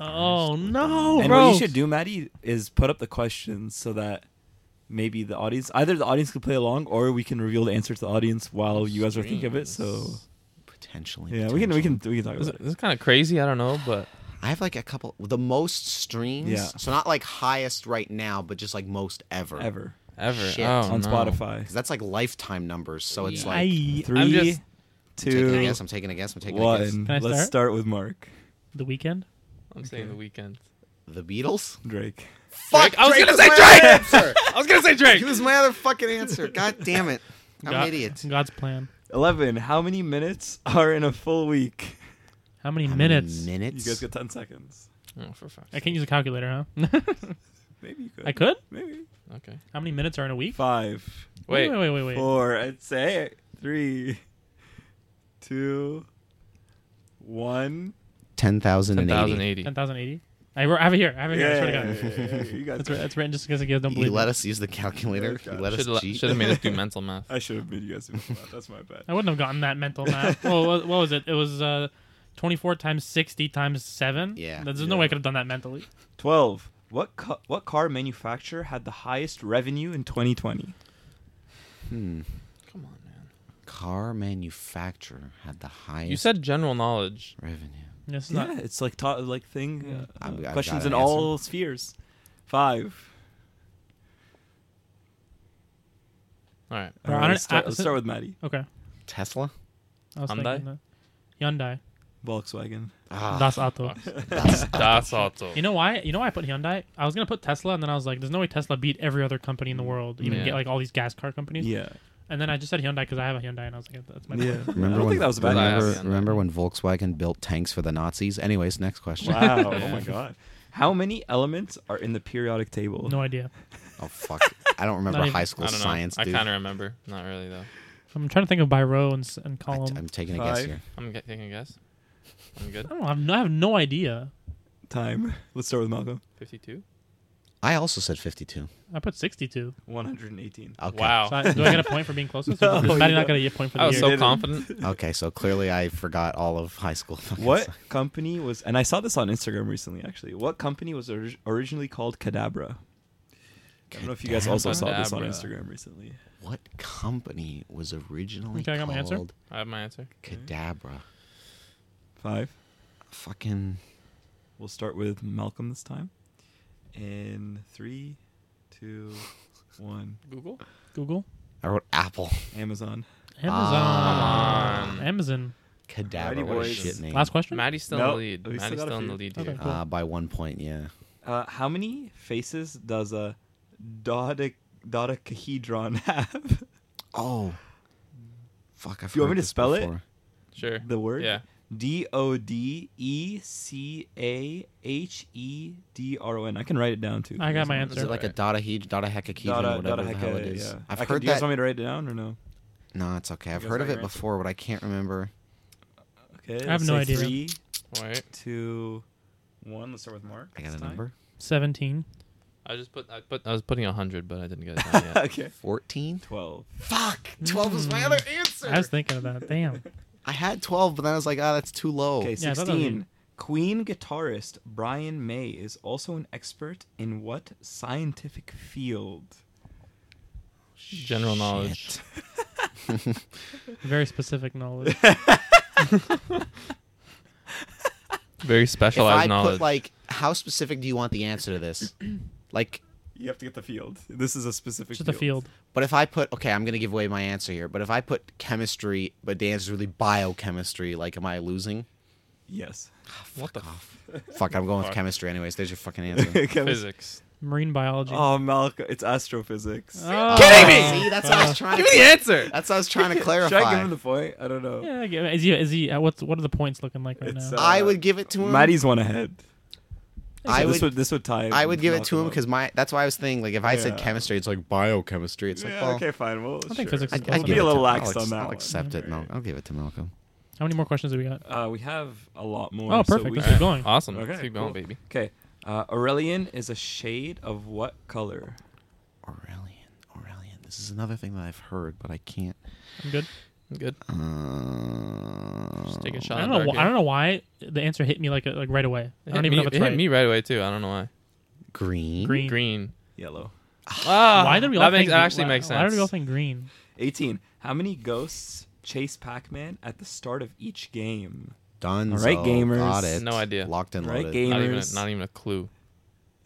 B: Oh no,
D: and
B: bro.
D: what you should do, Maddie, is put up the questions so that maybe the audience, either the audience could play along, or we can reveal the answer to the audience while you guys are thinking of it. So
A: Potentially.
D: yeah, we can we
A: potentially.
D: can we can talk
E: This,
D: about
E: this
D: it.
E: is kind of crazy. I don't know, but
A: I have like a couple, the most streams.
D: Yeah.
A: So not like highest right now, but just like most ever.
D: ever
E: Ever.
A: Shit.
E: Oh,
D: on
E: no.
D: Spotify.
A: Because that's like lifetime numbers. So it's
C: Yeah.
A: like.
B: I,
D: Three,
E: just-
A: taking a
D: two,
A: guess. I'm taking a guess. I'm taking a guess.
D: one.
B: Can I
D: Let's
B: start?
D: start with Mark
B: the weekend.
E: I'm saying the weekend.
A: The Beatles?
D: Drake.
A: Fuck!
E: I was gonna
A: was
E: say
A: my
E: Drake!
A: other answer!
E: I was gonna say Drake.
A: He was my other fucking answer. God damn it. I'm
B: God-
A: an idiot.
B: God's plan.
D: Eleven. How many minutes are in a full week?
B: How many
A: How many
B: minutes?
A: minutes?
D: You guys get ten seconds.
E: Oh, for fuck's
B: I
E: sake.
B: can't use a calculator, huh?
D: Maybe you could.
B: I could.
D: Maybe
E: Okay.
B: How many minutes are in a week?
D: five,
E: Wait.
B: wait, wait, wait, wait.
D: four. I'd say three, two, one.
A: 10,080.
E: 10,080.
B: Ten thousand eighty. I I have it here. I have it here. I swear to God.
D: Yeah, you guys.
B: That's, writ- that's written just because you guys don't
A: You
B: believe.
A: let
B: me.
A: us use the calculator. You let us cheat.
E: Should have made us do mental math.
D: I should have made you guys do that. That's my bad.
B: I wouldn't have gotten that mental math. well, what, what was it? It was uh, twenty-four times sixty times seven.
A: Yeah.
B: There's no
D: Yeah.
B: way I could have done that mentally.
D: 12. What ca- what car manufacturer had the highest revenue in 2020?
A: Hmm.
E: Come on, man.
A: Car manufacturer had the highest
E: You said general knowledge.
A: revenue.
B: This is
D: Yeah,
B: not.
D: it's like ta- like thing
B: Yeah.
D: uh,
A: I've- I've
D: questions
A: got
D: in
A: an
D: all spheres. 5.
E: All right.
B: Bro,
D: All
B: I
D: right,
B: don't-
D: let's, start,
B: I-
D: let's start with Maddie.
B: Okay.
A: Tesla?
B: I was
E: Hyundai?
B: thinking that. Hyundai.
D: Volkswagen.
A: Ah,
B: Das Auto.
E: That's auto.
B: You know why? You know why I put Hyundai? I was gonna put Tesla, and then I was like, "There's no way Tesla beat every other company in the world, even
E: Yeah.
B: get like all these gas car companies."
D: Yeah.
B: And then I just said Hyundai because I have a Hyundai, and I was like, "That's my
D: Yeah.
B: point."
D: I don't think that was a bad
E: Remember-
D: guess.
E: Yeah.
A: remember when Volkswagen built tanks for the Nazis? Anyways, next question.
D: Wow. oh my god. How many elements are in the periodic table?
B: No idea.
A: Oh fuck! I don't remember
B: Not even-
A: high
E: I
A: school
E: don't know.
A: science.
E: I
A: Dude.
E: kind of remember. Not really though.
B: I'm trying to think of by row and, s- and column.
A: I,
B: I,
A: am taking a guess
D: Five.
A: here.
E: I'm g- taking a guess. I'm good.
B: don't know. I have no, I have no idea.
D: Time. Let's start with Malcolm.
E: 52.
A: I also said 52.
B: I put 62.
D: 118.
A: Okay.
E: Wow.
B: So I, do I get a point for being closest?
D: No,
B: Or does Maddie
D: you
B: not
D: don't.
B: get a point for the
E: I
B: year?
E: was so
D: didn't.
E: confident.
A: Okay, so clearly I forgot all of high school. fucking
D: What
A: science.
D: company was and I saw this on Instagram recently actually. What company was orig- originally called Cadabra? I don't know if you guys also saw this on
E: Kadabra.
D: Instagram recently.
A: What company was originally
B: Okay, I got my answer.
A: called
E: I have my answer.
A: Cadabra?
D: Five.
A: Fucking
D: We'll start with Malcolm this time. In three, two, one.
E: Google.
B: Google,
A: I wrote Apple.
D: Amazon.
A: Ah.
B: Amazon, Amazon.
A: Cadabra.
D: Alrighty,
A: What a
D: boys.
A: shit name.
B: Last question.
E: Maddie's still in
D: Nope,
E: the lead.
D: we still
E: Maddie's
D: got a
E: still in the
D: few.
E: lead
B: Okay.
E: here.
A: Uh, by one point, yeah.
D: Uh, how many faces does a dodic dodecahedron have?
A: Oh. Fuck! I've
D: Do you want
A: heard
D: me to
A: this
D: spell it?
A: before.
E: Sure.
D: The word?
E: Yeah.
D: D O D E C A H E D R O N. I can write it down too.
B: I got my answer.
A: Is it like a dodahedron, dodahecahedron,
D: Dada,
A: whatever
D: dada
A: the hell it
D: hecka,
A: is?
D: yeah.
A: I've
D: I can-
A: heard
D: do you guys
A: that.
D: want me to write it down or no?
A: No, it's okay. I've
D: guys
A: heard
D: got
A: of it
D: your answer?
A: before, but I can't remember.
D: Okay.
B: I have
D: let's
B: no
D: say
B: idea.
D: Three,
E: Wait.
D: two, one. Let's start with Mark.
A: I got a
D: this time.
A: number.
B: 17.
E: I just put. I put. I was putting hundred, but I didn't get it. Down yet.
D: okay.
A: Fourteen.
D: Twelve.
A: Fuck. Twelve was my
B: Mm.
A: other answer.
B: I was thinking of that. Damn.
A: I had 12, but then I was like, ah, that's too low.
D: Okay,
B: Yeah, that
D: 16.
B: doesn't mean-
D: Queen guitarist Brian May is also an expert in what scientific field?
E: General knowledge.
B: Very specific knowledge.
E: Very
A: If I
E: specialized knowledge.
A: put, like, how specific do you want the answer to this? like,
D: You have to get the field. This is a specific
B: Just a field.
A: but if I put, okay, I'm going to give away my answer here, but if I put chemistry, but the answer is really biochemistry, like, am I losing?
D: Yes.
E: what the
A: Fuck, I'm going with
E: Fuck.
A: chemistry anyways. There's your fucking answer.
D: Okay.
E: physics?
B: Marine biology.
D: Oh, Malcolm, it's astrophysics.
B: Oh.
E: Kidding
A: me! See, that's what I was trying to
E: answer.
A: That's what I was trying to
D: Should
A: clarify.
D: I give him the point? I don't know.
B: Yeah, I get- is he? Is he? uh, What's what are the points looking like right
D: It's,
B: now?
D: uh,
A: I would give it to him.
D: Maddie's one ahead.
A: I
D: So
A: would,
D: this would this would tie.
A: I would give it to him
D: Malcolm
A: because my that's why I was thinking like if I said
D: Yeah.
A: chemistry, it's like biochemistry. It's
D: up.
A: like
D: yeah,
A: well,
D: okay, fine. Well,
B: I think
D: sure.
B: physics is
A: I'd,
B: I'll
A: I'd
B: be
A: give
D: a
A: it
D: little
A: to,
D: lax
A: I'll, ex-
D: on that
A: I'll
D: one.
A: accept it. No, I'll give it to Malcolm.
B: How many more questions do we got?
D: Uh, we have a lot more.
B: Oh,
D: so
B: perfect.
D: we
B: Let's keep
D: can-
B: going.
E: Awesome.
D: Okay,
E: Keep going,
D: cool.
E: baby.
D: Okay. Uh, Aurelian is a shade of what color?
A: Aurelian, Aurelian. This is another thing that I've heard, but I can't.
B: I'm good.
E: Good.
A: Uh,
E: Just take a shot.
B: I
E: in
B: don't know.
E: the dark
B: Wh-
E: here.
B: I don't know why the answer hit me like like right away. I
E: It
B: don't
E: hit
B: even
E: me,
B: know if it's
E: it
B: right.
E: hit me right away too. I don't know why.
A: uh, green.
B: Green.
E: Green.
D: Yellow.
E: Ah,
B: Why did we all
E: that
B: think
E: makes, that actually
B: why,
E: makes sense.
B: Why did we all think green?
D: 18. How many ghosts chase Pac Man at the start of each game?
A: Done.
D: All right, gamers.
A: Got it.
E: No idea.
A: Locked and
D: All right,
A: loaded.
E: Not even,
D: Gamers.
E: a, not even a clue.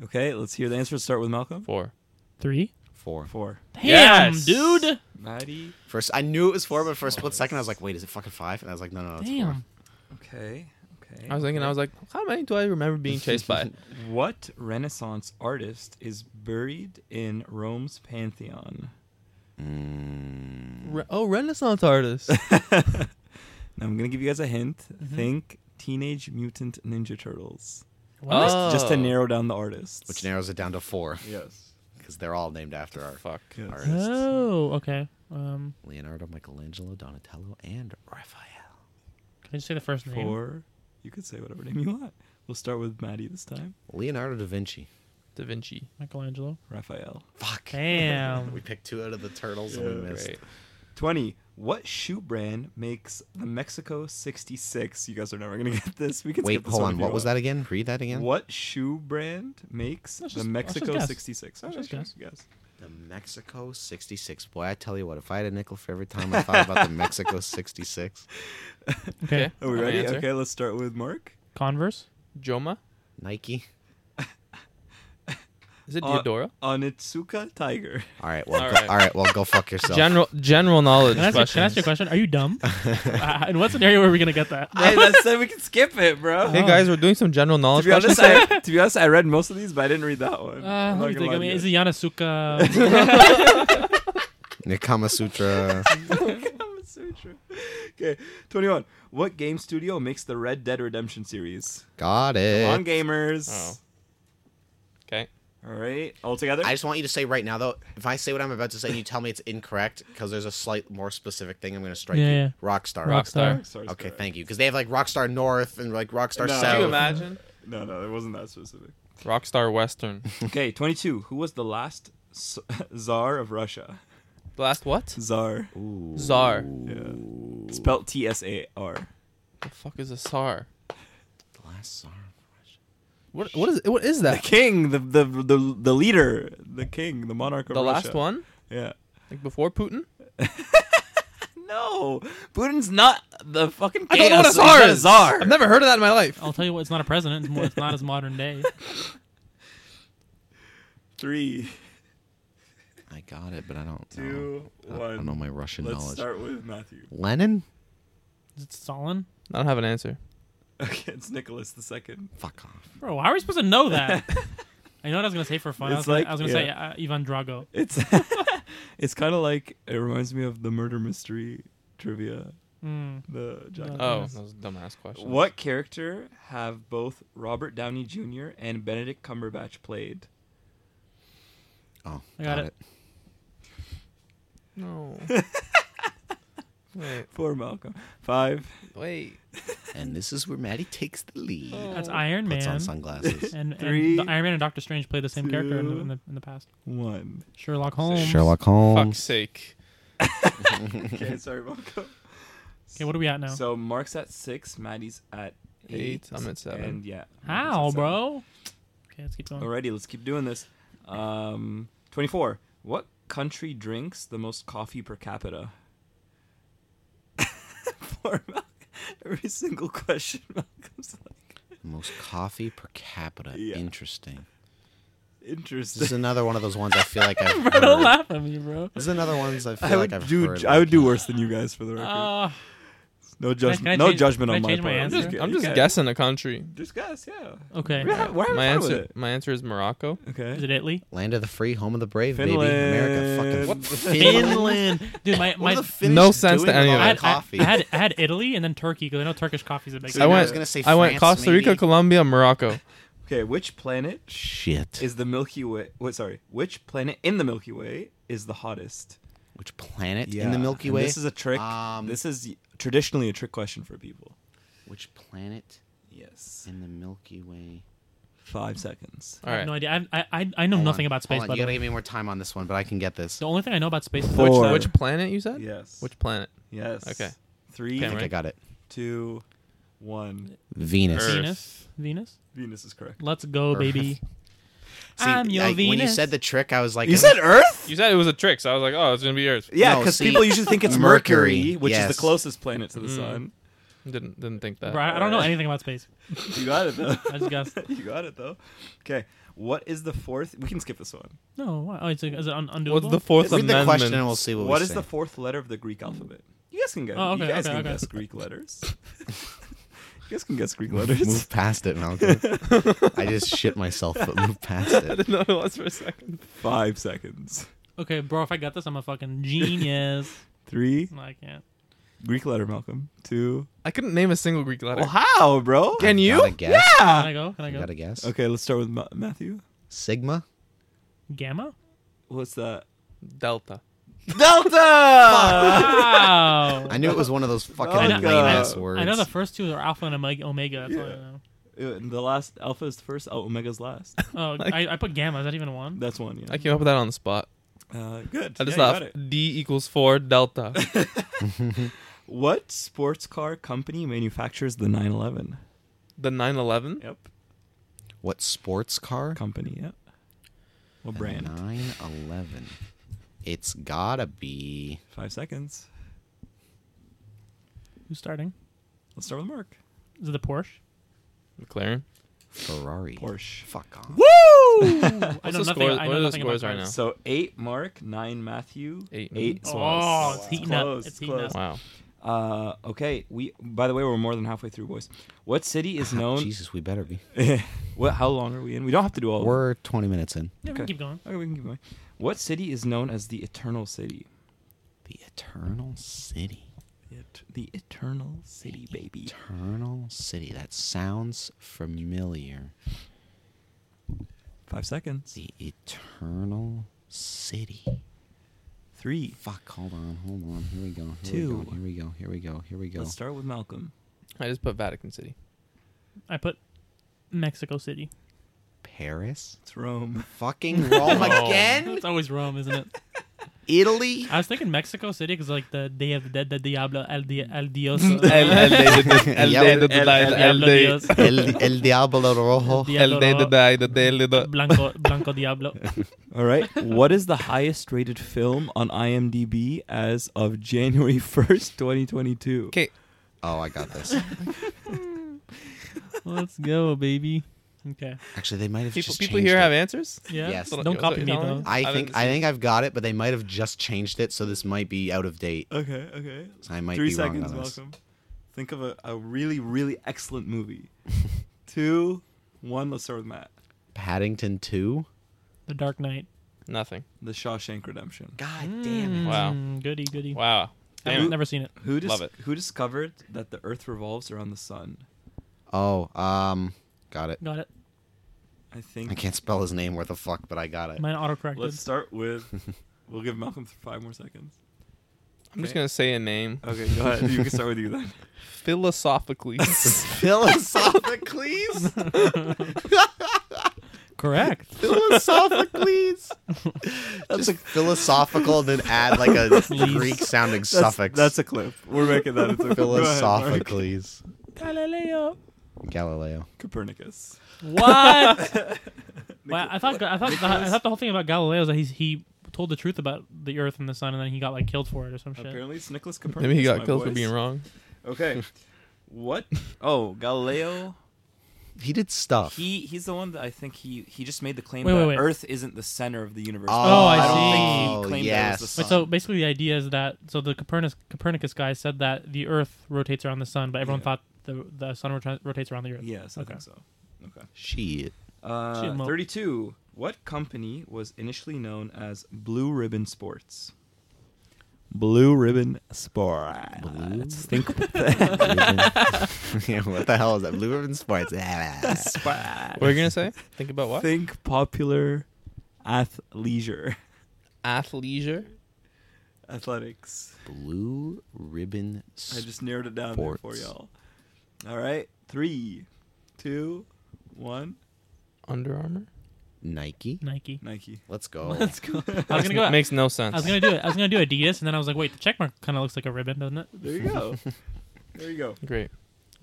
D: Okay, let's hear the answers. Start with Malcolm.
E: Four.
B: Three.
A: Four.
D: Four.
B: Damn,
E: Yes!
B: dude.
D: Ninety.
A: First, I knew it was four, but for a split second, I was like, "Wait, is it fucking five? And I was like, "No, no, no it's four.
B: Damn.
D: Okay. Okay.
E: I was thinking, I was like, how many do I remember being chased by?
D: What Renaissance artist is buried in Rome's pantheon?
A: Mm.
E: Re- oh, Renaissance artist.
D: Now I'm gonna give you guys a hint.
B: Mm-hmm.
D: Think Teenage Mutant Ninja Turtles.
B: What?
E: Oh.
D: Just to narrow down the artists.
A: Which narrows it down to four
D: Yes.
A: because they're all named after our
E: Fuck.
D: Yes.
A: artists:
B: Oh, okay. Um,
A: Leonardo, Michelangelo, Donatello, and Raphael.
B: can I just say the first name?
D: Four. You could say whatever name you want. We'll start with Maddie this time.
A: Leonardo da Vinci.
E: Da Vinci.
B: Michelangelo.
D: Raphael.
A: Fuck. We
B: Damn.
A: picked two out of the turtles and we missed.
E: Great.
D: 20. What shoe brand makes the Mexico 66? You guys are never going to get this. We can
A: Wait,
D: skip this
A: hold
D: one
A: on.
D: if
A: What
D: you
A: was
D: want.
A: that again? Read that again.
D: What shoe brand makes
B: Let's
D: the
B: just- let's just
D: Mexico
B: guess.
D: 66?
B: Let's just
D: Alright, guess.
A: The Mexico 66. Boy, I tell you what, if I had a nickel for every time I thought about the Mexico 66,
B: Okay.
D: Are we
E: I'll
D: ready?
E: answer.
D: Okay, let's start with Mark.
B: Converse.
E: Joma.
A: Nike.
E: Is it
D: Uh,
E: Diodora?
D: Onitsuka Tiger.
A: All right, well,
E: All
A: go,
E: right.
A: all right, well, go fuck yourself.
E: General general knowledge
B: Can I, ask, can I ask you a question?
E: questions.
B: Are you dumb? uh, in what scenario were we gonna get that?
D: that said we can skip it, bro.
E: Hey guys, we're doing some general
D: to
E: knowledge
D: be honest,
E: questions.
D: I, to be honest, I read most of these, but I didn't read that one.
B: Oh. Uh,
D: I'm
B: let me think.
D: not gonna lie
B: I
D: to
B: mean,
D: you.
B: is it Yanasuka?
A: The Kama Sutra.
D: Kama Sutra. Okay, 21. What game studio makes the Red Dead Redemption series?
A: Got it.
D: On gamers.
E: Oh. Okay.
D: All right, all together.
A: I just want you to say right now, though, if I say what I'm about to say and you tell me it's incorrect, because there's a slight more specific thing I'm going to strike
B: Yeah,
A: you.
B: yeah.
A: Rockstar.
B: Rockstar.
A: Okay, thank you. Because they have like Rockstar North and like Rockstar
E: Could
D: No.
E: you
D: Oh.
A: South.
E: imagine?
D: No, no, it wasn't that specific.
E: Rockstar Western.
D: Okay, 22. Who was the last s- czar of Russia?
E: The last what?
D: Czar.
A: Ooh.
E: Tsar.
D: Yeah. Spelt T S A R.
E: The fuck is a Tsar?
A: The last Tsar.
E: What what is what is
D: The
E: that?
D: king, the, the the the leader, the king, the monarch of
E: The
D: Russia.
E: last one?
D: Yeah.
E: Like before Putin?
D: No, Putin's not the fucking.
E: I don't know what a
D: king. He's
E: czar
D: not
E: is. I've never heard of that in my life.
B: I'll tell you what. It's not a president. It's, more, it's not as modern day.
D: Three,
A: I got it, but I don't know.
D: two,
A: I don't- I don't
D: one.
A: know my Russian
D: Let's
A: knowledge.
D: start with Matthew.
A: Lenin?
B: Is it Stalin?
E: I don't have an answer.
D: Okay, it's Nicholas the second.
A: Fuck off.
B: Bro, how are we supposed to know that? I know what I was gonna say for fun. I was
D: It's
B: gonna,
D: like-
B: I was gonna say uh, Ivan Drago.
D: It's it's kind of like it reminds me of the murder mystery trivia.
B: Mm.
D: The Jack.
B: Oh.
E: Oh,
D: Nicholson.
E: that was a dumbass question.
D: What character have both Robert Downey Jr. and Benedict Cumberbatch played?
A: Oh,
B: I got it.
E: No. wait,
D: Four Malcolm. Five.
E: wait.
A: And this is where Maddie takes the lead.
B: That's Iron Man.
A: Puts on sunglasses.
B: And, and
D: Three,
B: the Iron Man and Doctor Strange played the same character in the,
D: two,
B: in the in the past.
D: One.
B: Sherlock Holmes.
A: Sherlock
E: Fuck's
A: Holmes.
E: sake.
D: Okay, sorry, Malcolm.
B: Okay, what are we at now?
D: So Mark's at six, Maddie's at eight.
E: Eight, I'm at seven.
D: And yeah. Malcolm's at
B: how,
D: seven.
B: bro? Okay, let's keep going.
D: Alrighty, let's keep doing this. Um, 24. What country drinks the most coffee per capita? Poor Malcolm. Every single question, Malcolm's like,
A: Most coffee per capita.
D: Yeah.
A: Interesting. This
D: interesting.
A: is another one of those ones I feel like I've
B: Bro, don't
A: heard.
B: laugh at me, bro.
A: This is another ones I feel
D: I would
A: like I've
D: do.
A: heard.
D: I would do
A: like,
D: worse than you guys for the record.
B: Uh,
D: no judgment.
B: I
D: no
B: change-
D: judgment
B: can I
D: on my
B: change
D: part.
B: my answer?
D: kid-
E: I'm
D: you
E: just
D: can.
E: guessing a country.
D: Just guess. Yeah.
B: okay.
D: We're, ha- we're having
E: My
D: fun
E: answer
D: with
E: my answer is Morocco.
D: it. Okay.
B: Is it Italy?
A: Land of the free, home of the brave, baby.
D: Finland.
A: America, fucking
D: What the-
B: Finland. Dude, my,
A: What
B: my
A: are the Finns
E: No sense to
A: doing
E: any
A: with
E: of
A: all
B: I
E: it.
A: that
B: had, I-
A: coffee.
B: I had I had Italy and then Turkey because I know Turkish coffee is a big.
A: So I,
E: I
A: went,
E: went-
A: was gonna say
E: I went
A: France,
E: Costa
A: maybe.
E: Rica, Colombia, Morocco.
D: Okay. Which planet
A: Shit.
D: is the Milky Way? What? Sorry. Which planet in the Milky Way is the hottest?
A: Which planet in the Milky
D: And
A: Way?
D: this is a trick.
A: Um,
D: this is traditionally a trick question for people.
A: Which planet
D: Yes.
A: in the Milky Way?
D: Five seconds.
E: All
B: I have
E: right.
B: no idea. I I I know
A: Hold on,
B: nothing about
A: hold
B: space.
A: on,
B: By
A: You
B: the
A: gotta
B: way,
A: give me more time on this one, but I can get this.
B: the only thing I know about space is
D: Four.
B: Which-
E: Which planet you said?
D: Yes.
E: Which planet?
D: Yes.
E: Okay.
D: Three,
A: I
E: Okay,
A: think I
E: right.
A: got it.
D: two, one.
A: Venus.
E: Earth.
B: Venus. Venus.
D: Venus is correct.
B: Let's go,
A: Earth.
B: baby.
A: See,
B: I'm your
A: I-
B: Venus.
A: When you said the trick, I was like,
D: You said Earth?
E: You said it was a trick, so I was like, oh, it's gonna be Earth.
D: Yeah,
A: No,
D: because
A: see,
D: people usually think it's
A: Mercury,
D: Mercury, which is
A: yes. Mm-hmm.
D: the closest planet to the sun.
E: Didn't didn't think that.
B: Bro, I I don't know anything about space.
D: You got it though.
B: I just guessed.
D: you got it though. Okay. What is the fourth? We can skip this one.
B: No, why- oh, it's a, is it un- undoable?
E: What's the Fourth
A: Read the
E: Amendment?
A: question and we'll see what,
D: What
A: we
D: is
A: say.
D: the fourth letter of the Greek alphabet? You guys can guess.
B: Oh, okay,
D: you guys
B: okay,
D: can
B: okay.
D: guess Greek letters. you guys can guess Greek letters.
A: Move past it, Malcolm. I just shit myself, but move past
E: I
A: it.
E: didn't know it was for a second.
D: Five seconds.
B: Okay, bro, if I got this, I'm a fucking genius.
D: Three
B: no, I can't.
D: Greek letter, Malcolm. Two.
E: I couldn't name a single Greek letter.
D: Well, how, bro?
E: Can you?
A: Got a guess?
B: Can
D: Yeah.
B: I go? Can I
A: You
B: go?
A: got a guess?
D: Okay, let's start with Ma- Matthew.
A: Sigma.
B: Gamma?
D: What's that?
E: Delta.
D: Delta.
B: Wow.
A: I knew it was one of those fucking
D: I
B: know- I
A: lame
B: know-
A: ass words.
B: I know the first two are alpha and omeg- omega. That's all I know.
D: the last alpha is the first. Oh, omega's last.
B: Oh, I, I put gamma. Is that even one?
D: That's one. Yeah.
E: I came up with that on the spot.
D: Uh, good.
E: I just
D: yeah, you got it.
E: thought D equals four delta.
D: What sports car company manufactures the 911?
E: the 911.
D: Yep.
A: what sports car?
D: Company. Yep. What brand?
A: Nine eleven. It's gotta be.
D: Five seconds.
B: Who's starting?
D: Let's start with Mark.
B: Is it the Porsche?
E: McLaren.
A: Ferrari.
D: Porsche.
A: Fuck off.
B: I
E: What's
B: know
E: the
B: nothing.
E: score-
B: I know
E: what are the
B: nothing
E: scores
B: about
E: right
B: cars.
D: So eight Mark, nine Matthew,
E: Eight Mm-hmm. me.
D: eight
B: Oh,
D: Suarez.
B: it's heating up. It's heating up.
E: Wow.
D: Uh, okay. We. By the way, we're more than halfway through, boys. What city is known?
A: Jesus, we better be.
D: what? How long are we in? We don't have to do all. of them.
A: We're twenty minutes in.
B: Yeah, we can
D: Okay.
B: keep going.
D: Okay, we can keep going. What city is known as the Eternal City?
A: The Eternal City.
D: It, the Eternal City, baby.
A: Eternal City. That sounds familiar.
D: Five seconds.
A: The Eternal City.
D: Three.
A: Fuck, hold on, hold on. Here we go. Here
D: Two.
A: We go, here we go. Here we go. Here we go.
D: Let's start with Malcolm.
E: I just put Vatican City.
B: I put Mexico City.
A: Paris?
D: It's Rome.
A: Fucking Rome
E: Oh.
A: again?
B: It's always Rome, isn't it?
A: Italy?
B: I was thinking Mexico City because like the Day of the Dead, the Diablo, El, Di- el Dios,
E: El, el day that- el
A: Yeah,
E: day
A: but-
E: that died, el
B: Diablo
E: day-
B: Dios,
A: El, El Diablo Rojo.
E: el day that
B: Diablo,
E: died, the day that-
B: Blanco, Blanco Diablo.
D: All right. what is the highest rated film on IMDb as of January 1st, 2022?
E: Okay,
A: Oh, I got this.
B: Let's go, baby. Okay.
A: Actually, they might have
E: people,
A: just
E: people
A: changed
E: here
A: it.
E: have answers.
B: Yeah.
A: Yes.
E: That's what-
B: Don't
E: that's what
B: copy
E: you're
B: me
E: telling
B: though.
A: I think
E: haven't
A: I
E: seen
A: think I've got it, but they might have just changed it, so this might be out of date.
D: Okay, okay.
A: So I might
D: Three
A: be
D: seconds,
A: wrong on this.
D: Malcolm. Think of a, a really, really excellent movie. Two, one. Let's start with Matt.
A: Paddington Two.
B: The Dark Knight.
E: Nothing.
D: The Shawshank Redemption.
A: God damn it!
E: Wow.
B: Mm, Goody, goody.
E: Wow.
B: I've
E: Damn.
B: never seen it.
D: Who, dis-
E: Love it.
D: who discovered that the Earth revolves around the sun?
A: Oh, um, got it.
B: Got it.
D: I think.
A: I can't spell his name worth a fuck, but I got it.
B: Mine autocorrected.
D: Let's start with. We'll give Malcolm th- five more seconds.
E: I'm just gonna say a name.
D: Okay, go ahead. You can start with you then.
E: Philosophically.
A: Philosophicles.
B: Correct.
A: Philosophicles. That's like philosophical, then add like a
B: Please.
A: Greek sounding
D: That's,
A: suffix.
D: that's a clip. We're making that. Into
A: Philosophicles.
B: Galileo.
A: Galileo.
D: Copernicus.
B: What? well, I thought I thought the, I thought the whole thing about Galileo is that he's he told the truth about the Earth and the Sun, and then he got like killed for it or some shit.
D: Apparently, it's Nicholas Copernicus.
E: Maybe he got
D: my
E: killed for
D: boys.
E: being wrong.
D: Okay. What? Oh, Galileo.
A: He did stuff.
D: He he's the one that I think he he just made the claim
B: Wait,
D: that
B: wait, wait.
D: Earth isn't the center of the universe.
B: Oh, I
D: don't
B: see.
D: think he claimed that it was the
B: Wait,
D: sun.
B: so basically, the idea is that so the Copernicus Copernicus guy said that the Earth rotates around the Sun, but everyone
D: Yeah.
B: thought the the Sun rota- rotates around the Earth.
D: yes, I
B: Okay.
D: think so. Okay.
A: Shit.
B: Shoot 'em
D: Uh,
B: up.
D: Thirty-two. What company was initially known as Blue Ribbon Sports? Blue Ribbon Sports.
A: Blue?
D: Think
A: yeah, what the hell is that? Blue Ribbon Sports.
E: What are you gonna say? Think about what?
D: Think popular athleisure.
E: Athleisure.
D: Athletics.
A: Blue Ribbon
D: I
A: Sports.
D: just narrowed it down there for
A: Sports.
D: y'all. All right. Three, two, one.
E: Under Armour.
A: Nike.
B: Nike.
D: Nike.
A: Let's go. Eh,
B: Let's go. I was
E: Makes
B: gonna
E: n-
B: go.
E: Makes no
B: I
E: sense.
B: was gonna do it. I was gonna do Adidas, and then I was like, wait, the checkmark kind of looks like a ribbon, doesn't it?
D: There you go. there you go.
E: Great.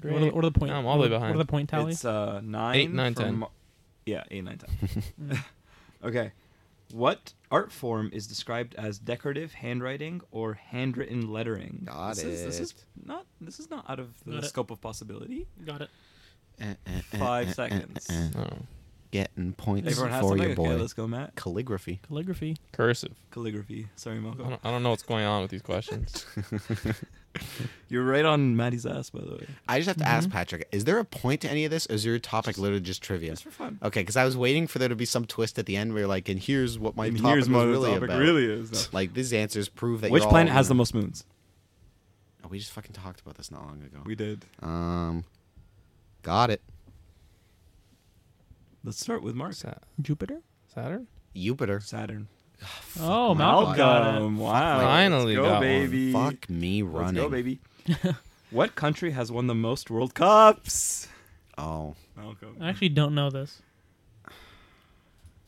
B: What are, the, what are the point?
E: Now I'm all the way
B: what are
E: behind.
B: What are the point tallies?
D: It's uh, nine,
E: Eight, nine,
D: from
E: ten.
D: Mar- yeah, eight, nine, ten. okay. What art form is described as decorative handwriting or handwritten lettering?
A: Got
D: this is- this is
A: it.
D: not this is not out of the
B: Got it.
D: scope of possibility.
B: Got it.
A: Eh, eh, eh,
D: Five
A: eh, eh,
D: seconds.
A: eh.
E: Oh.
A: Getting points
D: Everyone has
A: for
D: something.
A: your boy.
D: Okay, let's go, Matt.
A: Calligraphy.
B: Calligraphy.
E: Cursive.
D: Calligraphy. Sorry,
E: I
D: Malcolm.
E: don't, I don't know what's going on with these questions.
D: You're right on Maddie's ass, by the way.
A: I just have to ask Patrick: Is there a point to any of this? Or is your topic literally just trivia?
D: Just for fun.
A: Okay, because I was waiting for there to be some twist at the end where, like, and here's what my
D: And
A: topic
D: here's
A: was
D: what the
A: really
D: topic
A: about.
D: really is.
A: Like these answers prove that.
D: Which
A: you're
D: planet
A: all
D: has the
A: winning.
D: most moons?
A: Oh, we just fucking talked about this not long ago.
D: We did.
A: Um, got it.
D: Let's start with Mars.
E: Sa-
B: Jupiter.
E: Saturn?
A: Jupiter.
D: Saturn.
B: Oh, Malcolm. Got it.
D: Malcolm. Wow.
E: Finally
D: Let's go,
E: got one.
D: baby.
A: Fuck me
D: Let's
A: running.
D: go, baby. what country has won the most World Cups?
A: Oh,
D: Malcolm.
B: I actually don't know this.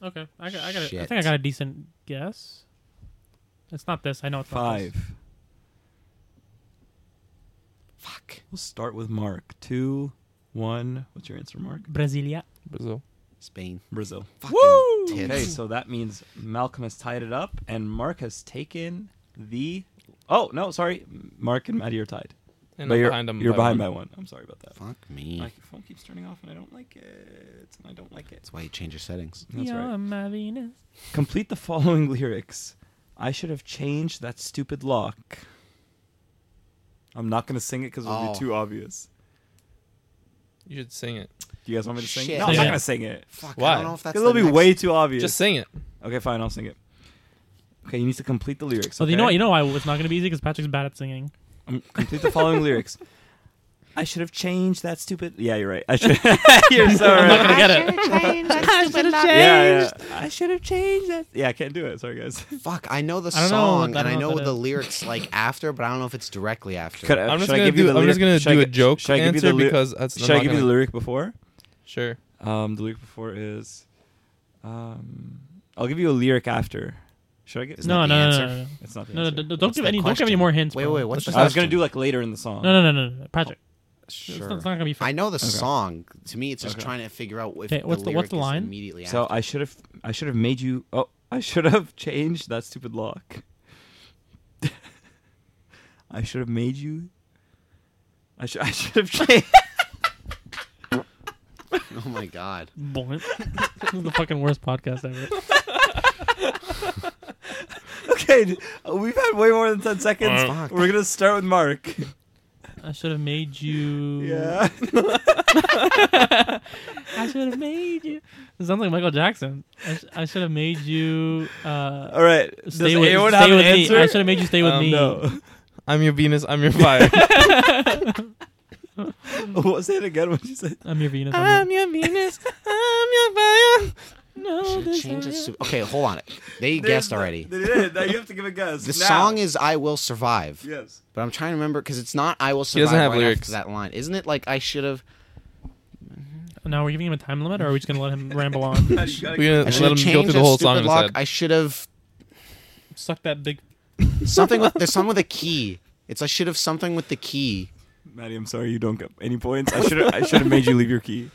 B: Okay, I got. I, got a, I
A: Shit.
B: think I got a decent guess. It's not this. I know it's not this.
D: Five.
A: fuck.
D: We'll start with Mark. Two, one. What's your answer, Mark?
B: Brasilia.
E: Brazil.
A: Spain.
D: Brazil.
A: Fucking tits.
D: Okay, so that means Malcolm has tied it up, and Mark has taken the. Oh no, sorry, Mark and Maddie are tied.
E: And
D: but
E: I'm
D: you're
E: behind them.
D: you're
E: by
D: behind
E: one.
D: by one. I'm sorry about that.
A: Fuck me.
D: My phone keeps turning off, and I don't like it. And I don't like it.
A: That's why you change your settings.
D: That's
B: You're
D: right.
B: my Venus.
D: Complete the following lyrics. I should have changed that stupid lock. I'm not gonna sing it because it'll
A: Oh.
D: be too obvious.
E: You should sing it.
D: Do you guys want me to sing?
A: Shit.
D: it? No, I'm
B: Sing
D: not
B: it.
D: gonna sing it.
A: Fuck. I
E: Why?
A: don't know if that's.
D: 'Cause it'll
A: the
D: be
A: next-
D: way too obvious.
E: Just sing it.
D: Okay, fine. I'll sing it. Okay, you need to complete the lyrics.
B: So you know
D: okay?
B: what? You know why it's not going to be easy because Patrick's bad at singing.
D: Um, complete the following lyrics. I should have changed that stupid. Yeah, you're right. I should. you're so
B: I'm not
D: right.
B: gonna get it.
F: I should have
D: Yeah, yeah. I should have changed that. Yeah, I can't do it. Sorry, guys.
A: Fuck. I know the
B: I don't know
A: song
B: what- I
A: and I
B: don't know
A: know
B: what
A: the
B: that is.
A: lyrics like after, but I don't know if it's directly after.
D: Could I-
E: I'm just
D: Uh, should I
E: gonna
D: give you
E: do.
D: the
E: I'm just gonna
D: lyric- should I
E: do a
D: gi-
E: joke
D: should I give you
E: answer
D: the ly-
E: because that's.
D: Should
E: I'm
D: I
E: not
D: give you the
E: gonna-
D: lyric before?
E: Sure.
D: Um, the lyric before is. Um, I'll give you a lyric after. Should I get?
A: Isn't that
B: No,
A: the
B: no, no,
A: answer?
B: no, no,
D: It's not the
B: no, no,
D: answer.
B: no, no, Don't
A: What's
B: give
A: the
B: any. Don't give any
A: question?
B: more hints.
A: Wait,
B: bro.
A: wait, what's
B: Let's
A: the
B: just-
D: I was gonna
A: question?
D: do like later in the song.
B: No, no, no, no, no, Patrick. It's not,
A: Sure.
B: it's not going to be fun.
A: I know the
D: Okay.
A: song. To me, it's just
D: Okay.
A: trying to figure out if
B: Okay,
A: the
B: what's the-
A: lyric
B: what's the
A: is
B: line?
A: immediately
D: So
A: after.
D: I should have. I should have made you. Oh, I should have changed that stupid lock. I should have made you. I should. I should have changed.
A: oh my god.
B: Boing. this is the fucking worst podcast ever.
D: okay, d- we've had way more than ten seconds.
B: Uh,
A: Fuck.
D: We're gonna start with Mark.
B: I should have made you.
D: Yeah.
B: I should have made you. It sounds like Michael Jackson. I, sh- I should have made you. Uh,
D: All right. Does
B: stay with,
D: anyone
B: stay
D: have an
B: with
D: answer?
B: me. I should have made you stay with
E: Um,
B: me.
D: No.
E: I'm your Venus. I'm your fire.
D: what, say it again. What you said?
B: I'm your Venus. I'm your,
E: Venus. I'm your fire.
B: no,
A: Should change it to- okay, hold on. They guessed already.
D: They did. Now you have to give a guess.
A: The song is "I Will Survive,"
D: Yes.
A: but I'm trying to remember because it's not "I Will Survive."
E: He doesn't have
A: right after
E: lyrics.
A: That line, isn't it? Like I should have.
B: Now we're giving him a time limit, or are we just going to let him ramble on?
E: We're
A: I
E: gonna
A: should
E: let
A: have
E: him go
A: changed
E: through
A: that
E: the whole
A: stupid
E: song in his
A: lock.
E: head.
A: I should have
B: Suck that big.
A: something with there's something with a key. It's I should have something with the key.
D: Maddie, I'm sorry you don't get any points. I should I should have made you leave your key.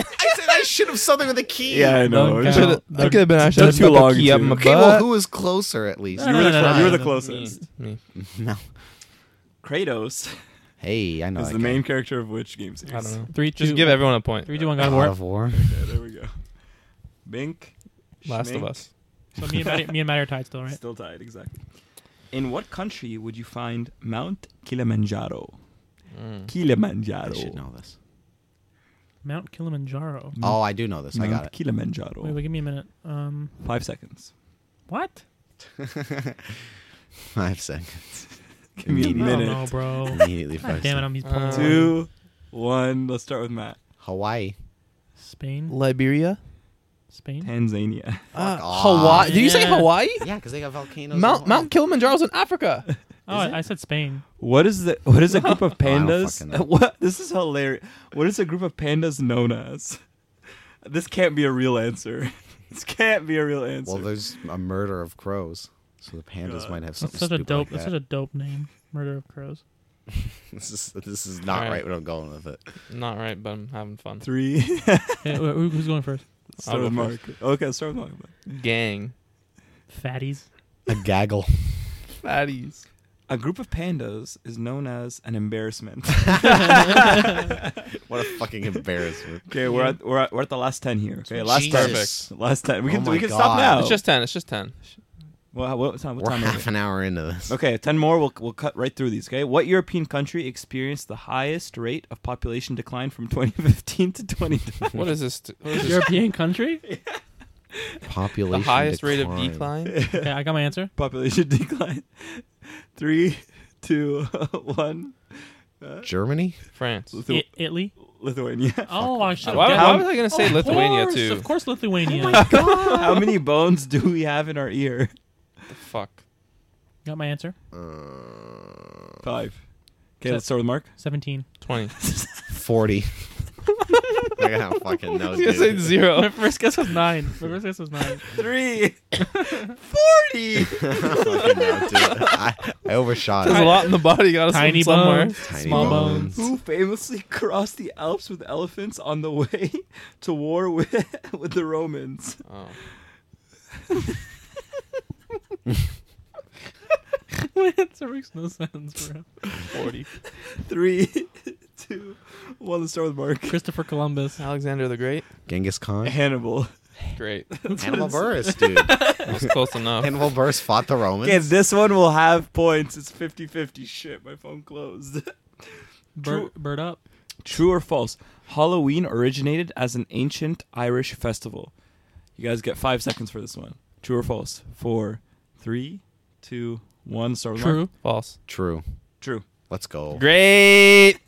A: I said I should have something with a key.
D: Yeah, I know.
B: Don't
D: I
B: count.
D: should've-
E: Shoulda- that could have been. I should have
D: too
E: stuck a
D: long,
E: key up
D: too.
E: my
A: Okay, well,
E: butt.
A: who was closer at least?
B: No,
D: You were the
B: no, no,
D: clo- you were
B: no,
D: the
B: no.
D: closest.
E: Me.
A: No.
D: Kratos
A: Hey, I know.
D: is
A: that
D: the
A: guy.
D: main character of which game series?
E: I don't know.
B: Three,
E: Just
B: two-
E: give everyone a point.
B: Three, two, one.
A: God
B: God of War.
A: of War.
D: Okay, there we go. Bink.
E: Last of
D: Schmink.
E: Us.
B: So me and Maddie, me and Maddie are tied still, right?
D: Still tied, exactly. In what country would you find Mount Kilimanjaro?
E: Mm.
A: I
D: Kilimanjaro.
A: should know this.
B: Mount Kilimanjaro.
A: Oh, I do know this. I
D: Mount
A: got it.
D: Kilimanjaro.
B: Wait, wait, give me a minute. Um,
D: Five seconds.
B: what?
A: Five seconds.
D: Give me a
A: Immediately.
B: I don't
D: minute.
B: know, bro.
A: Immediately
B: God
A: five
B: damn it,
A: seconds.
B: I'm he's pulling.
E: Uh,
B: Two.
D: Two, one. Let's start with Matt.
A: Hawaii.
B: Spain.
E: Liberia.
B: Spain.
D: Tanzania.
A: Fuck off.
E: Hawaii. Did you say
B: Yeah.
E: Hawaii?
A: Yeah, because they got volcanoes.
E: Mount
A: and all-
E: Mount Kilimanjaro's in Africa.
B: Oh, I, I said Spain.
D: What is the what is a group of pandas?
A: fucking know.
D: what this is hilarious. What is a group of pandas known as? This can't be a real answer. This can't be a real answer.
A: Well, there's a murder of crows, so the pandas
D: God.
A: might have
B: That's
A: something
B: such a
A: stupid
B: dope.
A: like
B: that's such a dope name. Murder of Crows.
A: that. This is this is not
E: Alright.
A: right. Where I'm going with it.
E: Not right, but I'm having fun.
D: Three.
B: Okay, wh- who- who's going first?
D: start
E: I'll
D: with
E: go
D: Mark. Okay, start with Mark.
E: Gang.
B: Fatties.
A: A gaggle.
E: Fatties.
D: A group of pandas is known as an embarrassment.
A: What a fucking embarrassment.
D: okay, we're at, we're at we're at the last ten here. Okay, last
A: Jesus.
D: ten. Last ten. We
A: Oh
D: can
A: my
D: we can
A: God.
D: stop now.
E: It's just ten. It's just ten.
D: well, what time? What
A: We're
D: time is it?
A: half an hour into this.
D: Okay, 10 more. We'll, we'll cut right through these, okay? What European country experienced the highest rate of population decline from 2015 to 2020?
E: What is this? What is this?
B: European country?
A: Population.
E: The highest rate of decline.
B: Okay, I got my answer.
D: population decline. Three, two, one.
A: Germany?
E: France.
D: Lithu-
B: I- Italy.
D: Lithuania.
B: Oh, I should.
E: Why, why was I gonna say Lithuania
B: course,
E: too?
B: Of course, Lithuania.
D: How many bones do we have in our ear?
E: The fuck.
B: Got my answer.
A: Uh,
D: Five. Okay, let's start with Mark.
B: Seventeen.
E: Twenty.
A: 40. I don't fucking know,
E: You say
A: dude.
E: zero.
B: First guess was nine. My first guess was nine.
D: Three. 40.
A: I don't fucking know, dude. I, I overshot
E: There's
A: it.
E: a lot in the body. Got
B: Tiny
E: us somewhere.
B: bones.
A: Tiny
B: small
A: bones.
D: Who famously crossed the Alps with elephants on the way to war with, with the Romans?
E: Oh.
B: my answer makes no sense, bro.
E: Forty.
D: Three, two, one. Let's start with Mark.
B: Christopher Columbus.
E: Alexander the Great.
A: Genghis Khan?
D: Hannibal.
E: Great.
A: Hannibal Burris, dude.
E: That was close enough.
A: Hannibal Burris fought the Romans.
D: Okay, this one will have points. It's 50 50. Shit, my phone closed.
B: Bird, bird up.
D: True or false? Halloween originated as an ancient Irish festival. You guys get five seconds for this one. True or false? Four, three, two, one. Start with Mark.
B: True.
E: False.
A: True.
D: True.
A: Let's go.
E: Great.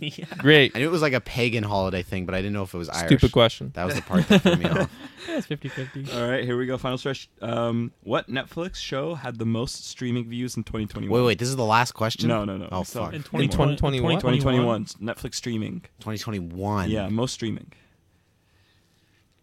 B: yeah.
E: Great.
A: I knew it was like a pagan holiday thing, but I didn't know if it was Irish.
E: Stupid question.
A: That was the part that threw me off.
B: It's 50-50.
D: All right, here we go. Final stretch. Um, what Netflix show had the most streaming views in 2021?
A: Wait, wait. This is the last question.
D: No, no, no.
A: Oh
D: We still-
A: fuck.
B: In
A: 2021.
B: 2021.
E: 2021.
D: 2021 Netflix streaming. Yeah, most streaming.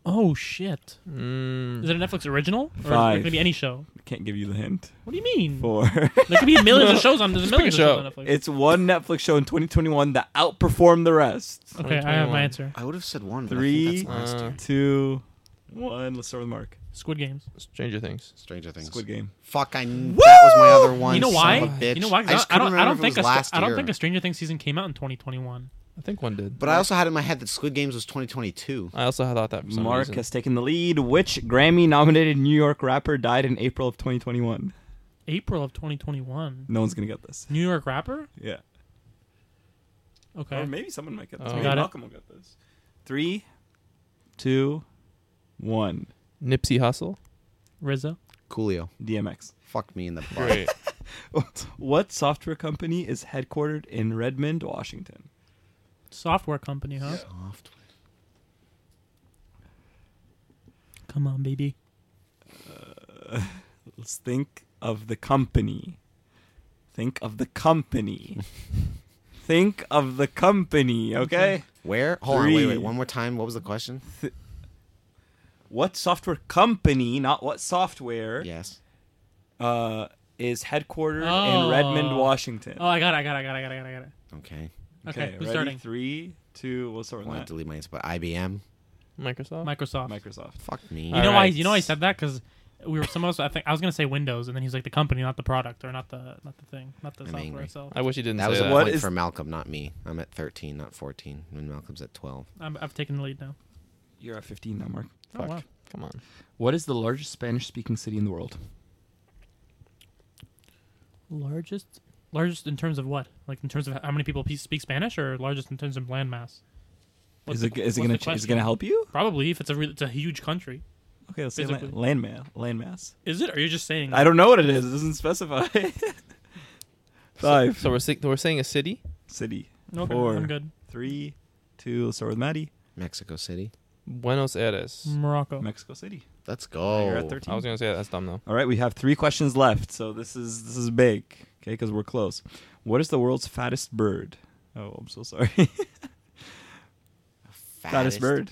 B: Oh shit!
E: Mm.
B: Is it a Netflix original? Or Is
D: Five.
B: it gonna be any show?
D: Can't give you the hint.
B: What do you mean?
D: Four.
B: There could be millions of shows on. There's
E: pick a
B: millions of shows on Netflix.
D: It's one Netflix show in 2021 that outperformed the rest.
B: okay, I have
E: 2021.
B: my answer.
A: I would have said one.
D: Three,
A: But I think that's last year.
D: two, one. Let's start with Mark.
B: Squid Games.
E: Stranger Things.
A: Stranger Things.
D: Squid Game.
A: Fuck. I kn- that was my other one.
B: You know
A: son
B: why?
A: of a bitch.
B: You know why? 'Cause
A: I, just
B: I
A: couldn't
B: don't. I
A: remember
B: don't
A: if it was
B: think. a, Str-
A: last
B: I don't
A: year.
B: think a Stranger Things season came out in 2021.
E: I think one did.
A: But I also had in my head that Squid Games was 2022.
E: I also thought that for some
D: Mark
E: reason.
D: has taken the lead. Which Grammy-nominated New York rapper died in April of 2021?
B: April of 2021.
D: No one's gonna get this.
B: New York rapper.
D: Yeah.
B: Okay.
D: Or maybe someone might get this.
E: Oh.
D: Maybe
B: Got it.
D: Malcolm will get this. Three, two, one.
E: Nipsey Hussle.
B: RZA.
A: Coolio.
D: DMX.
A: Fuck me in the butt.
D: What software company is headquartered in Redmond, Washington?
B: Software company, huh?
A: Soft.
B: Come on, baby.
D: Let's think of the company. Think of the company. think of the company, okay?
A: Where? Hold on. Wait,
D: Three.
A: wait. One more time. What was the question?
D: What software company, not what software,
A: Yes.
D: uh, is headquartered in
B: Oh.
D: Redmond, Washington?
B: Oh, I got it. I got it. I got it. I got it. I got it.
A: Okay.
B: Okay, who's
D: ready?
B: starting?
D: Three, two, we'll start
A: I wanted
D: with
A: to
D: that.
A: leave my answer, but IBM.
E: Microsoft.
B: Microsoft.
D: Microsoft.
A: Fuck me.
B: You know why?
E: Alright.
B: You know why I said that? Because we were some of us. I think I was gonna say Windows, and then he's like the company, not the product, or not the not the thing, not the
A: I'm
B: software
A: angry.
B: itself.
E: I wish he didn't
A: That
E: say
A: was a
E: that.
D: What
A: point
D: is-
A: for Malcolm, not me. I'm at 13, not 14. When Malcolm's at 12.
B: I'm, I've taken the lead now.
D: You're at 15 now, Mark.
B: Oh, wow.
E: Come on.
D: What is the largest Spanish-speaking city in the world?
B: Largest, largest in terms of what? Like in terms of how many people pe- speak Spanish, or largest in terms of landmass? What's
D: Is
B: the
D: it,
B: qu-
D: is it
B: what's
D: gonna
B: the
D: ch- is it
B: question?
D: gonna help you?
B: Probably if it's a re- it's a huge country.
D: Okay, let's say land,
B: Physically.
D: landmass. Landmass.
B: Is it? Or you are just saying?
D: I don't know what it is. It doesn't specify. Five.
E: So we're si- we're saying a city.
D: City.
B: No, okay,
D: Four.
B: I'm good.
D: Three, two. Let's start with Maddie.
A: Mexico City.
E: Buenos Aires.
B: Mm. Morocco.
D: Mexico City.
A: Let's go.
D: You're at 13.
E: I was gonna say that. That's dumb though.
D: All right, we have three questions left, so this is this is big, okay? Because we're close. What is the world's fattest bird? Oh, I'm so sorry. Fattest bird.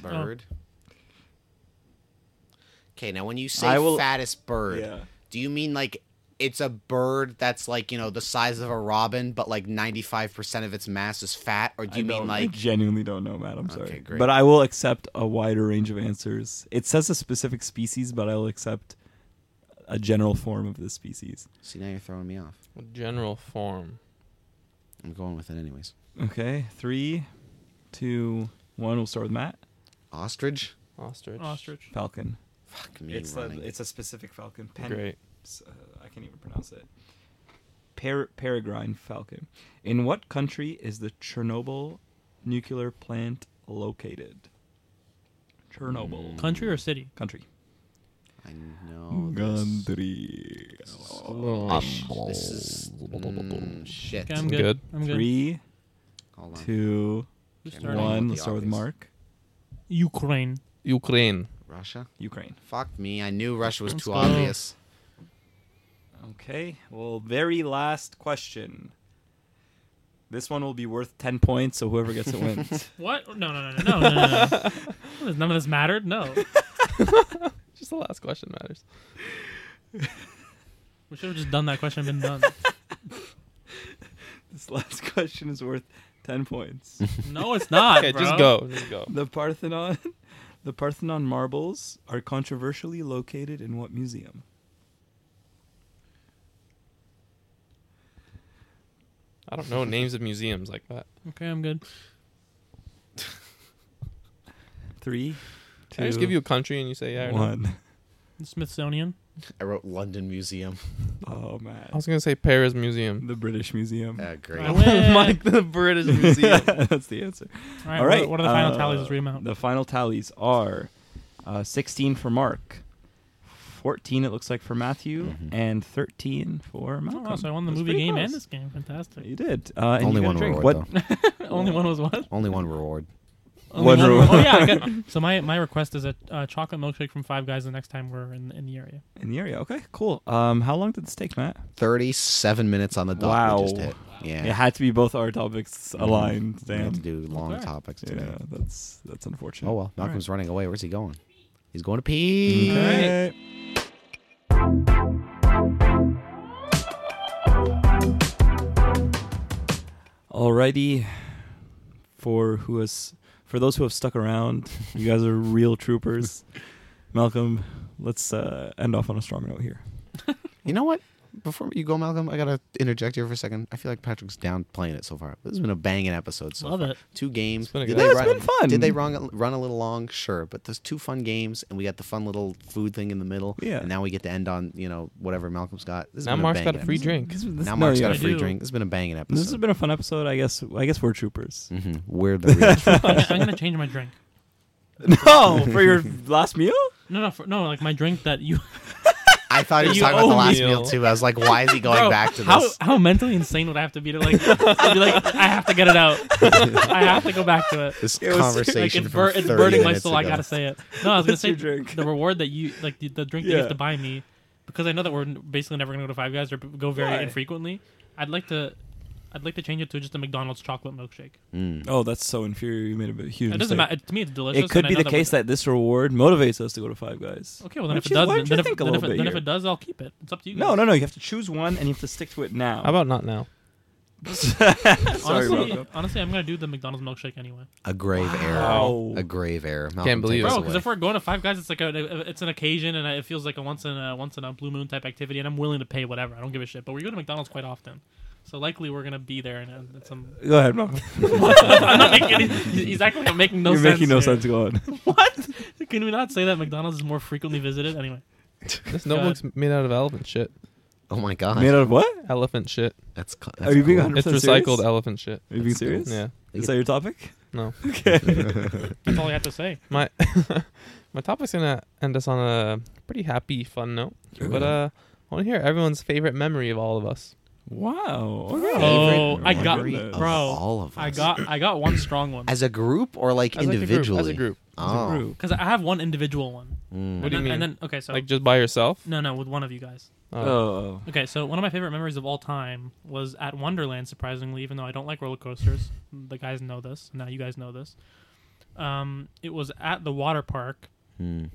A: Okay, now when you say
D: I will-
A: fattest bird,
D: Yeah.
A: do you mean like it's a bird that's like, you know, the size of a robin, but like 95% of its mass is fat? Or do you
D: I
A: mean
D: don't- I
A: like.
D: genuinely don't know, Matt. I'm sorry,
A: great.
D: but I will accept a wider range of answers. It says a specific species, but I will accept a general form of the species.
A: See, now you're throwing me off.
E: General form.
A: I'm going with it anyways.
D: Okay, three, two, one. We'll start with Matt.
A: Ostrich?
E: Ostrich.
B: Ostrich.
D: Falcon.
A: Fuck me
D: it's
A: running.
D: a it's a specific falcon. Pen-
E: Great.
D: s- uh, I can't even pronounce it. Per- peregrine falcon. In what country is the Chernobyl nuclear plant located? Chernobyl.
B: Country or city?
D: country.
A: I know this. This is mm, shit.
B: Okay, I'm good.
E: Good.
B: I'm good.
D: Three,
A: Hold on.
D: two,
B: Who's
A: Okay,
B: starting?
A: with
D: one.
A: the
D: Let's start with
A: obvious.
D: Mark.
B: Ukraine.
E: Ukraine.
A: Russia?
D: Ukraine.
A: Fuck me. I knew Russia was
B: Let's
A: too
B: go.
A: obvious.
D: Okay. Well, very last question. This one will be worth ten points, so whoever gets it wins.
B: What? No, no, no, no, no, no, no. no. Well, None of this mattered. No,
E: Just the last question matters.
B: we should have just done that question. and Been done.
D: this last question is worth ten points.
B: No, it's not.
E: Okay,
B: bro.
E: just go. Just go.
D: the Parthenon, the Parthenon marbles are controversially located in what museum?
E: I don't know names of museums like that.
B: Okay, I'm good.
D: Three,
E: Can I just give you a country and you say yeah or no?
D: one.
B: The Smithsonian.
A: I wrote London Museum.
D: Oh
E: I
D: man,
E: was gonna say Paris Museum.
D: the British Museum.
A: Uh, great.
B: I win.
E: Mike, the British Museum.
D: That's the answer.
B: All right.
D: Oh All right.
B: What, what are the final
D: uh,
B: tallies? Let's read 'em out.
D: The final tallies are uh, 16 for Mark, 14 it looks like for Matthew,
E: Mm-hmm.
A: Mhm.
D: and 13 for
B: Oh,
D: Malcolm.
B: wow, so I won the
D: That's
B: movie
D: pretty
B: game and
D: close.
B: this game. Fantastic.
D: You did. Uh, and
A: Only
D: you got a
A: one
D: drink.
A: reward,
D: What?
A: though.
B: Only one was what?
A: Only one reward.
B: Only
D: One rule.
B: Oh yeah. I got, so my my request is a uh, chocolate milkshake from Five Guys the next time we're in in the area.
D: In the area. Okay, cool. Um, how long did this take, Matt?
A: 37 minutes on the dot we just
D: Wow.
A: hit. Yeah.
D: It had to be both our topics aligned.
A: Mm-hmm. We had to
D: Damn.
A: do long
B: Okay.
A: topics today.
D: Yeah, that's that's unfortunate.
A: Oh, well.
D: All right.
A: Malcolm's running away. Where's he going? He's going to pee. Mm.
D: Okay. Alrighty, for who has for those who have stuck around, you guys are real troopers. Malcolm, let's uh, end off on a strong note here.
A: You know what? Before you go, Malcolm, I gotta interject here for a second. I feel like Patrick's downplaying it so far. This has been a banging episode so
B: Love
A: far.
B: it.
A: Two games.
E: It's been a
A: Did
E: good
A: they
E: episode.
A: run-
D: It's been fun.
A: Did they run, run a little long? Sure, but there's two fun games, and we got the fun little food thing in the middle.
D: Yeah.
A: And now we get to end on you know whatever Malcolm's got. This has
E: Now
A: been
E: Mark's
A: a
E: got
A: banging
E: a free
A: episode.
E: drink.
A: Now
D: no,
A: Mark's
D: yeah.
A: got a
B: I
A: free
B: do.
A: drink. This has been a banging episode.
D: This has been a fun episode. I guess I guess we're troopers.
A: hmm We're the real troopers.
B: I'm gonna- I'm gonna change my drink.
D: no, for your last meal.
B: No, no, for, no. Like my drink that you.
A: I thought he was
E: You
A: talking about the
E: owe
A: last
E: me.
A: meal too. I was like, why is he going
B: Bro,
A: back to
B: how,
A: this?
B: How mentally insane would I have to be to like, to be like I have to get it out. I have to go back to it.
A: This
D: It was-
B: Like
A: conversation
B: it's,
A: from
B: bur-
A: 30
B: it's burning my
A: minutes
B: soul. I
A: ago.
B: gotta say it. No, I was gonna
D: What's
B: say
D: your drink?
B: the reward that you like the, the drink that you
D: Yeah.
B: have to buy me because I know that we're n- basically never gonna go to Five Guys or b- go very
D: Why?
B: infrequently. I'd like to. I'd like to change it to just a McDonald's chocolate milkshake.
A: Mm.
D: Oh, that's so inferior. You made a bit- huge.
B: It doesn't
D: mistake.
B: matter to me. It's delicious.
D: It could
B: and I
D: be
B: know
D: the case that this reward motivates us to go to Five Guys.
B: Okay, well then
D: Why
B: if it
D: don't
B: does,
D: you- why
B: then,
D: don't
B: then
D: you
B: if,
D: think a
B: then, if,
D: little
B: it-
D: bit
B: then if
D: here?
B: it does, I'll keep it. It's up to you.
D: No, no, no. You have to choose one, and you have to stick to it now.
E: How about not now?
D: Sorry,
B: honestly,
D: Malcolm.
B: honestly, I'm gonna do the McDonald's milkshake anyway.
A: A grave
D: Wow.
A: error. A grave error. Malcolm,
E: Can't believe
A: take us
E: it.
B: Bro,
A: away.
B: because if we're going to Five Guys, it's like a it's an occasion, and it feels like a once in a once in a blue moon type activity, and I'm willing to pay whatever. I don't give a shit. But we go to McDonald's quite often, so likely we're gonna be there. And uh, it's some
D: Go ahead, Malcolm.
B: I'm not making any, he's acting like I'm making no
D: You're
B: sense.
D: making no
B: here.
D: sense. Go on.
B: Can we not say that McDonald's is more frequently visited? Anyway,
E: This notebook's made out of elephant shit.
A: Oh my god.
D: Made out of what?
E: Elephant shit.
A: That's, cl-
D: Are you being
A: cool.
D: 100%
E: It's
D: serious?
E: recycled elephant shit.
D: Are you being
A: That's cool.
D: serious?
E: Yeah.
D: Is that your topic?
E: No.
B: that's all I have to say.
E: My my topic's gonna end us on a pretty happy, fun note. But uh I wanna hear everyone's favorite memory of all of us.
D: Wow. Okay.
B: Oh,
A: Favorite
B: I got-
A: memory
D: bro,
A: of all of us.
B: I got I got one strong one
A: as a group or like
E: As
A: individually.
E: Like a group.
A: Oh.
D: Group.
B: because I have one individual one.
A: Mm.
E: What
B: and
E: do you
B: then,
E: mean?
B: And then okay, so
E: Like just by yourself?
B: Oh. no, no, with one of you guys.
E: Oh.
D: Oh.
B: Okay, so one of my favorite memories of all time was at Wonderland. Surprisingly, even though I don't like roller coasters, the guys know this. Now you guys know this. Um, it was at the water park,
A: Mm.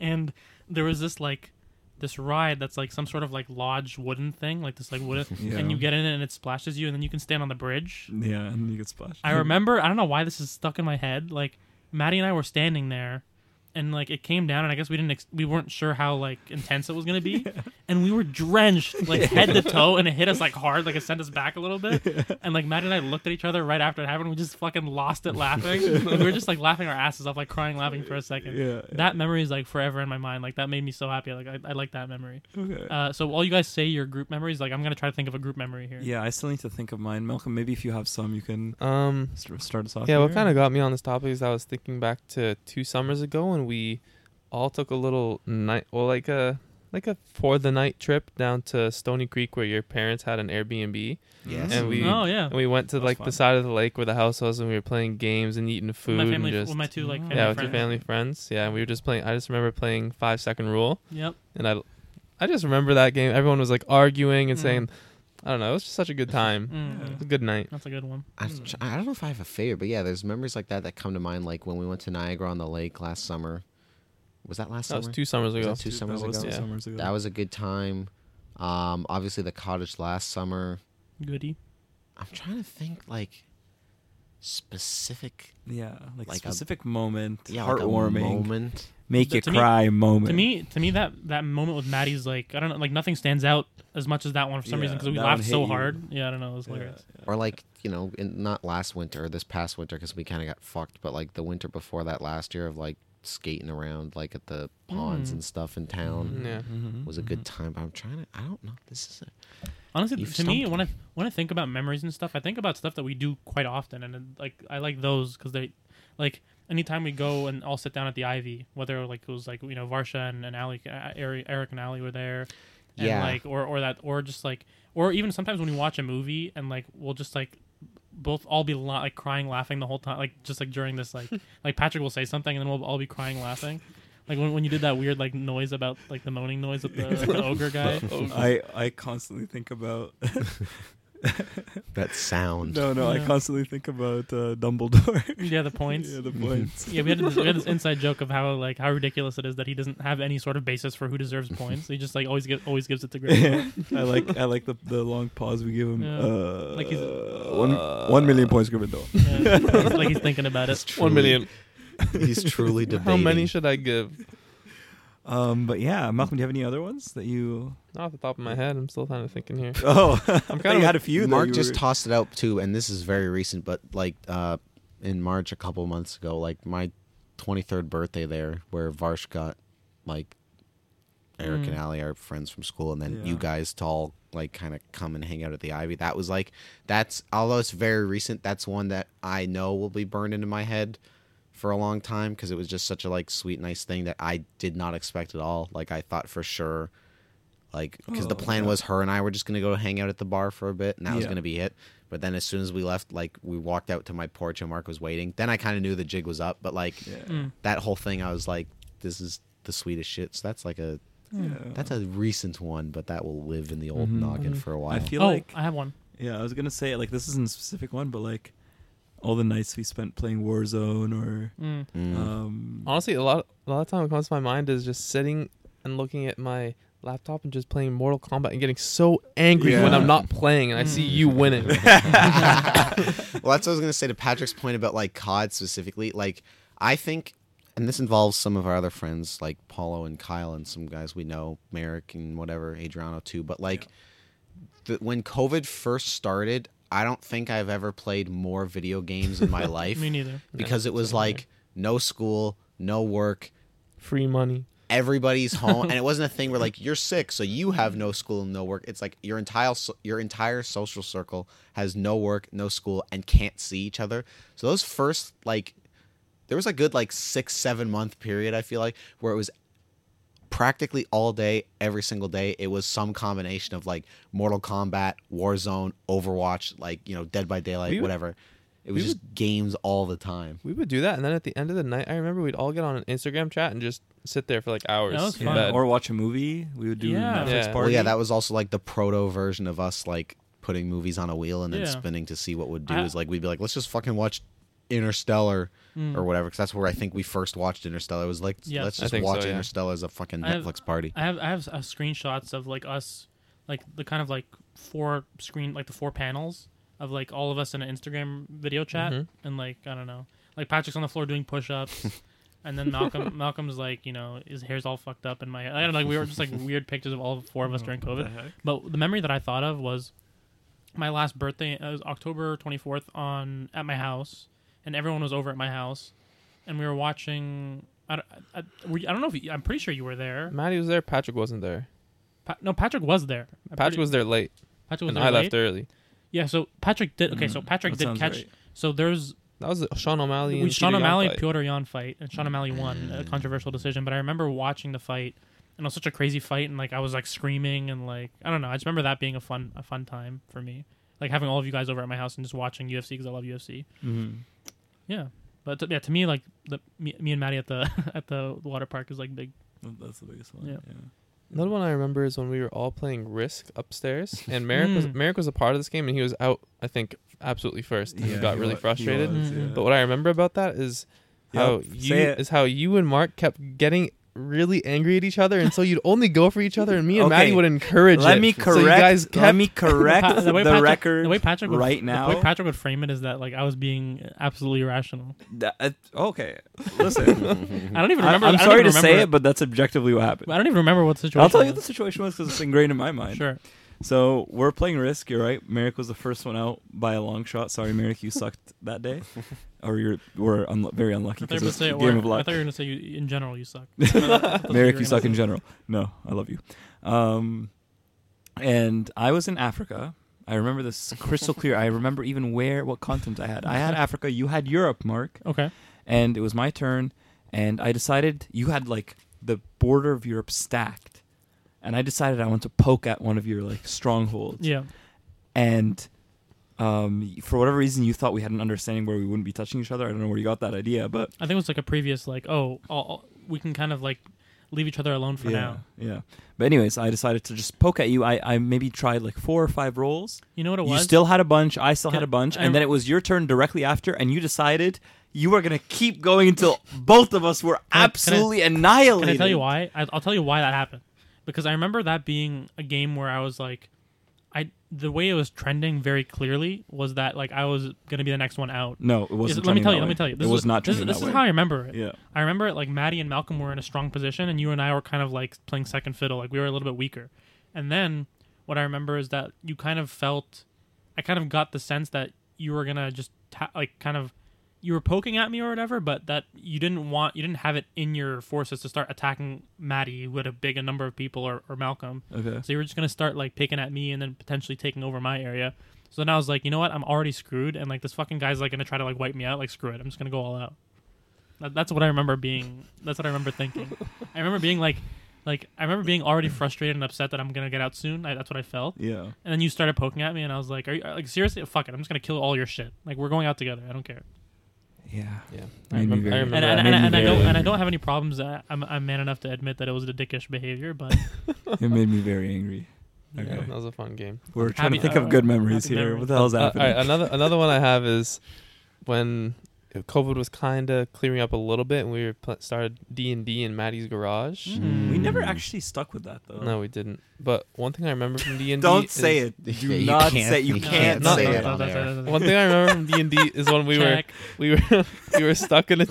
B: and there was this like this ride that's like some sort of like lodge wooden thing, like this like wooden,
D: Yeah.
B: and you get in it and it splashes you, and then you can stand on the bridge.
D: Yeah, and you get splashed.
B: I remember, I don't know why this is stuck in my head. Like Maddie and I were standing there, and like it came down, and I guess we didn't ex- we weren't sure how like intense it was gonna be, and we were drenched like head to toe, and it hit us like hard, like it sent us back a little bit, and like Matt and I looked at each other right after it happened, we just fucking lost it laughing. Like, we were just like laughing our asses off, like crying laughing for a second.
D: Yeah,
B: That memory is like forever in my mind. Like that made me so happy. Like I, I like that memory.
D: Okay.
B: Uh, so all you guys say your group memories. Like I'm gonna try to think of a group memory here.
D: yeah, I still need to think of mine. Malcolm, maybe if you have some, you can
E: Um,
D: st- start us off.
E: yeah, what
D: here.
E: kind of got me on this topic is I was thinking back to two summers ago when we all took a little night, well, like a like a for the night trip down to Stony Creek where your parents had an Airbnb,
A: Yes.
E: and we
B: Oh yeah.
E: and we went to
D: That's
E: like
D: fun.
E: the side of the lake where the house was, and we were playing games and eating
B: With
E: food
B: my family.
E: and just Mm.
B: with my two like
D: Yeah,
B: family
E: yeah, with
B: friends.
E: your family friends. Yeah, and we were just playing. I just remember playing five second rule,
B: Yep.
E: and I, I just remember that game. Everyone was like arguing and
B: Mm.
E: saying, I don't know. It was just such a good time.
B: Mm.
E: It was a good night.
B: That's a good one.
A: I, was tr- I don't know if I have a favorite, but yeah, there's memories like that that come to mind. Like when we went to Niagara on the Lake last summer. Was that last
E: That
A: summer?
E: was two summers ago.
A: two summers
D: that was
A: ago?
D: Two
E: Yeah.
D: summers ago.
A: that was a good time. Um, obviously the cottage last summer.
B: Goody.
A: I'm trying to think like specific,
D: yeah, like,
A: like a-
D: specific moment,
A: yeah, like a
D: heartwarming,
A: moment.
D: make
B: Th-
D: you
B: to me-
D: cry moment.
B: To me, to me, that that moment with Maddie's like I don't know, like nothing stands out as much as that one for some reason
D: Yeah,
B: because we
D: that one
B: laughed so
D: hit you.
B: hard. Yeah, I don't know. It was
D: Yeah,
B: hilarious.
A: or like you know in, not last winter or this past winter because we kind of got fucked but like the winter before that last year of like skating around like at the ponds
B: Mm.
A: and stuff in town
E: Mm-hmm. Yeah.
D: Mhm.
A: was a good time but i'm trying to i don't know this is a,
B: Honestly,
A: You've
B: to me,
A: stumped
B: when I when I think about memories and stuff, I think about stuff that we do quite often, and then, like I like those because they, like anytime we go and all sit down at the Ivy, whether like it was like you know Varsha and, and Ali, uh, Eric Eric and Ali were there, and,
A: Yeah.
B: like or or that or just like or even sometimes when we watch a movie and like we'll just like both all be la- like crying laughing the whole time like just like during this like like Patrick will say something and then we'll all be crying laughing. Like when, when you did that weird like noise about like the moaning noise with the, the ogre guy.
D: I I constantly think about
A: that sound
D: no no I
B: Yeah.
D: constantly think about uh, Dumbledore.
B: Yeah, the points. Mm-hmm.
D: yeah, the points.
B: Yeah, we had, this, we had this inside joke of how like how ridiculous it is that he doesn't have any sort of basis for who deserves points. He just like always get, always gives it to Gryffindor.
D: I like I like the, the long pause we give him.
B: Yeah.
D: Uh,
B: Like he's-
D: one one million points Gryffindor.
B: Yeah, like, like he's thinking about it.
E: One million.
A: he's truly debating
E: How many should I give?
D: Um, but yeah, Malcolm, do you have any other ones that you?
E: Not off the top of my head. I'm still kind of thinking here.
D: Oh, I'm
E: kind
D: kind of
E: of-
D: had a few. that
A: mark
D: you
A: just
D: were-
A: tossed it out too and this is very recent but like uh in march a couple months ago like my 23rd birthday there where varsh got like eric and
B: Mm.
A: ali are friends from school and then
D: Yeah.
A: you guys to all like kind of come and hang out at the ivy that was like that's although it's very recent that's one that i know will be burned into my head for a long time because it was just such a like sweet nice thing that i did not expect at all like i thought for sure like because the
D: Oh,
A: plan
D: yeah.
A: was her and i were just going to go hang out at the bar for a bit and that was
D: Yeah.
A: going to be it but then as soon as we left like we walked out to my porch and mark was waiting then i kind of knew the jig was up but like
D: Yeah.
B: Mm.
A: that whole thing i was like this is the sweetest shit so that's like a
D: yeah.
A: that's a recent one but that will live in the old
D: Mhm.
A: noggin
B: Mhm.
A: for a while
D: I feel
B: Oh,
D: like
B: I have one.
D: yeah, I was gonna say like this isn't a specific one, but like all the nights we spent playing Warzone or
B: Mm.
A: Mm.
D: um,
E: Honestly, a lot a lot of time what comes to my mind is just sitting and looking at my laptop and just playing Mortal Kombat and getting so angry when
D: Yeah.
E: I'm not playing and I see you winning.
A: well, that's what I was going to say to Patrick's point about like COD specifically. Like, I think, and this involves some of our other friends like Paulo and Kyle and some guys we know, Merrick and whatever, Adriano too. But like, the, when COVID first started, I don't think I've ever played more video games in my life
B: Me neither.
A: because it was like no school, no work,
E: Free money.
A: everybody's home and it wasn't a thing where like you're sick so you have no school and no work it's like your entire so- your entire social circle has no work no school and can't see each other so those first like there was a good like six seven month period i feel like where it was practically all day every single day it was some combination of like mortal kombat warzone overwatch like you know dead by daylight
E: We would-
A: whatever it was
E: we
A: just games all the time
E: We would do that, and then at the end of the night, I remember we'd all get on an Instagram chat and just sit there for like hours.
B: That was
E: in
B: fun.
E: bed.
D: or watch a movie. We would do
B: Yeah.
D: Netflix
E: Yeah.
D: party.
A: Well, yeah, that was also like the proto version of us like putting movies on a wheel and then
B: Yeah.
A: spinning to see what would do.
B: I-
A: is like we'd be like, let's just fucking watch Interstellar
B: Mm.
A: or whatever, because that's where I think we first watched Interstellar. It was like,
B: Yeah.
A: let's
E: I
A: just
E: think so,
A: watch
E: yeah.
A: Interstellar as a fucking
B: I have-
A: Netflix party.
B: I have I have uh, screenshots of like us, like the kind of like four screen like the four panels of like all of us in an Instagram video chat
E: Mhm.
B: and like I don't know like Patrick's on the floor doing push ups. And then Malcolm, Malcolm's like, you know, his hair's all fucked up in my hair. I don't know. Like, we were just like weird pictures of all four of us during COVID. But the memory that I thought of was my last birthday. It was October 24th on at my house, and everyone was over at my house, and we were watching. I, don't- I, I- were you- I don't know if you, I'm pretty sure you were there.
E: Maddie was there. Patrick wasn't there.
B: Pa- no, Patrick was there. I'm
E: Patrick
B: pretty-
E: was there late,
B: Patrick was
E: and
B: there
E: I
B: late.
E: left early.
B: Yeah, so Patrick did. Okay, so Patrick
D: Mm-hmm. That
B: did
D: sounds
B: catch.
D: right.
B: So there's
E: That was the Sean O'Malley.
B: we
E: and
B: Sean
E: Peter Yan
B: O'Malley
E: fight.
B: Piotr Jan fight, and Sean O'Malley won
D: Mm.
B: a controversial decision. But I remember watching the fight, and it was such a crazy fight, and like I was like screaming and like I don't know. I just remember that being a fun a fun time for me, like having all of you guys over at my house and just watching UFC because I love UFC.
D: Mhm.
B: Yeah, but to, yeah, to me like the me, me and Maddie at the at the water park is like big.
D: That's the biggest one. Yeah.
B: Yeah.
E: Another one I remember is when we were all playing Risk upstairs, and Merrick was
D: Hmm.
B: Mm.
E: Merrick was a part of this game, and he was out. I think absolutely first, and he got really
D: wa-
E: frustrated.
D: was,
B: Mhm.
D: yeah.
E: But what I remember about that is how
D: Yep,
E: you
D: say it.
E: is how you and Mark kept getting really angry at each other, and so you'd only go for each other, and me and Maddie
D: Okay.
E: would encourage
D: Let
E: it.
D: me
E: So
D: correct.
E: you guys
D: let
E: kept-
D: me correct the,
B: way Patrick,
D: record.
B: the way Patrick would,
D: right now.
B: the way Patrick would frame it is that like I was being absolutely irrational.
D: Th- uh, okay, listen.
B: I don't even remember.
D: I'm
B: I don't
D: sorry to
B: even
D: say
B: remember-
D: it, but that's objectively what happened.
B: I don't even remember what the situation.
D: I'll tell you what the
B: was.
D: situation was because it's ingrained in my mind.
B: Sure.
D: So we're playing Risk. You're right. Merrick was the first one out by a long shot. Sorry, Merrick, you sucked that day, or you're were unlu- very
B: I
D: unlucky
B: thought you were
D: because
B: gonna
D: it's
B: say
D: a
B: it
D: game
B: were-
D: of
B: I
D: luck.
B: thought you were gonna say you, in general you suck.
D: Merrick, you suck in general. No, I love you. Um, and I was in Africa. I remember this crystal clear. I remember even where, what continent I had. I had Africa. You had Europe, Mark.
B: Okay.
D: And it was my turn. And I decided you had like the border of Europe stacked. And I decided I want to poke at one of your like strongholds.
B: Yeah.
D: And um, for whatever reason, you thought we had an understanding where we wouldn't be touching each other. I don't know where you got that idea, but
B: I think it was like a previous like oh all, all- we can kind of like leave each other alone for
D: yeah,
B: now.
D: yeah. But anyways, I decided to just poke at you. I, I maybe tried like four or five rolls.
B: You know what it
D: You
B: was?
D: still had a bunch. I still had
B: Can-
D: a bunch,
B: I'm-
D: and then it was your turn directly after, and you decided you were gonna keep going until both of us were
B: I- can I-
D: absolutely annihilated.
B: Can I tell you why? I, I'll tell you why that happened. Because I remember that being a game where I was like, I the way it was trending very clearly was that like I was gonna be the next one out.
D: No, it wasn't.
B: let me
D: trending
B: tell
D: that
B: you. Let
D: way.
B: me tell you. This
D: it
B: is-
D: was not.
B: This, is-
D: trending
B: this
D: that
B: is
D: way.
B: how I remember it.
D: Yeah.
B: I remember it like Maddie and Malcolm were in a strong position, and you and I were kind of like playing second fiddle. Like we were a little bit weaker. And then what I remember is that you kind of felt, I kind of got the sense that you were gonna just ta- like kind of, you were poking at me or whatever, but that you didn't want, you didn't have it in your forces to start attacking Maddie with a big a number of people or, or Malcolm.
D: Okay.
B: So you were just gonna start like picking at me and then potentially taking over my area. So then I was like, you know what? I'm already screwed, and like this fucking guy's like gonna try to like wipe me out. Like screw it, I'm just gonna go all out. That, that's what I remember being. That's what I remember thinking. I remember being like, like I remember being already frustrated and upset that I'm gonna get out soon. I, that's what I felt.
D: Yeah.
B: And then you started poking at me, and I was like, are you uh, like seriously? Fuck it, I'm just gonna kill all your shit. Like we're going out together. I don't care.
D: Yeah.
E: Yeah, I
D: Made me
E: remember. I
D: very-
E: remember
B: And,
E: that.
B: and,
D: made
B: and,
D: me
B: and I don't
D: very
B: and I don't have any problems. I- I'm I'm man enough to admit that it was a dickish behavior, but
D: It made me very angry.
E: Yeah,
D: Okay.
E: that was a fun game.
D: We're trying to
B: Happy-
D: think of good memories
B: happy
D: here.
B: memories.
D: What the hell's
E: Uh, all
D: happening?
E: right, another another one I have is when COVID was kind of clearing up a little bit, and we were pl- started D and D in Maddie's garage.
B: Mm.
A: Hmm.
D: We never actually stuck with that though.
E: No, we didn't. But one thing I remember from D and D.
D: Oh. Don't say it. Do
A: Yeah, you
D: not
A: can't-
D: say you,
A: you can't
D: can't,
E: No,
D: say
E: no,
D: it.
A: no. on
B: that's-
A: there.
B: that's- that's-
E: One thing I remember from D and D is when we were
B: Check.
E: we were we were stuck in a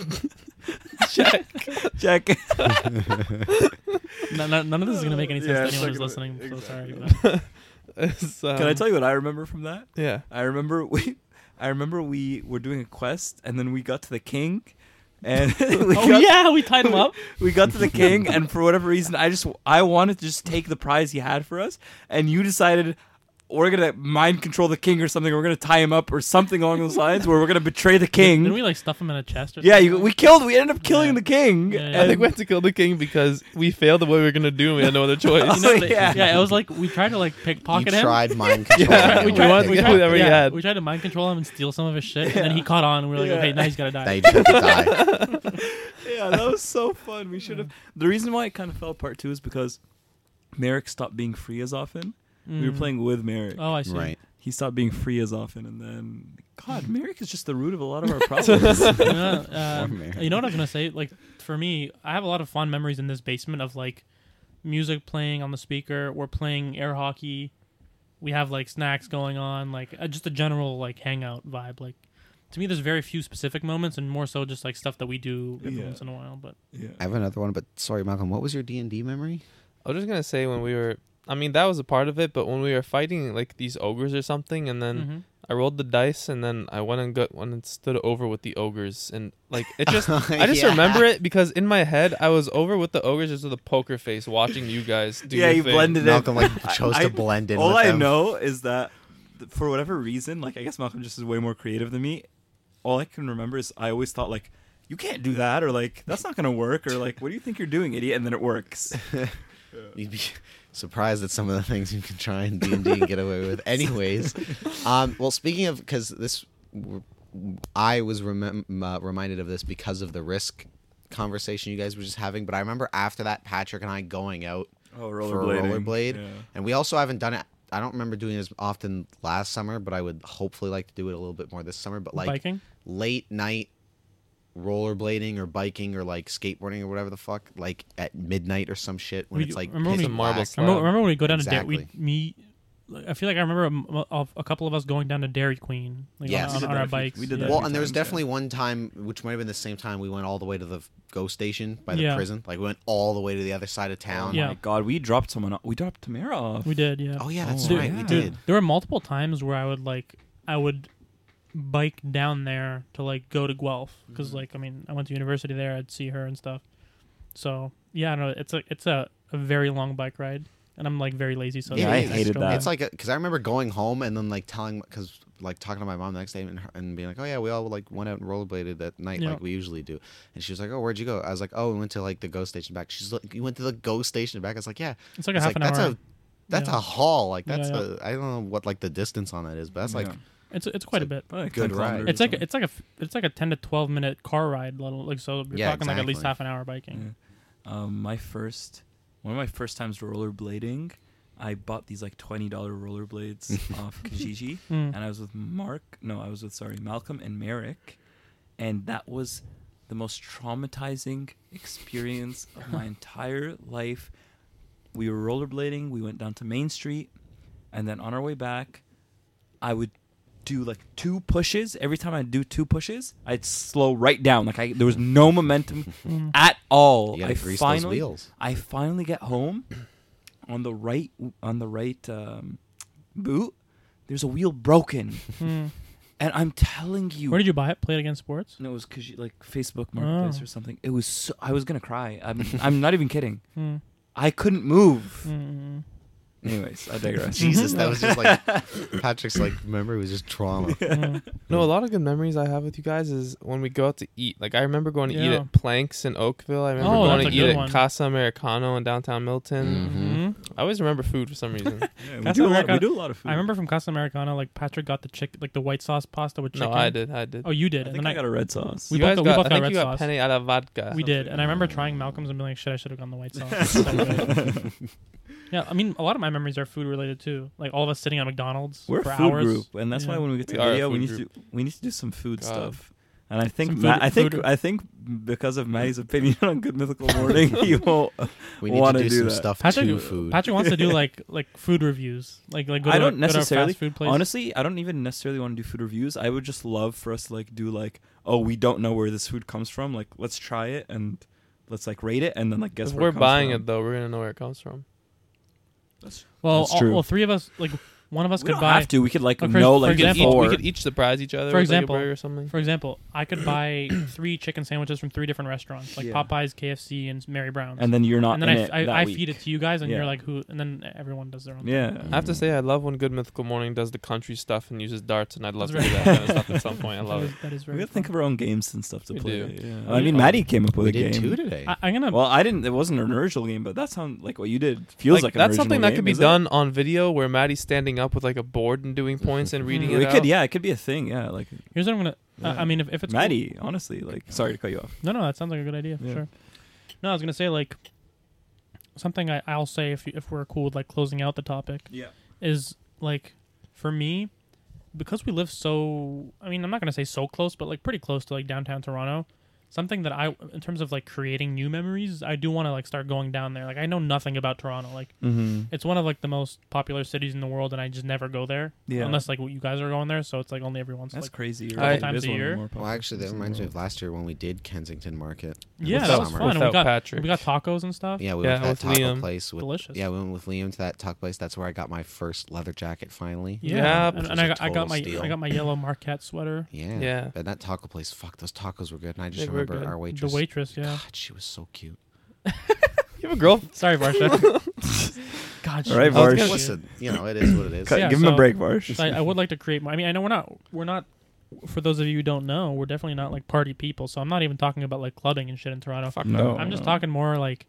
E: check.
D: Check.
B: No, no, none of this is gonna make any sense
D: Yeah,
B: to anyone who's
D: it's not
B: listening. So
D: gonna-
B: sorry.
D: exactly.
B: But.
D: Can
B: Um,
D: I tell you what I remember from that?
E: Yeah.
D: I remember we, I remember we were doing a quest, and then we got to the king, and we
B: Oh
D: got,
B: yeah, we tied him up.
D: we got to the king, and for whatever reason, I just I wanted to just take the prize he had for us, and you decided. We're gonna mind control the king or something. We're gonna tie him up or something along those lines. Where we're gonna betray the king.
B: Didn't we like stuff him in a chest? Or
D: yeah,
B: something?
D: you, we killed. We ended up killing
B: Yeah.
D: the king.
B: Yeah, yeah.
E: I think we had to kill the king because we failed the way we were gonna do. and We had no other
B: You
E: choice.
B: know,
D: Oh,
B: they-
D: yeah.
B: yeah. it was like we tried to like pickpocket
A: you
B: him.
A: tried mind control.
E: Yeah,
B: we
E: We
B: tried,
E: wanted
B: we,
E: to
B: tried,
E: get whatever he
B: yeah,
E: had.
B: we tried to mind control him and steal some of his shit, and then he caught on. And we were like,
D: Yeah.
B: okay, now he's gotta
A: Now
B: die.
A: you just have to die.
D: yeah, that was so fun. We should have. The reason why it kind of fell apart too is because Merrick stopped being free as often. We were
B: Mm.
D: playing with Merrick.
B: Oh, I see.
A: Right.
D: He stopped being free as often, and then God, Merrick is just the root of a lot of our problems.
B: You know, uh,
A: Poor man.
B: you know what I was gonna say? Like for me, I have a lot of fond memories in this basement of like music playing on the speaker. We're playing air hockey. We have like snacks going on, like uh, just a general like hangout vibe. Like to me, there's very few specific moments, and more so just like stuff that we do every
D: Yeah.
B: once in a while. But
D: Yeah.
A: I have another one, but sorry, Malcolm. What was your D and D memory?
E: I was just gonna say when we were, I mean that was a part of it, but when we were fighting like these ogres or something, and then
B: Mhm.
E: I rolled the dice, and then I went and got one and stood over with the ogres, and like it just, I just
A: Yeah.
E: remember it because in my head I was over with the ogres just with a poker face, watching you guys do.
D: Yeah,
E: your
D: you
E: thing.
D: blended it.
A: Malcolm like
D: I-
A: chose
D: I-
A: to blend in.
D: All
A: with
D: I
A: them.
D: know is that th- for whatever reason, like I guess Malcolm just is way more creative than me. All I can remember is I always thought like, you can't do that, or like that's not gonna work, or like what do you think you're doing, idiot? And then it works.
A: You'd be surprised at some of the things you can try in D and D and get away with. Anyways, um, well, speaking of because this, I was remem- uh, reminded of this because of the risk conversation you guys were just having. But I remember after that, Patrick and I going out
D: Oh,
A: for
D: rollerblading.
A: rollerblade,
D: Yeah.
A: and we also haven't done it. I don't remember doing it as often last summer, but I would hopefully like to do it a little bit more this summer. But like
B: biking,
A: late night rollerblading or biking or like skateboarding or whatever the fuck, like at midnight or some shit when
B: We
A: it's
B: do-
A: like
B: remember
A: pitch
E: when we- Marble
A: black.
E: slab.
B: remember, remember when we go down to Dairy?
A: Exactly.
B: We me, like, I feel like I remember a, m- of a couple of us going down to Dairy Queen, like on-
A: Yes. We
B: on,
A: did
B: on
D: that
B: our
D: a few-
B: bikes.
D: we
B: yeah.
D: did that a
A: Well,
D: few
A: and there was
D: times, yeah.
A: definitely one time, which might have been the same time, we went all the way to the ghost station by the
B: Yeah.
A: prison. Like, we went all the way to the other side of
D: Oh
A: town.
B: Yeah.
D: my god, we dropped someone. off. We dropped Tamara off.
B: we did, yeah.
A: Oh, yeah, that's
D: Oh,
A: right. We
D: yeah.
A: did.
B: There were multiple times where I would like I would bike down there to like go to Guelph because
A: Mm-hmm.
B: like I mean I went to university there. I'd see her and stuff. So yeah, I don't know. It's a it's a, a very long bike ride, and I'm like very lazy. So
A: Yeah, I
D: hated
B: don't
D: that.
B: get-
A: It's like, because I remember going home and then, like, telling, because, like, talking to my mom the next day and, her, and being like, oh, yeah, we all, like, went out and rollerbladed at night
B: Yeah.
A: like we usually do. And she was like, oh, where'd you go? I was like, oh, we went to, like, the ghost station back. She's like, you went to the ghost station back? I was like, yeah.
B: it's like a
A: It's
B: half
A: like,
B: an
A: that's
B: hour.
A: a that's
B: Yeah.
A: a haul. Like
B: Yeah,
A: that's
B: yeah.
A: a I don't know what like the distance on that is, but that's like
D: Yeah.
B: it's it's quite a bit.
D: Probably like
A: Good
D: 10
A: ride.
D: kilometers or
B: It's like a,
D: something.
B: it's like a f- it's like a ten to twelve minute car ride. Little like so you're
A: Yeah,
B: talking like at least
A: exactly.
B: half an hour biking.
D: um, my first one of my first times rollerblading. I bought these like twenty dollar rollerblades off Kijiji.
B: Mm.
D: and I was with Mark. No, I was with sorry Malcolm and Merrick, and that was the most traumatizing experience of my entire life. We were rollerblading. We went down to Main Street, and then on our way back, I would do like two pushes. Every time I do two pushes, I'd slow right down. Like I, there was no momentum
B: Mm.
D: at all.
A: you gotta
D: I
A: grease those
D: finally,
A: wheels.
D: I finally get home on the right on the right um, boot. There's a wheel broken,
B: Mm.
D: and I'm telling you,
B: Where did you buy it? Play it against sports.
D: No, it was because like Facebook Marketplace
B: Oh.
D: or something. It was. So, I was gonna cry. I'm. I'm not even kidding.
B: Mm.
D: I couldn't move.
B: Mm.
D: Anyways, I digress.
A: Jesus, that was just like Patrick's like memory was just trauma.
B: Mm.
E: No, a lot of good memories I have with you guys is when we go out to eat. Like I remember going to eat
B: Yeah.
E: at Planks in Oakville. I remember
B: Oh,
E: going to
B: that's a
E: eat
B: good
E: at
B: one.
E: Casa Americano in downtown Milton.
B: Mm.
E: I always remember food for some reason.
D: Yeah, we,
B: That's
D: do a
B: how I
D: lot, we
B: got-
D: do a lot of food.
B: I remember from Casa Americana, like Patrick got the chick, like the white sauce pasta with chicken.
E: no, I did. I did.
B: Oh, you did.
D: I
B: and
D: think
B: then
D: I got a red sauce.
B: we
E: you guys
B: both got- we
E: got,
B: both
E: I
B: got
E: think
B: red
E: you got
B: sauce.
E: penne alla vodka.
B: we did, and I remember trying Malcolm's and being like, "Shit, I should have gone the white sauce." It's so good. yeah, I mean, a lot of my memories are food related too. Like all of us sitting at McDonald's
D: We're a
B: for
D: food
B: hours.
D: group, and that's
B: Yeah.
D: why when we get to
E: We are a
D: video, we
E: food
D: need to we need to do some food
E: God.
D: stuff. And I think
B: Some
D: Ma-
B: food-
D: I think
B: food-
D: I think because of Maddie's opinion on Good Mythical Morning, you will.
A: We need
D: Wanna
A: to do,
D: do
A: some
D: that.
A: stuff
B: Patrick- uh,
A: to food.
B: Patrick wants to do like like food reviews. Like like go
D: I
B: to a-
D: don't
B: go to a
D: necessarily-
B: fast food place.
D: Honestly, I don't even necessarily want to do food reviews. I would just love for us to like do like, oh, we don't know where this food comes from. Like, let's try it and let's like rate it and then like guess
E: If
D: where
E: we're
D: it comes
E: buying
D: from.
E: it though, we're gonna know where it comes from.
B: well,
D: That's
B: all,
D: true.
B: well, three of us like one of us
D: we
B: could
D: don't
B: buy.
D: have to. We could like
B: Okay,
D: know
B: Oh, for
D: like
E: Each-
B: example-
D: before.
E: we could each surprise each other.
B: For
E: with, like, a
B: example,
E: burger or something.
B: For example, I could buy three chicken sandwiches from three different restaurants, like
D: Yeah.
B: Popeyes, KFC, and Mary Brown's.
D: and then you're not
B: And then
D: in
B: I,
D: it
B: I,
D: that
B: I
D: week.
B: feed it to you guys, and
D: Yeah.
B: you're like, "Who?" And then everyone does their own.
D: Yeah.
E: I have to say, I love when Good Mythical Morning does the country stuff and uses darts, and I'd love to
B: That's
E: do
B: right.
E: that kind of stuff at some point. I love
B: that
E: it.
B: is, that is
D: we
B: very.
D: gotta think
B: fun.
D: of our own games and stuff to
E: We
D: play.
E: do.
D: Yeah.
B: We
D: I
B: do.
D: mean, Maddie came up with
A: we
D: a
A: did
D: game.
A: two today.
B: I, I'm gonna.
D: Well, I didn't. It wasn't an original game, but that sounds like what you did feels like, an
E: that's
D: original
E: something that
D: game,
E: could be
D: is it?
E: done on video where Maddie's standing up with like a board and doing points and reading
B: Mm.
E: it
D: We
E: out.
D: could, yeah, Mm-hmm. it could be a thing. Yeah, like
B: here's what I'm gonna.
D: Yeah.
B: Uh, I mean, if, if it's cool-
D: Maddie. Honestly, like sorry to cut you off.
B: No, no, that sounds like a good idea for
D: Yeah.
B: sure. No, I was gonna say like something I, I'll say if you, if we're cool with like closing out the topic
D: Yeah.
B: is like for me because we live so I mean I'm not gonna say so close but like pretty close to like downtown Toronto. something that I, in terms of like creating new memories, I do want to like start going down there. Like I know nothing about Toronto. Like
D: Mm-hmm.
B: it's one of like the most popular cities in the world, and I just never go there.
D: Yeah.
B: Unless like you guys are going there, so it's like only every once.
D: That's
B: like,
D: crazy.
E: I-
D: It
B: times
D: is
B: a
D: one of the
B: year.
D: more
A: Well,
D: popular
A: actually, that
D: cities in the
A: reminds me
D: world.
A: of last year when we did Kensington Market.
B: yeah,
A: Without-
B: that was fun. and We
E: without
B: got
E: Patrick.
B: we got tacos and stuff.
A: Yeah, we
E: Yeah,
A: went
E: with
A: to that taco
E: Liam.
A: place. With,
B: Delicious.
A: Yeah, we went with Liam to that taco place. That's where I got my first leather jacket finally.
B: Yeah,
E: Yeah,
B: and,
A: which
B: and
A: is
B: I
A: a
B: got I
A: total
B: got my
A: steal.
B: I got my yellow Marquette sweater.
A: Yeah.
E: Yeah.
A: And that taco place, fuck, those tacos were good. And I just
E: They were
A: remember
E: good.
A: our waitress.
B: The waitress, yeah.
A: God, she was so cute.
E: You have a girl.
B: Sorry, Varsha. God, she
D: All right,
B: was
D: Varsh.
B: cute.
A: Listen, you know, it is what it is.
D: Cut,
B: Yeah,
D: give him
B: so-
D: a break, Varsh.
B: So I, I would like to create. My, I mean, I know we're not we're not. For those of you who don't know, we're definitely not like party people. So I'm not even talking about like clubbing and shit in Toronto.
E: Fuck
D: No.
E: no.
B: I'm just talking more like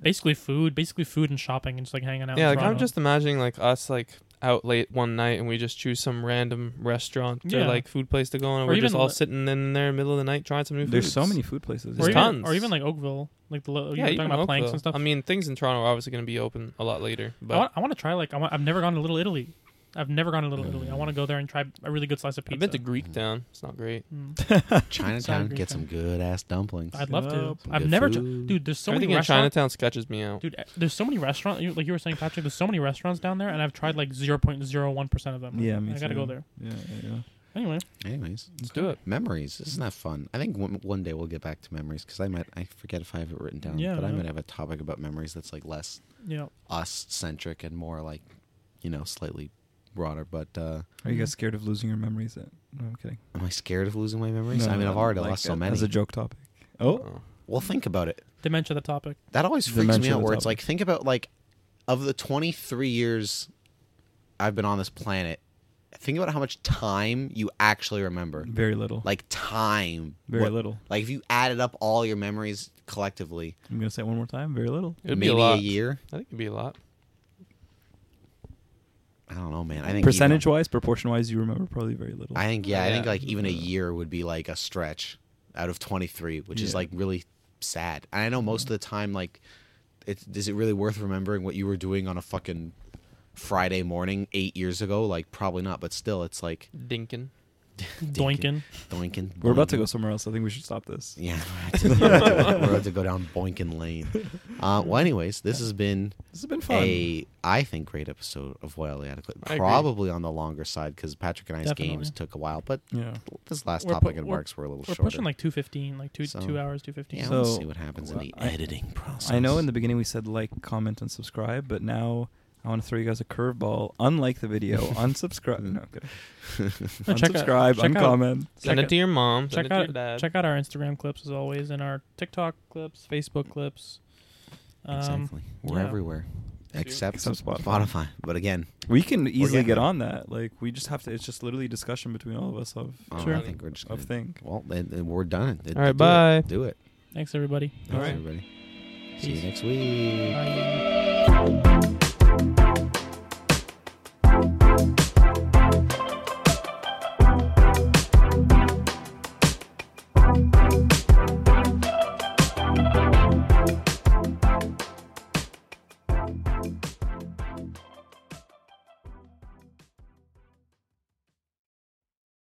B: basically food, basically food and shopping and just like hanging out. in
E: Yeah, like I'm
B: Toronto.
E: just imagining like us like out late one night and we just choose some random restaurant or
B: Yeah.
E: like food place to go and
B: Or
E: we're just
B: even
E: all
B: li-
E: sitting in there in the middle of the night trying some new
D: There's so
E: foods.
D: many food places.
B: or
E: There's
B: even,
E: tons.
B: or even like Oakville, like the lo- Oh, you
E: Yeah,
B: were
E: even
B: talking about planks and
E: Oakville.
B: stuff.
E: I mean, things in Toronto are obviously going to be open a lot later. But
B: I want, I want to try like I want, I've never gone to Little Italy. I've never gone to Little Italy. I want to go there and try a really good slice of pizza.
E: I've been to Greek Town. It's not great.
B: Mm.
A: Chinatown,
B: Sounds
A: get some good ass dumplings.
B: I'd love to.
D: Yup.
A: Some
B: I've
A: good
B: never, tr-
A: food.
B: dude. There's so
E: Everything
B: many
E: in
B: restaurants.
E: Chinatown sketches me out.
B: Dude, eh, there's so many restaurants. you- Like you were saying, Patrick, there's so many restaurants down there, and I've tried like 0.01 percent of them.
D: Yeah, me
B: I gotta
D: too.
B: go there
D: Yeah, yeah, yeah.
B: anyway.
A: Anyways,
E: Let's do it.
A: memories. Isn't that fun? I think one, one day we'll get back to memories because I might, I forget if I have it written down,
B: Yeah,
A: but I
B: no.
A: might have a topic about memories that's like less
B: Yeah,
A: us centric and more like, you know, slightly broader. But uh
D: Are you guys scared of losing your memories? At, no, I'm kidding.
A: am I scared of losing my memories?
D: No,
A: I mean, I've already
D: like
A: lost
B: uh,
D: that
A: so many.
D: As a joke topic. Oh,
A: well, think about it.
B: dementia the topic.
A: That always freaks me
D: Dimension
A: out.
D: of
A: Where
D: the
A: it's like, think about like, of the 23 years I've been on this planet, think about how much time you actually remember.
D: very little.
A: Like time,
D: very
A: what-
D: little.
A: Like if you added up all your memories collectively,
D: I'm gonna say it one more time. Very little.
E: It'd
A: maybe
E: be a lot.
A: year.
E: I think it'd be a lot.
A: I don't know, man. I think
D: Percentage wise, proportion wise, you remember probably very little.
A: Even, I think yeah, I think
E: Yeah.
A: like even a year would be like a stretch out of 23, which is
D: Yeah.
A: like really sad. And I know most of the time like it is it really worth remembering what you were doing on a fucking Friday morning 8 years ago? Like probably not, but still it's like
E: Dinkin.
B: Doinkin.
A: Boinkin.
D: We're about to
A: boinkin.
D: go somewhere else. I think we should stop this.
A: Yeah, we're about to, we're about to go down Boinkin Lane. Uh, well, anyways, this has been
D: This has been fun.
A: a I think great episode of Wildly Adequate.
E: I agree.
A: Probably on the longer side because Patrick and I's
B: Definitely.
A: games took a while, but
D: Yeah.
A: this last
B: We're
A: topic
B: pu-
A: and
B: we're-
A: marks were a little
B: We're
A: shorter.
B: pushing like 215, like two
A: So-
B: two hours, 215.
A: yeah,
D: So-
A: let's see what happens in
D: well,
A: the
D: I-
A: editing process.
D: I know in the beginning we said like, comment, and subscribe, but now I want to throw you guys a curveball. Unlike the video, unsubscribe. No, I'm kidding.
B: No, check out-
D: unsubscribe,
B: check out-
D: uncomment.
E: Send
B: Check
E: it to your mom. Send
B: check
E: it to your
B: out
E: dad.
B: check out our Instagram clips as always, and our TikTok clips, Facebook clips. Um,
A: exactly. We're
B: yeah.
A: everywhere except,
D: Except Spotify.
A: Spotify. But again,
D: we can easily
A: getting
D: get
A: there.
D: on that. Like we just have to. It's just literally discussion between all of us of
A: oh,
B: Sure.
A: I think we're just
D: of
A: gonna,
D: thing.
A: well, then, then we're done. Then
E: All right,
A: do
E: bye.
A: It. Do it.
B: Thanks everybody.
A: Thanks,
D: right.
A: everybody. See you
B: Peace.
A: next week.
B: Bye.